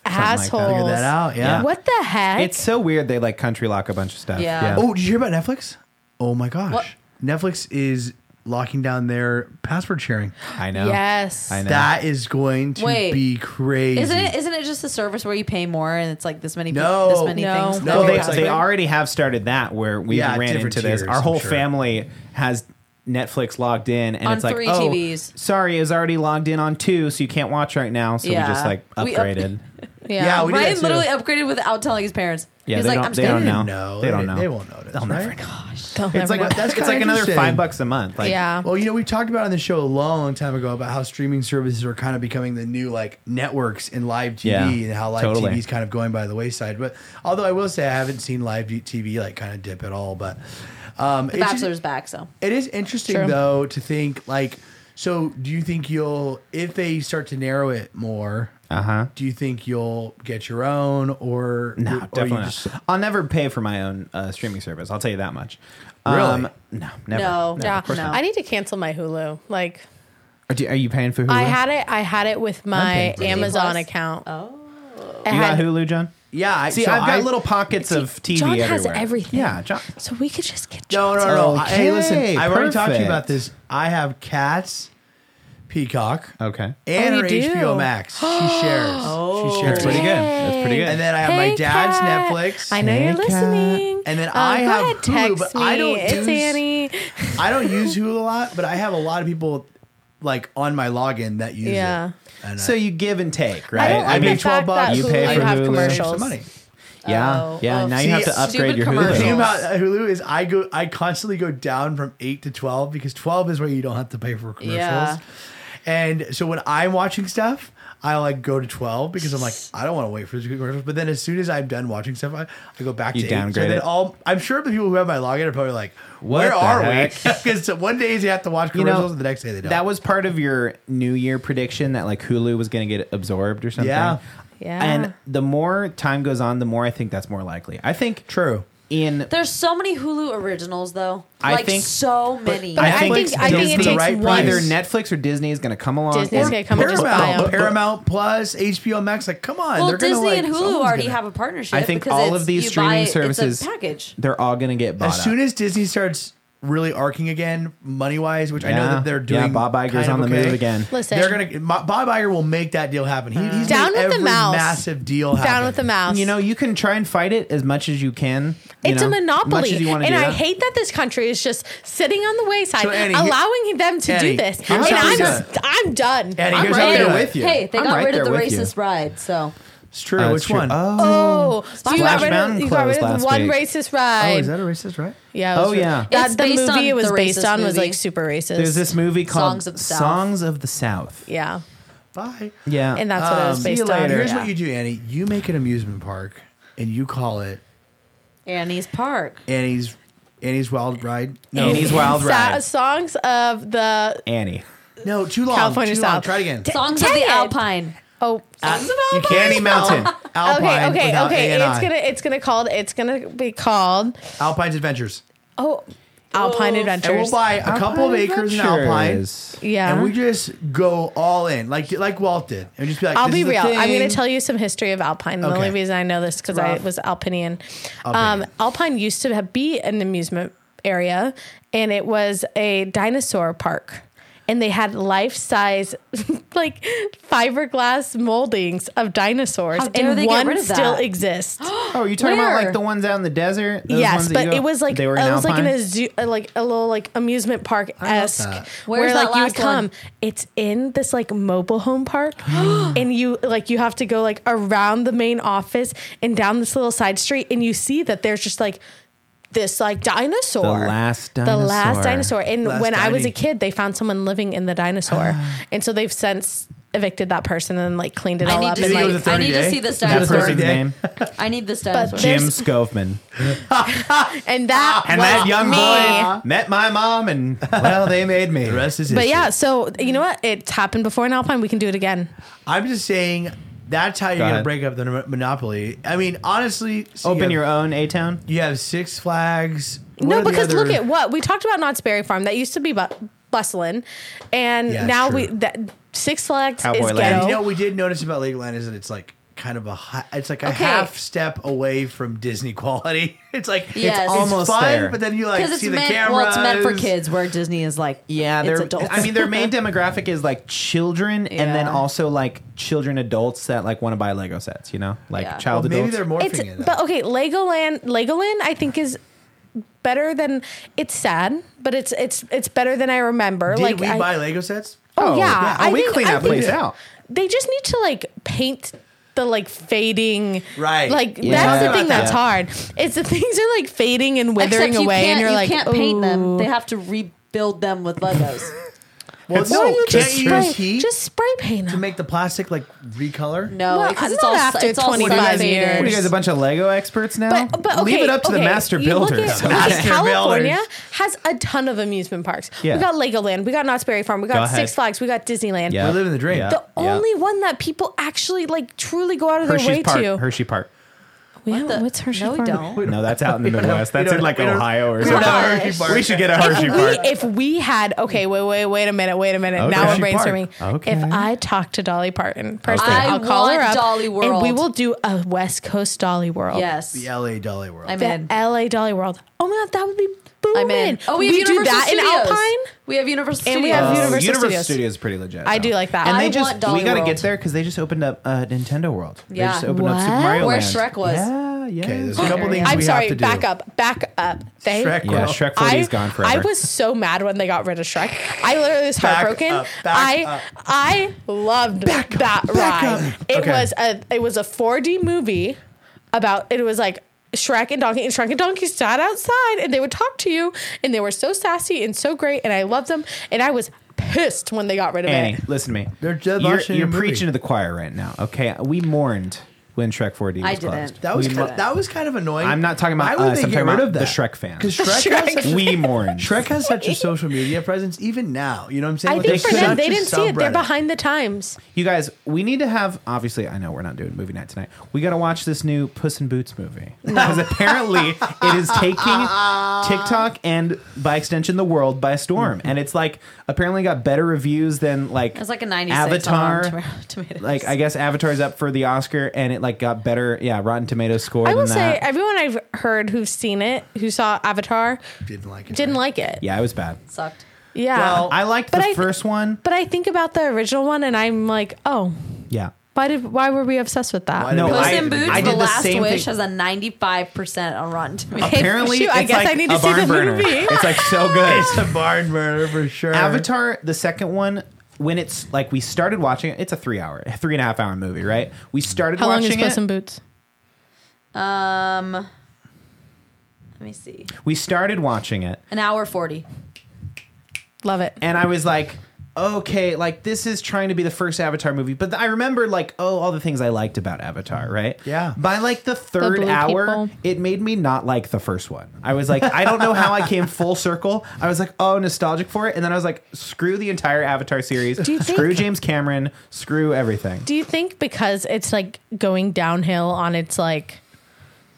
S1: that.
S4: assholes.
S2: Figure that out. Yeah.
S4: What the heck?
S1: It's so weird they like country lock a bunch of stuff.
S3: Yeah.
S2: Oh, did you hear about Netflix? Oh my gosh,
S3: What?
S2: Netflix is locking down their password sharing.
S1: I know.
S4: Yes.
S1: I know.
S2: That is going to
S3: Wait.
S2: be crazy.
S3: Isn't it? Isn't it just a service where you pay more and it's like this many?
S2: No.
S3: this many
S4: No.
S3: things.
S2: No,
S1: well, they,
S2: it's like-
S1: they already have started that where we
S2: Yeah,
S1: ran
S2: different
S1: into this.
S2: tiers,
S1: Our whole
S2: I'm sure.
S1: family has Netflix logged in, and
S3: On
S1: it's like,
S3: three
S1: oh,
S3: TVs.
S1: sorry, it's already logged in on two, so you can't watch right now. So
S3: Yeah.
S1: we just like
S3: We up-
S1: upgraded.
S4: yeah.
S2: Yeah, we- did that
S3: Ryan
S2: too.
S3: literally upgraded without telling his parents.
S1: Yeah,
S3: He's
S1: they
S3: like,
S1: don't-
S3: I'm
S1: they don't
S3: staying.
S1: know.
S2: No,
S1: They don't know.
S2: They won't notice.
S1: They'll never
S2: right?
S4: They'll
S1: it's
S4: never
S1: like
S4: know.
S2: That's
S1: it's
S2: kinda
S1: like another
S2: interesting.
S1: five bucks a month. Like,
S4: yeah.
S2: Well, you know, we talked about on the show a long time ago about how streaming services are kind of becoming the new like networks in live TV
S1: Yeah,
S2: and how live
S1: totally.
S2: TV is kind of going by the wayside. But although I will say I haven't seen live TV like kind of dip at all, but um,
S3: The
S2: it's-
S3: Bachelor's back, so
S2: It is interesting
S4: True.
S2: though to think like. So, do you think you'll if they start to narrow it more?
S1: uh huh.
S2: Do you think you'll get your own or
S1: No,
S2: or you
S1: definitely not.
S2: just-
S1: I'll never pay for my own uh, streaming service. I'll tell you that much. Um,
S2: Really?
S1: no, never.
S3: No.
S1: Never.
S4: yeah.
S3: of course not.
S4: I need to cancel my Hulu. Like
S1: Are, do- are you paying for Hulu?
S4: I had it. I had it with my
S2: paying for it.
S4: Amazon
S3: Disney Plus?
S4: account. Oh. I
S1: You
S4: had,
S1: got Hulu, John?
S2: Yeah, I,
S1: See,
S2: so
S1: I've got
S2: I-
S1: little pockets of TV
S4: John
S1: everywhere.
S4: has everything.
S1: Yeah, John.
S4: So we could just get.
S2: No, no,
S4: John's-
S2: no. no. I- hey, listen,
S1: Okay,
S2: I've already talked to you
S1: perfect.
S2: about this. I have cats, Peacock,
S1: Okay.
S2: and
S4: Oh, you
S2: her
S4: do? Oh.
S2: HBO Max. She shares. she shares.
S1: That's pretty good. That's pretty good.
S2: And then I have
S4: Hey,
S2: my dad's
S4: Kat.
S2: Netflix.
S4: I know
S1: Hey,
S4: you're
S1: Kat.
S4: listening.
S2: And then
S4: Um,
S2: I
S4: go
S2: have
S4: ahead,
S2: Hulu,
S4: text
S2: but
S4: me.
S2: I don't
S4: It's
S2: do s-
S4: Annie.
S2: I don't use Hulu a lot, but I have a lot of people like on my login that use
S4: Yeah.
S2: it. And
S1: so you give and take, right?
S4: I don't like
S2: mean,
S4: the
S2: 12
S4: fact that
S2: bucks,
S1: you pay
S4: Hulu
S1: for
S4: would have
S1: Hulu.
S2: I save
S4: commercials.
S2: some money.
S1: Yeah,
S3: Oh,
S1: yeah.
S3: oh.
S1: now you have
S2: See,
S1: to upgrade
S3: stupid
S1: your
S2: The thing
S1: Hulu.
S3: commercials.
S2: about uh, Hulu is I go I constantly go down from eight to twelve because twelve is where you don't have to pay for commercials.
S3: Yeah.
S2: And so when I'm watching stuff, I like go to twelve because I'm like I don't want to wait for the commercials. But then as soon as I'm done watching stuff, I, I go back
S1: You
S2: to eight. So
S1: downgrade
S2: then
S1: it.
S2: all I'm sure the people who have my login are probably like,
S1: What
S2: Where
S1: the
S2: are we?
S1: heck?
S2: Because one day you have to watch
S1: You know,
S2: commercials, and the next day they don't.
S1: That was part of your New Year prediction that like Hulu was going to get absorbed or something.
S2: Yeah.
S4: Yeah.
S1: And the more time goes on, the more I think that's more likely. I think
S2: true.
S1: in
S3: There's so many Hulu originals though.
S1: I
S3: like
S1: think-
S3: so many.
S4: I think- I think it
S1: Disney-
S4: takes one-
S1: either Netflix or Disney is going to come along.
S4: Disney's
S1: and-
S4: gonna come and just buy 'em.
S2: Paramount, Paramount Plus, HBO Max, like come on.
S3: well,
S2: they're gonna,
S3: Disney
S2: like-
S3: and Hulu
S2: someone's
S3: already
S2: gonna-
S3: have a partnership.
S1: I think
S3: because
S1: all
S3: it's-
S1: of these
S3: you
S1: streaming
S3: buy it- it's a
S1: services
S3: package.
S1: They're all going to get bought
S2: As soon
S1: up.
S2: as Disney starts really arcing again, money wise, which I know
S1: Yeah.
S2: that they're doing.
S1: Yeah, Bob Iger's
S2: kind of
S1: on the
S2: okay,
S1: move again.
S4: Listen.
S2: they're gonna. Ma- Bob Iger will make that deal happen. He, he's
S4: Down
S2: made
S4: with the
S2: every
S4: mouse.
S2: Massive deal happen.
S4: Down with the mouse.
S1: you know, you can try and fight it as much as you can. you
S4: It's
S1: know, as
S4: a
S1: much
S4: monopoly,
S1: as you wanna
S4: and
S1: do
S4: I
S1: that.
S4: hate that this country is just sitting on the wayside,
S2: So, Annie, here-
S4: allowing them to
S2: Annie,
S4: do this.
S2: here's
S4: And
S1: how we
S4: I'm,
S1: do
S4: s-
S2: it.
S4: I'm done.
S2: Annie,
S4: I'm
S2: here's how we
S4: ready.
S2: do it.
S1: with you.
S3: Hey, they
S1: I'm
S3: got
S1: right
S3: rid
S1: there
S3: of the
S1: with you.
S3: racist ride, so
S2: It's true.
S1: Oh,
S2: Which
S1: that's true.
S2: one?
S1: Oh,
S4: Oh, so you got
S1: Splash
S4: rid of,
S1: Mountain
S4: you got rid
S1: closed
S4: of
S1: last
S4: one
S1: week.
S4: racist ride.
S2: Oh, is that a racist right?
S4: Yeah. it was
S1: Oh,
S4: ra-
S1: yeah.
S4: That
S3: It's
S4: the
S3: based on
S4: movie it was
S3: the
S4: based
S3: racist
S4: on was
S3: movie.
S4: like super racist.
S1: There's this movie called
S3: Songs of the South.
S1: Songs of the South.
S4: yeah,
S2: Bye.
S1: Yeah. Uh,
S4: and that's what it was
S2: Um,
S4: based
S1: you
S4: on.
S1: later.
S2: Here's
S4: Yeah.
S2: what you do, Annie. You make an amusement park, and you call it
S3: Annie's Park.
S2: Annie's Annie's Wild Ride. No,
S1: Annie's Wild
S4: Sa-
S1: Ride.
S4: songs of the
S1: Annie.
S2: no, too long.
S4: California
S2: too
S4: South.
S2: Long. Try it again.
S4: T-
S3: Songs
S4: dang
S3: of the
S4: it.
S3: Alpine.
S4: oh.
S1: Uh,
S4: songs of
S2: You
S4: Alpine? Oh.
S2: can't
S1: Mountain.
S2: Alpine.
S4: okay, okay,
S2: without
S4: okay.
S2: A and I.
S4: It's gonna it's gonna called it's gonna be called
S2: Alpine's Adventures.
S4: oh Alpine
S3: Oh.
S4: Adventures.
S2: And we'll buy a couple of acres in Alpine.
S4: yeah.
S2: And we just go all in, like like Walt did, and just be like,
S4: I'll
S2: this
S4: be
S2: is the
S4: real. I'm
S2: thing.
S4: going to tell you some history of Alpine. The
S2: Okay.
S4: only reason I know this because I
S3: rough.
S4: was Alpinian. Um,
S2: Alpinian.
S4: Alpine used to have, be an amusement area, and it was a dinosaur park. And they had life size, like fiberglass moldings of dinosaurs,
S3: How dare
S4: and
S3: they get
S4: one
S3: rid of
S4: still
S3: that?
S4: exists.
S1: Oh, you're talking about like
S3: Where?
S1: the ones out in the desert? Those
S4: yes,
S1: ones that
S4: but
S1: you go-
S4: it was like
S1: they
S4: it
S1: were in
S4: was like in
S1: Alpine?
S4: a zoo, uh, like a little like amusement park esque,
S2: that.
S4: where
S3: Where's that
S4: like you would
S3: last one?
S4: come. It's in this like mobile home park, and you like you have to go like around the main office and down this little side street, and you see that there's just like this like dinosaur,
S1: last
S4: the
S1: dinosaur.
S4: last dinosaur. And
S2: Last
S4: when I was
S2: diny.
S4: a kid, they found someone living in the dinosaur, and so they've since evicted that person and like cleaned it
S3: I
S4: all
S3: need
S4: up.
S3: to
S4: And,
S3: see-
S4: like,
S3: I need to see this
S1: that
S3: dinosaur.
S1: person's
S2: Yeah.
S1: name
S3: I need this dinosaur.
S4: There's-
S1: Jim Scofman.
S3: Ah,
S4: and that
S1: And
S4: was
S1: that young
S4: me.
S1: boy met my mom, and well, they made me.
S2: The rest is
S4: But
S2: history.
S4: yeah, so you know what? It's happened before in Alpine. We can do it again.
S2: I'm just saying that's how you're gonna
S1: ahead.
S2: break up the mon- monopoly. I mean, honestly, so
S1: Open
S2: you
S1: your
S2: have,
S1: own A Town.
S2: You have Six Flags. What
S4: no,
S2: are the
S4: because look
S2: other-
S4: at what we talked about Knott's Berry Farm. That used to be bu- bustling, and
S2: Yeah,
S4: now
S2: true.
S4: we that Six Flags
S1: Cowboy
S4: is
S1: Land.
S2: And
S4: ghetto.
S2: you know, what we did notice about Legoland is that it's like kind of a hi- it's like a
S3: Okay.
S2: half step away from Disney quality. It's like
S3: Yes.
S2: it's
S3: It's
S2: almost
S1: almost
S2: fun,
S1: there.
S2: but then you like
S3: Because
S2: see
S3: it's
S2: the
S3: meant,
S2: cameras.
S3: well, it's meant for kids, where Disney is like,
S1: Yeah,
S3: it's
S1: they're.
S3: adults.
S1: I mean, their main demographic is like children, and then
S3: Yeah.
S1: also like children adults that like want to buy Lego sets. You know, like
S3: Yeah.
S1: child
S2: Maybe
S1: adults.
S2: they're morphing
S4: it's
S2: it.
S4: but okay, Legoland. Legoland, I think is better than it's sad, but it's it's it's better than I remember.
S2: Did
S4: like
S2: we
S4: I,
S2: buy Lego sets?
S4: oh, yeah,
S1: Oh,
S4: I
S1: we
S4: think-
S1: clean
S4: I
S1: that place
S4: think
S1: out.
S4: They just need to like paint the like fading
S2: Right.
S4: like
S1: Yeah.
S4: that's
S1: Talking
S4: the thing
S1: about
S4: that's
S1: that.
S4: hard it's the things are like fading and withering
S3: Except you
S4: away
S3: can't,
S4: and you're
S3: you
S4: like
S3: can't paint them.
S4: "Ooh."
S3: They have to rebuild them with Legos.
S2: Well,
S1: It's
S2: no,
S1: so
S2: you
S1: cute.
S2: can't you use heat
S4: Just spray paint
S2: to
S4: them.
S2: make the plastic like recolor.
S3: No,
S4: Well,
S3: because it's
S4: not
S3: all
S4: after
S3: it's all
S4: 25
S3: sunfaded.
S4: years.
S1: What are you guys a bunch of Lego experts now?
S4: But, but okay,
S1: leave it up to
S4: okay,
S1: the master
S4: you look
S1: builders.
S4: at- okay,
S2: Master
S4: California
S2: builders.
S4: has a ton of amusement parks.
S1: Yeah.
S4: We got Legoland, we got Knott's Berry Farm, we
S1: Go
S4: got
S1: ahead.
S4: Six Flags, we got Disneyland.
S1: Yeah.
S2: We're living the dream.
S1: Yeah.
S4: The
S1: Yeah.
S4: only one that people actually like truly go out of their
S1: Hershey's
S4: way
S1: Park.
S4: to.
S1: Hershey Park.
S4: We
S3: What
S4: don't-
S3: the-
S4: what's Hershey
S3: no, we
S4: Park?
S3: don't.
S1: No, that's out in the Midwest.
S2: we
S1: That's in
S2: don't-
S1: like
S2: we don't-
S1: Ohio or
S2: we don't
S1: something.
S2: have a
S3: Gosh.
S2: Hershey Park.
S1: We should get a Hershey Park.
S4: We, if we had okay, wait, wait, wait a minute, wait a minute.
S1: Okay.
S4: Now we're
S1: Hershey
S2: Park.
S4: brainstorming.
S1: Okay.
S4: If I talk to Dolly Parton personally,
S3: I
S4: I'll call her
S3: want
S4: up,
S3: Dolly
S4: and
S3: World.
S4: we will do a West Coast Dolly World.
S3: Yes,
S2: The LA Dolly World.
S3: I'm
S4: Oh, the
S3: in.
S4: LA Dolly World. Oh my god, that would be booming.
S3: I'm in. Oh, we have Universal Studios. We have Universal
S4: And we
S3: Studios.
S4: have
S1: Oh,
S4: Universal Studios.
S1: Studios. is pretty legit.
S4: I
S1: though.
S4: do like that.
S1: And they
S4: I
S1: just
S3: want Dolly
S1: we gotta
S3: World.
S1: get there because they just opened up uh, Nintendo World. They
S3: Yeah.
S1: just opened up Super
S4: What?
S1: Mario
S3: Where
S1: Land.
S3: Shrek was.
S1: Yeah, yeah.
S2: Okay, there's a couple things
S4: I'm
S2: we
S4: sorry,
S2: have to
S4: back
S2: do.
S4: up, back up. They,
S2: Shrek
S1: yeah,
S2: Well,
S1: Shrek 40
S4: I,
S1: is gone forever.
S4: I was so mad when they got rid of Shrek. I literally was
S2: Back
S4: heartbroken.
S2: up, back
S4: I
S2: up.
S4: I loved that
S2: back
S4: ride.
S2: up.
S4: It
S2: Okay.
S4: was a it was a 4D movie about it was like Shrek and Donkey and Shrek and Donkey sat outside and they would talk to you and they were so sassy and so great and I loved them and I was pissed when they got rid of
S1: Annie,
S4: it.
S1: listen to me.
S2: They're just
S1: you're
S2: watching a
S1: you're
S2: movie.
S1: preaching to the choir right now. Okay, we mourned when Shrek 4D was
S3: I didn't.
S1: closed.
S2: That was
S1: We
S2: kind
S1: mo-
S2: that was kind of annoying.
S1: I'm not talking about
S2: Why would
S1: us,
S2: they
S1: I'm
S2: get
S1: talking
S2: rid
S1: about
S2: of
S1: the
S2: that?
S1: Shrek fans.
S2: Because Shrek, has such-
S1: we mourned.
S2: Shrek has such a social media presence even now. You know what I'm saying?
S4: I
S2: Like,
S4: think for
S2: there's
S4: them
S2: such
S4: they
S2: a
S4: didn't see it. They're
S2: subreddit.
S4: behind the times.
S1: You guys, we need to have. Obviously, I know we're not doing movie night tonight. We got to watch this new Puss in Boots movie because apparently it is taking TikTok and, by extension, the world by storm. And it's like apparently got better reviews than like
S3: It was like a 96
S1: Avatar.
S3: on Tomato- Tomatoes.
S1: Like I guess Avatar's up for the Oscar, and it like got better. Yeah, Rotten Tomatoes score.
S4: I will
S1: than
S4: say
S1: that.
S4: everyone I've heard who's seen it, who saw Avatar,
S2: Didn't like it.
S4: didn't like it. Yeah.
S1: yeah, it was bad.
S3: sucked.
S1: Well, I liked the
S4: But I-
S1: first one.
S4: But I think about the original one and I'm like, oh,
S1: Yeah,
S4: why did why were we obsessed with that?
S2: Why did- No,
S3: Puss
S2: I-
S3: in Boots,
S2: I
S3: The
S1: did the
S3: Last
S1: same
S3: Wish
S1: thing.
S3: has a 95% on Rotten Tomatoes.
S1: Apparently,
S4: shoot,
S1: it's
S4: I guess
S1: like
S4: I need to
S1: a
S4: see the
S1: barn burner.
S4: movie.
S1: It's like so good.
S2: It's a barn burner for sure.
S1: Avatar, the second one, when it's like we started watching it, it's a three hour, three and a half hour movie, right? We started
S4: How long is
S1: watching
S4: Puss in
S1: it.
S4: Boots?
S3: Um, let me see.
S1: We started watching it,
S3: An hour 40.
S4: Love it.
S1: and I was like, okay, like this is trying to be the first Avatar movie, but I remember like, oh, all the things I liked about Avatar, right?
S2: Yeah.
S1: By like the third
S4: blue
S1: hour,
S4: people.
S1: it made me not like the first one. I was like, I don't know how I came full circle. I was like, oh, nostalgic for it, and then I was like, screw the entire Avatar series,
S4: you think-
S1: screw James Cameron, screw everything.
S4: Do you think because it's like going downhill on its like,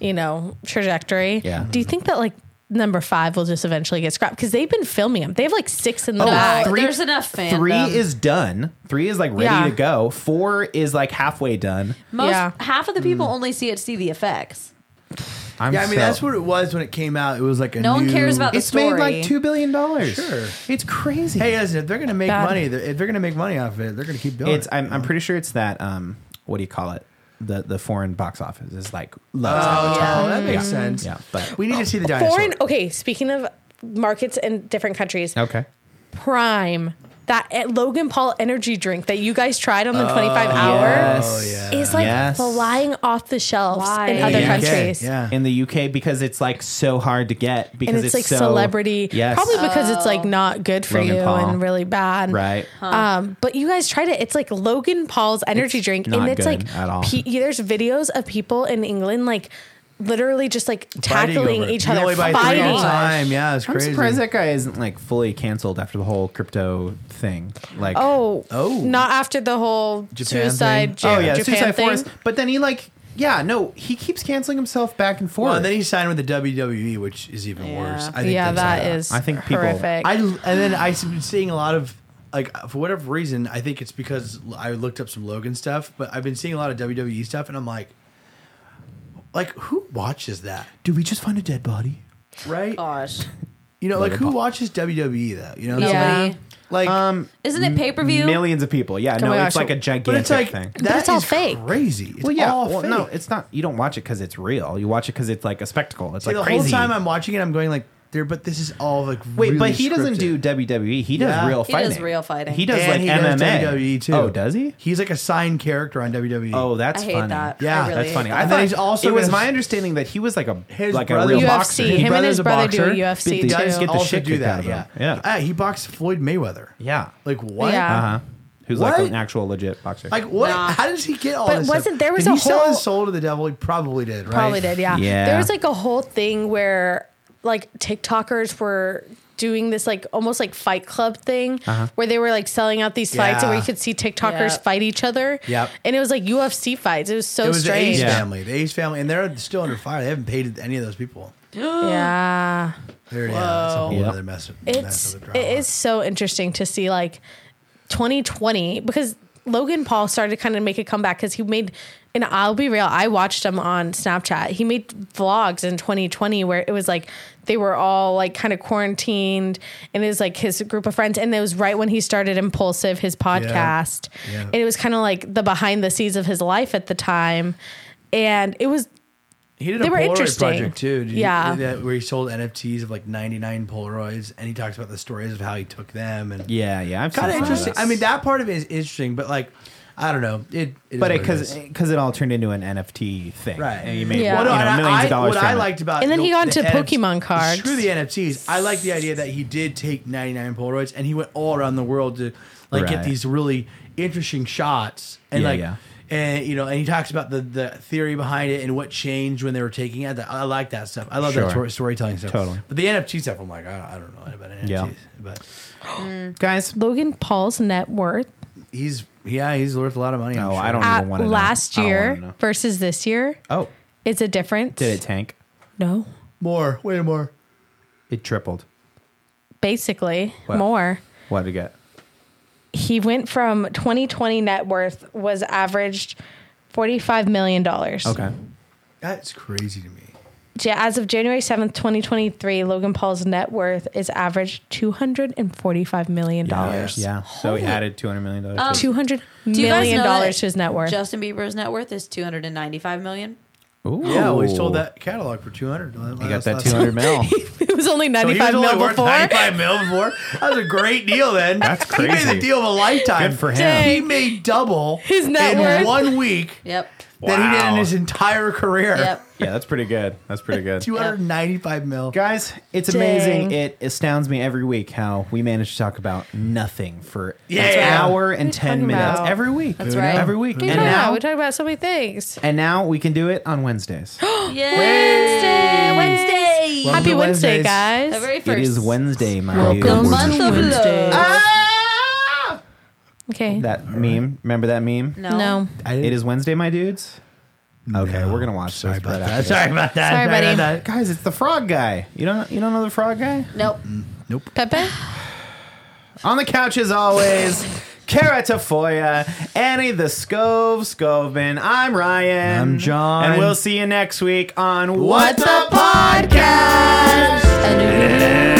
S4: you know, trajectory?
S1: Yeah.
S4: Do you think that like number five will just eventually get scrapped? Because they've been filming them. They have like six in the
S1: Oh,
S4: bag.
S1: three-
S3: there's enough fandom.
S1: Three is done. Three is like ready
S4: Yeah.
S1: to go. Four is like halfway done.
S3: Most,
S4: Yeah.
S3: Half of the people
S1: Mm.
S3: only see it to see the effects.
S1: I'm
S2: yeah, I
S1: so-
S2: mean that's what it was when it came out. It was like a
S3: No one
S2: new-
S3: cares about the
S1: it's
S3: story.
S1: made like two billion dollars.
S2: Sure.
S1: it's crazy.
S2: Hey, listen, if they're gonna make
S4: Bad.
S2: money, they're, if they're gonna make money off of it, they're gonna keep building.
S1: it's I'm, I'm pretty sure it's that um what do you call it the the foreign box office is like loves
S2: oh,
S1: Avatar.
S2: that makes sense.
S1: Yeah, but
S2: We need to see the dinosaur.
S4: Foreign. Okay. Speaking of markets in different countries,
S1: okay.
S4: Prime. That eh, Logan Paul energy drink that you guys tried on the 25 hour
S1: Yes.
S2: yeah.
S4: is like
S1: Yes.
S4: flying off the shelves
S3: Why?
S4: in other
S1: Yeah.
S4: countries.
S2: Yeah.
S1: In the UK, because it's like so hard to get because
S4: And it's, like
S1: so,
S4: celebrity,
S1: Yes,
S4: probably because it's like not good for
S1: Logan
S4: you
S1: Paul.
S4: and really bad.
S1: right.
S4: Um, but you guys tried it. It's like Logan Paul's energy
S1: It's
S4: drink,
S1: not
S4: and it's
S1: good
S4: like
S1: at all.
S4: Pe- there's videos of people in England like literally just like
S2: Fighting
S4: tackling
S2: over it.
S4: each
S2: You
S4: other,
S2: only buy
S4: fighting.
S2: three at a time. Yeah, it's
S1: I'm
S2: crazy.
S1: surprised that guy isn't like fully canceled after the whole crypto thing. Like,
S4: Oh,
S2: Oh.
S4: not after the whole
S2: Japan
S4: suicide.
S2: thing?
S4: Ja-
S1: oh yeah,
S4: Japan
S1: Suicide
S4: thing.
S1: Forest. But then he like, yeah, no, he keeps canceling himself back and forth.
S2: Well, and then he signed with the WWE, which is even worse. I think
S4: Yeah,
S2: that's
S4: that
S2: bad.
S4: is.
S1: uh, I think people-
S4: horrific.
S2: I and then I've been seeing a lot of like for whatever reason I think it's because I looked up some Logan stuff, but I've been seeing a lot of WWE stuff, and I'm like, like who watches that,
S1: Did we just find a dead body?
S2: right?
S4: Oh.
S3: Gosh.
S2: You know, like
S1: Logan
S2: who
S1: Paul.
S2: watches WWE though? You know, what I'm
S4: Yeah.
S2: saying?
S3: Nobody.
S2: like,
S1: Um,
S3: Isn't it pay per view?
S1: millions of people. Yeah,
S4: Oh
S1: no,
S4: my
S1: it's
S4: gosh,
S1: like a
S4: but
S1: gigantic
S2: but it's like
S1: thing.
S2: that
S4: it's all
S2: is
S4: fake.
S2: crazy. It's
S1: Well, yeah,
S2: all
S1: well,
S2: fake.
S1: no, it's not. You don't watch it because it's real. You watch it because it's like a spectacle. It's
S2: See,
S1: like
S2: the
S1: crazy.
S2: whole time I'm watching it, I'm going like, there, but this is all like
S1: Wait, but
S2: really
S1: he doesn't
S2: scripted.
S1: do WWE. He does
S2: Yeah.
S1: real
S3: He
S1: fighting.
S3: does real fighting.
S1: He does
S2: And
S1: like
S2: he
S1: MMA.
S2: WWE E, too.
S1: Oh, does he?
S2: He's like a signed character on E. WWE.
S1: Oh, that's
S3: I hate
S1: funny.
S3: that.
S2: Yeah,
S3: I really
S1: That's funny.
S3: hate
S1: I
S3: that.
S2: And then
S1: thought
S2: he's also
S1: it was
S2: gonna-
S1: my understanding that he was like a
S2: His
S1: like a
S2: brother-
S1: real
S4: UFC.
S1: boxer.
S4: Him and
S2: brother's
S4: his
S2: a
S4: brother
S2: boxer.
S4: do UFC
S1: Did the guys
S4: too.
S1: get the
S2: also
S1: shit
S2: do
S1: kicked out
S2: that.
S1: of
S2: Yeah.
S1: him. Yeah.
S2: Ah, he boxed Floyd Mayweather.
S1: Yeah.
S2: Like what?
S4: Yeah.
S1: Uh huh. Who's
S2: What?
S1: like an actual legit boxer?
S2: Like what?
S3: Nah.
S2: How does he get all
S4: But
S2: this?
S4: wasn't-
S2: stuff?
S4: there was
S2: did
S4: a
S2: he sell
S4: whole-
S2: his soul to the devil? He probably did, right?
S4: Probably did, yeah.
S1: Yeah.
S4: There was like a whole thing where like TikTokers were doing this like almost like fight club thing where they were like selling out these fights and
S2: Uh-huh.
S4: where
S2: Yeah.
S4: you could see TikTokers
S3: Yeah.
S4: fight each other.
S2: Yep.
S4: And it was like UFC fights. It was so
S2: It was the
S4: strange.
S2: A's
S1: Yeah.
S2: family. The A's family, and they're still under fire. They haven't paid any of those people.
S4: yeah.
S2: There it is. It's a whole
S1: Yep.
S2: other mess. of- mess
S4: It's
S2: of a drama.
S4: it is so interesting to see like 2020 because Logan Paul started to kind of make a comeback because he made and I'll be real, I watched him on Snapchat. He made vlogs in 2020 where it was like they were all like kind of quarantined and it was like his group of friends. And it was right when he started Impulsive, his podcast.
S2: Yeah.
S4: And it was kind of like the behind the scenes of his life at the time. And it was
S2: He did
S4: they
S2: a
S4: were
S2: Polaroid
S4: interesting.
S2: project too. Did you-
S4: Yeah.
S2: that- where he sold NFTs of like 99 Polaroids, and he talks about the stories of how he took them and
S1: yeah, yeah. I've
S2: kind of
S1: seen some
S2: interesting.
S1: that.
S2: I mean, that part of it is interesting, but like, I don't know. It, it is
S1: But
S2: what
S1: because
S2: is.
S1: it, 'cause it all turned into an NFT thing,
S2: Right.
S1: And you made
S4: Yeah.
S1: you
S4: Well, no,
S1: know,
S2: and I-
S1: millions
S2: I-
S1: of dollars.
S2: What
S1: from
S2: I
S1: it.
S2: liked about
S4: And then
S2: the-
S4: he got into
S2: the NFT
S4: Pokemon cards.
S2: Screw the NFTs. I like the idea that he did take 99 Polaroids and he went all around the world to like get
S1: Right.
S2: these really interesting shots and
S1: Yeah,
S2: like.
S1: yeah.
S2: And you know, and he talks about the, the theory behind it and what changed when they were taking it. I like that stuff. I love that
S1: Sure.
S2: story, storytelling stuff.
S1: Totally.
S2: But the NFT stuff, I'm like, I, I don't know about NFTs.
S1: Yeah.
S2: But
S1: guys.
S4: Logan Paul's net worth
S2: he's yeah, he's worth a lot of money. I'm
S1: No,
S2: sure.
S1: Oh, I don't
S4: at
S1: even want to.
S4: last
S1: know. I don't wanna
S4: year
S1: know.
S4: versus this year
S1: Oh,
S4: is a difference.
S1: did it tank?
S4: No.
S2: More, way more.
S1: It tripled.
S4: Basically,
S1: Wow.
S4: more.
S1: What did it get?
S4: He went from 2020 net worth was averaged 45 million dollars.
S1: Okay.
S2: That's crazy to me.
S4: Ja- As of January 7th, 2023, Logan Paul's net worth is averaged 245 million dollars.
S1: Yeah. Um, So we added two hundred million dollars.
S4: Two hundred
S3: you guys
S4: million
S3: know
S4: dollars
S3: that
S4: to his net worth.
S3: Justin Bieber's net worth is 295 million.
S1: Ooh.
S2: Yeah, well, he sold that catalog for 200.
S1: He got that two hundred mil.
S4: it was only
S2: So
S4: 95
S2: he was
S4: mil
S2: only worth
S4: before.
S2: 95 mil before. That was a great deal then.
S1: That's
S2: He made
S1: crazy.
S2: the deal of a lifetime.
S1: Good for him.
S2: He
S4: Dang.
S2: made double
S4: His net
S2: in
S4: worth.
S2: one week
S3: Yep.
S2: than he did in
S1: Wow.
S2: his entire career.
S3: Yep.
S1: Yeah, that's pretty good. That's pretty good.
S2: 295 mil.
S1: Guys, it's
S4: Dang.
S1: amazing. It astounds me every week how we manage to talk about nothing for
S2: Yeah.
S1: an hour
S4: What are you
S1: and
S4: talking
S1: ten minutes
S4: about?
S1: every week.
S3: That's right.
S1: Every week.
S4: We
S1: and
S4: talk about-
S1: now,
S4: we talk about so many things.
S1: and now we can do it on Wednesdays.
S3: Wednesday. Wednesday.
S1: Well,
S4: Happy
S1: to
S4: Wednesday,
S1: Wednesdays.
S4: guys.
S3: the very
S1: it
S3: first.
S1: is Wednesday, my
S4: Welcome
S3: The
S1: dudes.
S3: month of
S4: Wednesday.
S3: love.
S1: Ah!
S4: Okay.
S1: That meme. Remember that meme?
S3: no.
S4: No.
S2: I didn't-
S1: It is Wednesday, my dudes. Okay, we're gonna watch
S2: Sorry
S1: this.
S2: about
S1: right
S2: that.
S1: after
S2: Sorry about that.
S4: Sorry, buddy.
S1: this. Guys, it's the frog guy. You don't you don't know the frog guy?
S3: Nope.
S1: Mm.
S4: Pepe?
S1: On the couch as always, Kara Tafoya, Annie the Scove Scoveman. I'm Ryan.
S2: I'm John.
S1: And we'll see you next week on
S2: What's
S1: What's a
S2: a Podcast?
S1: Podcast?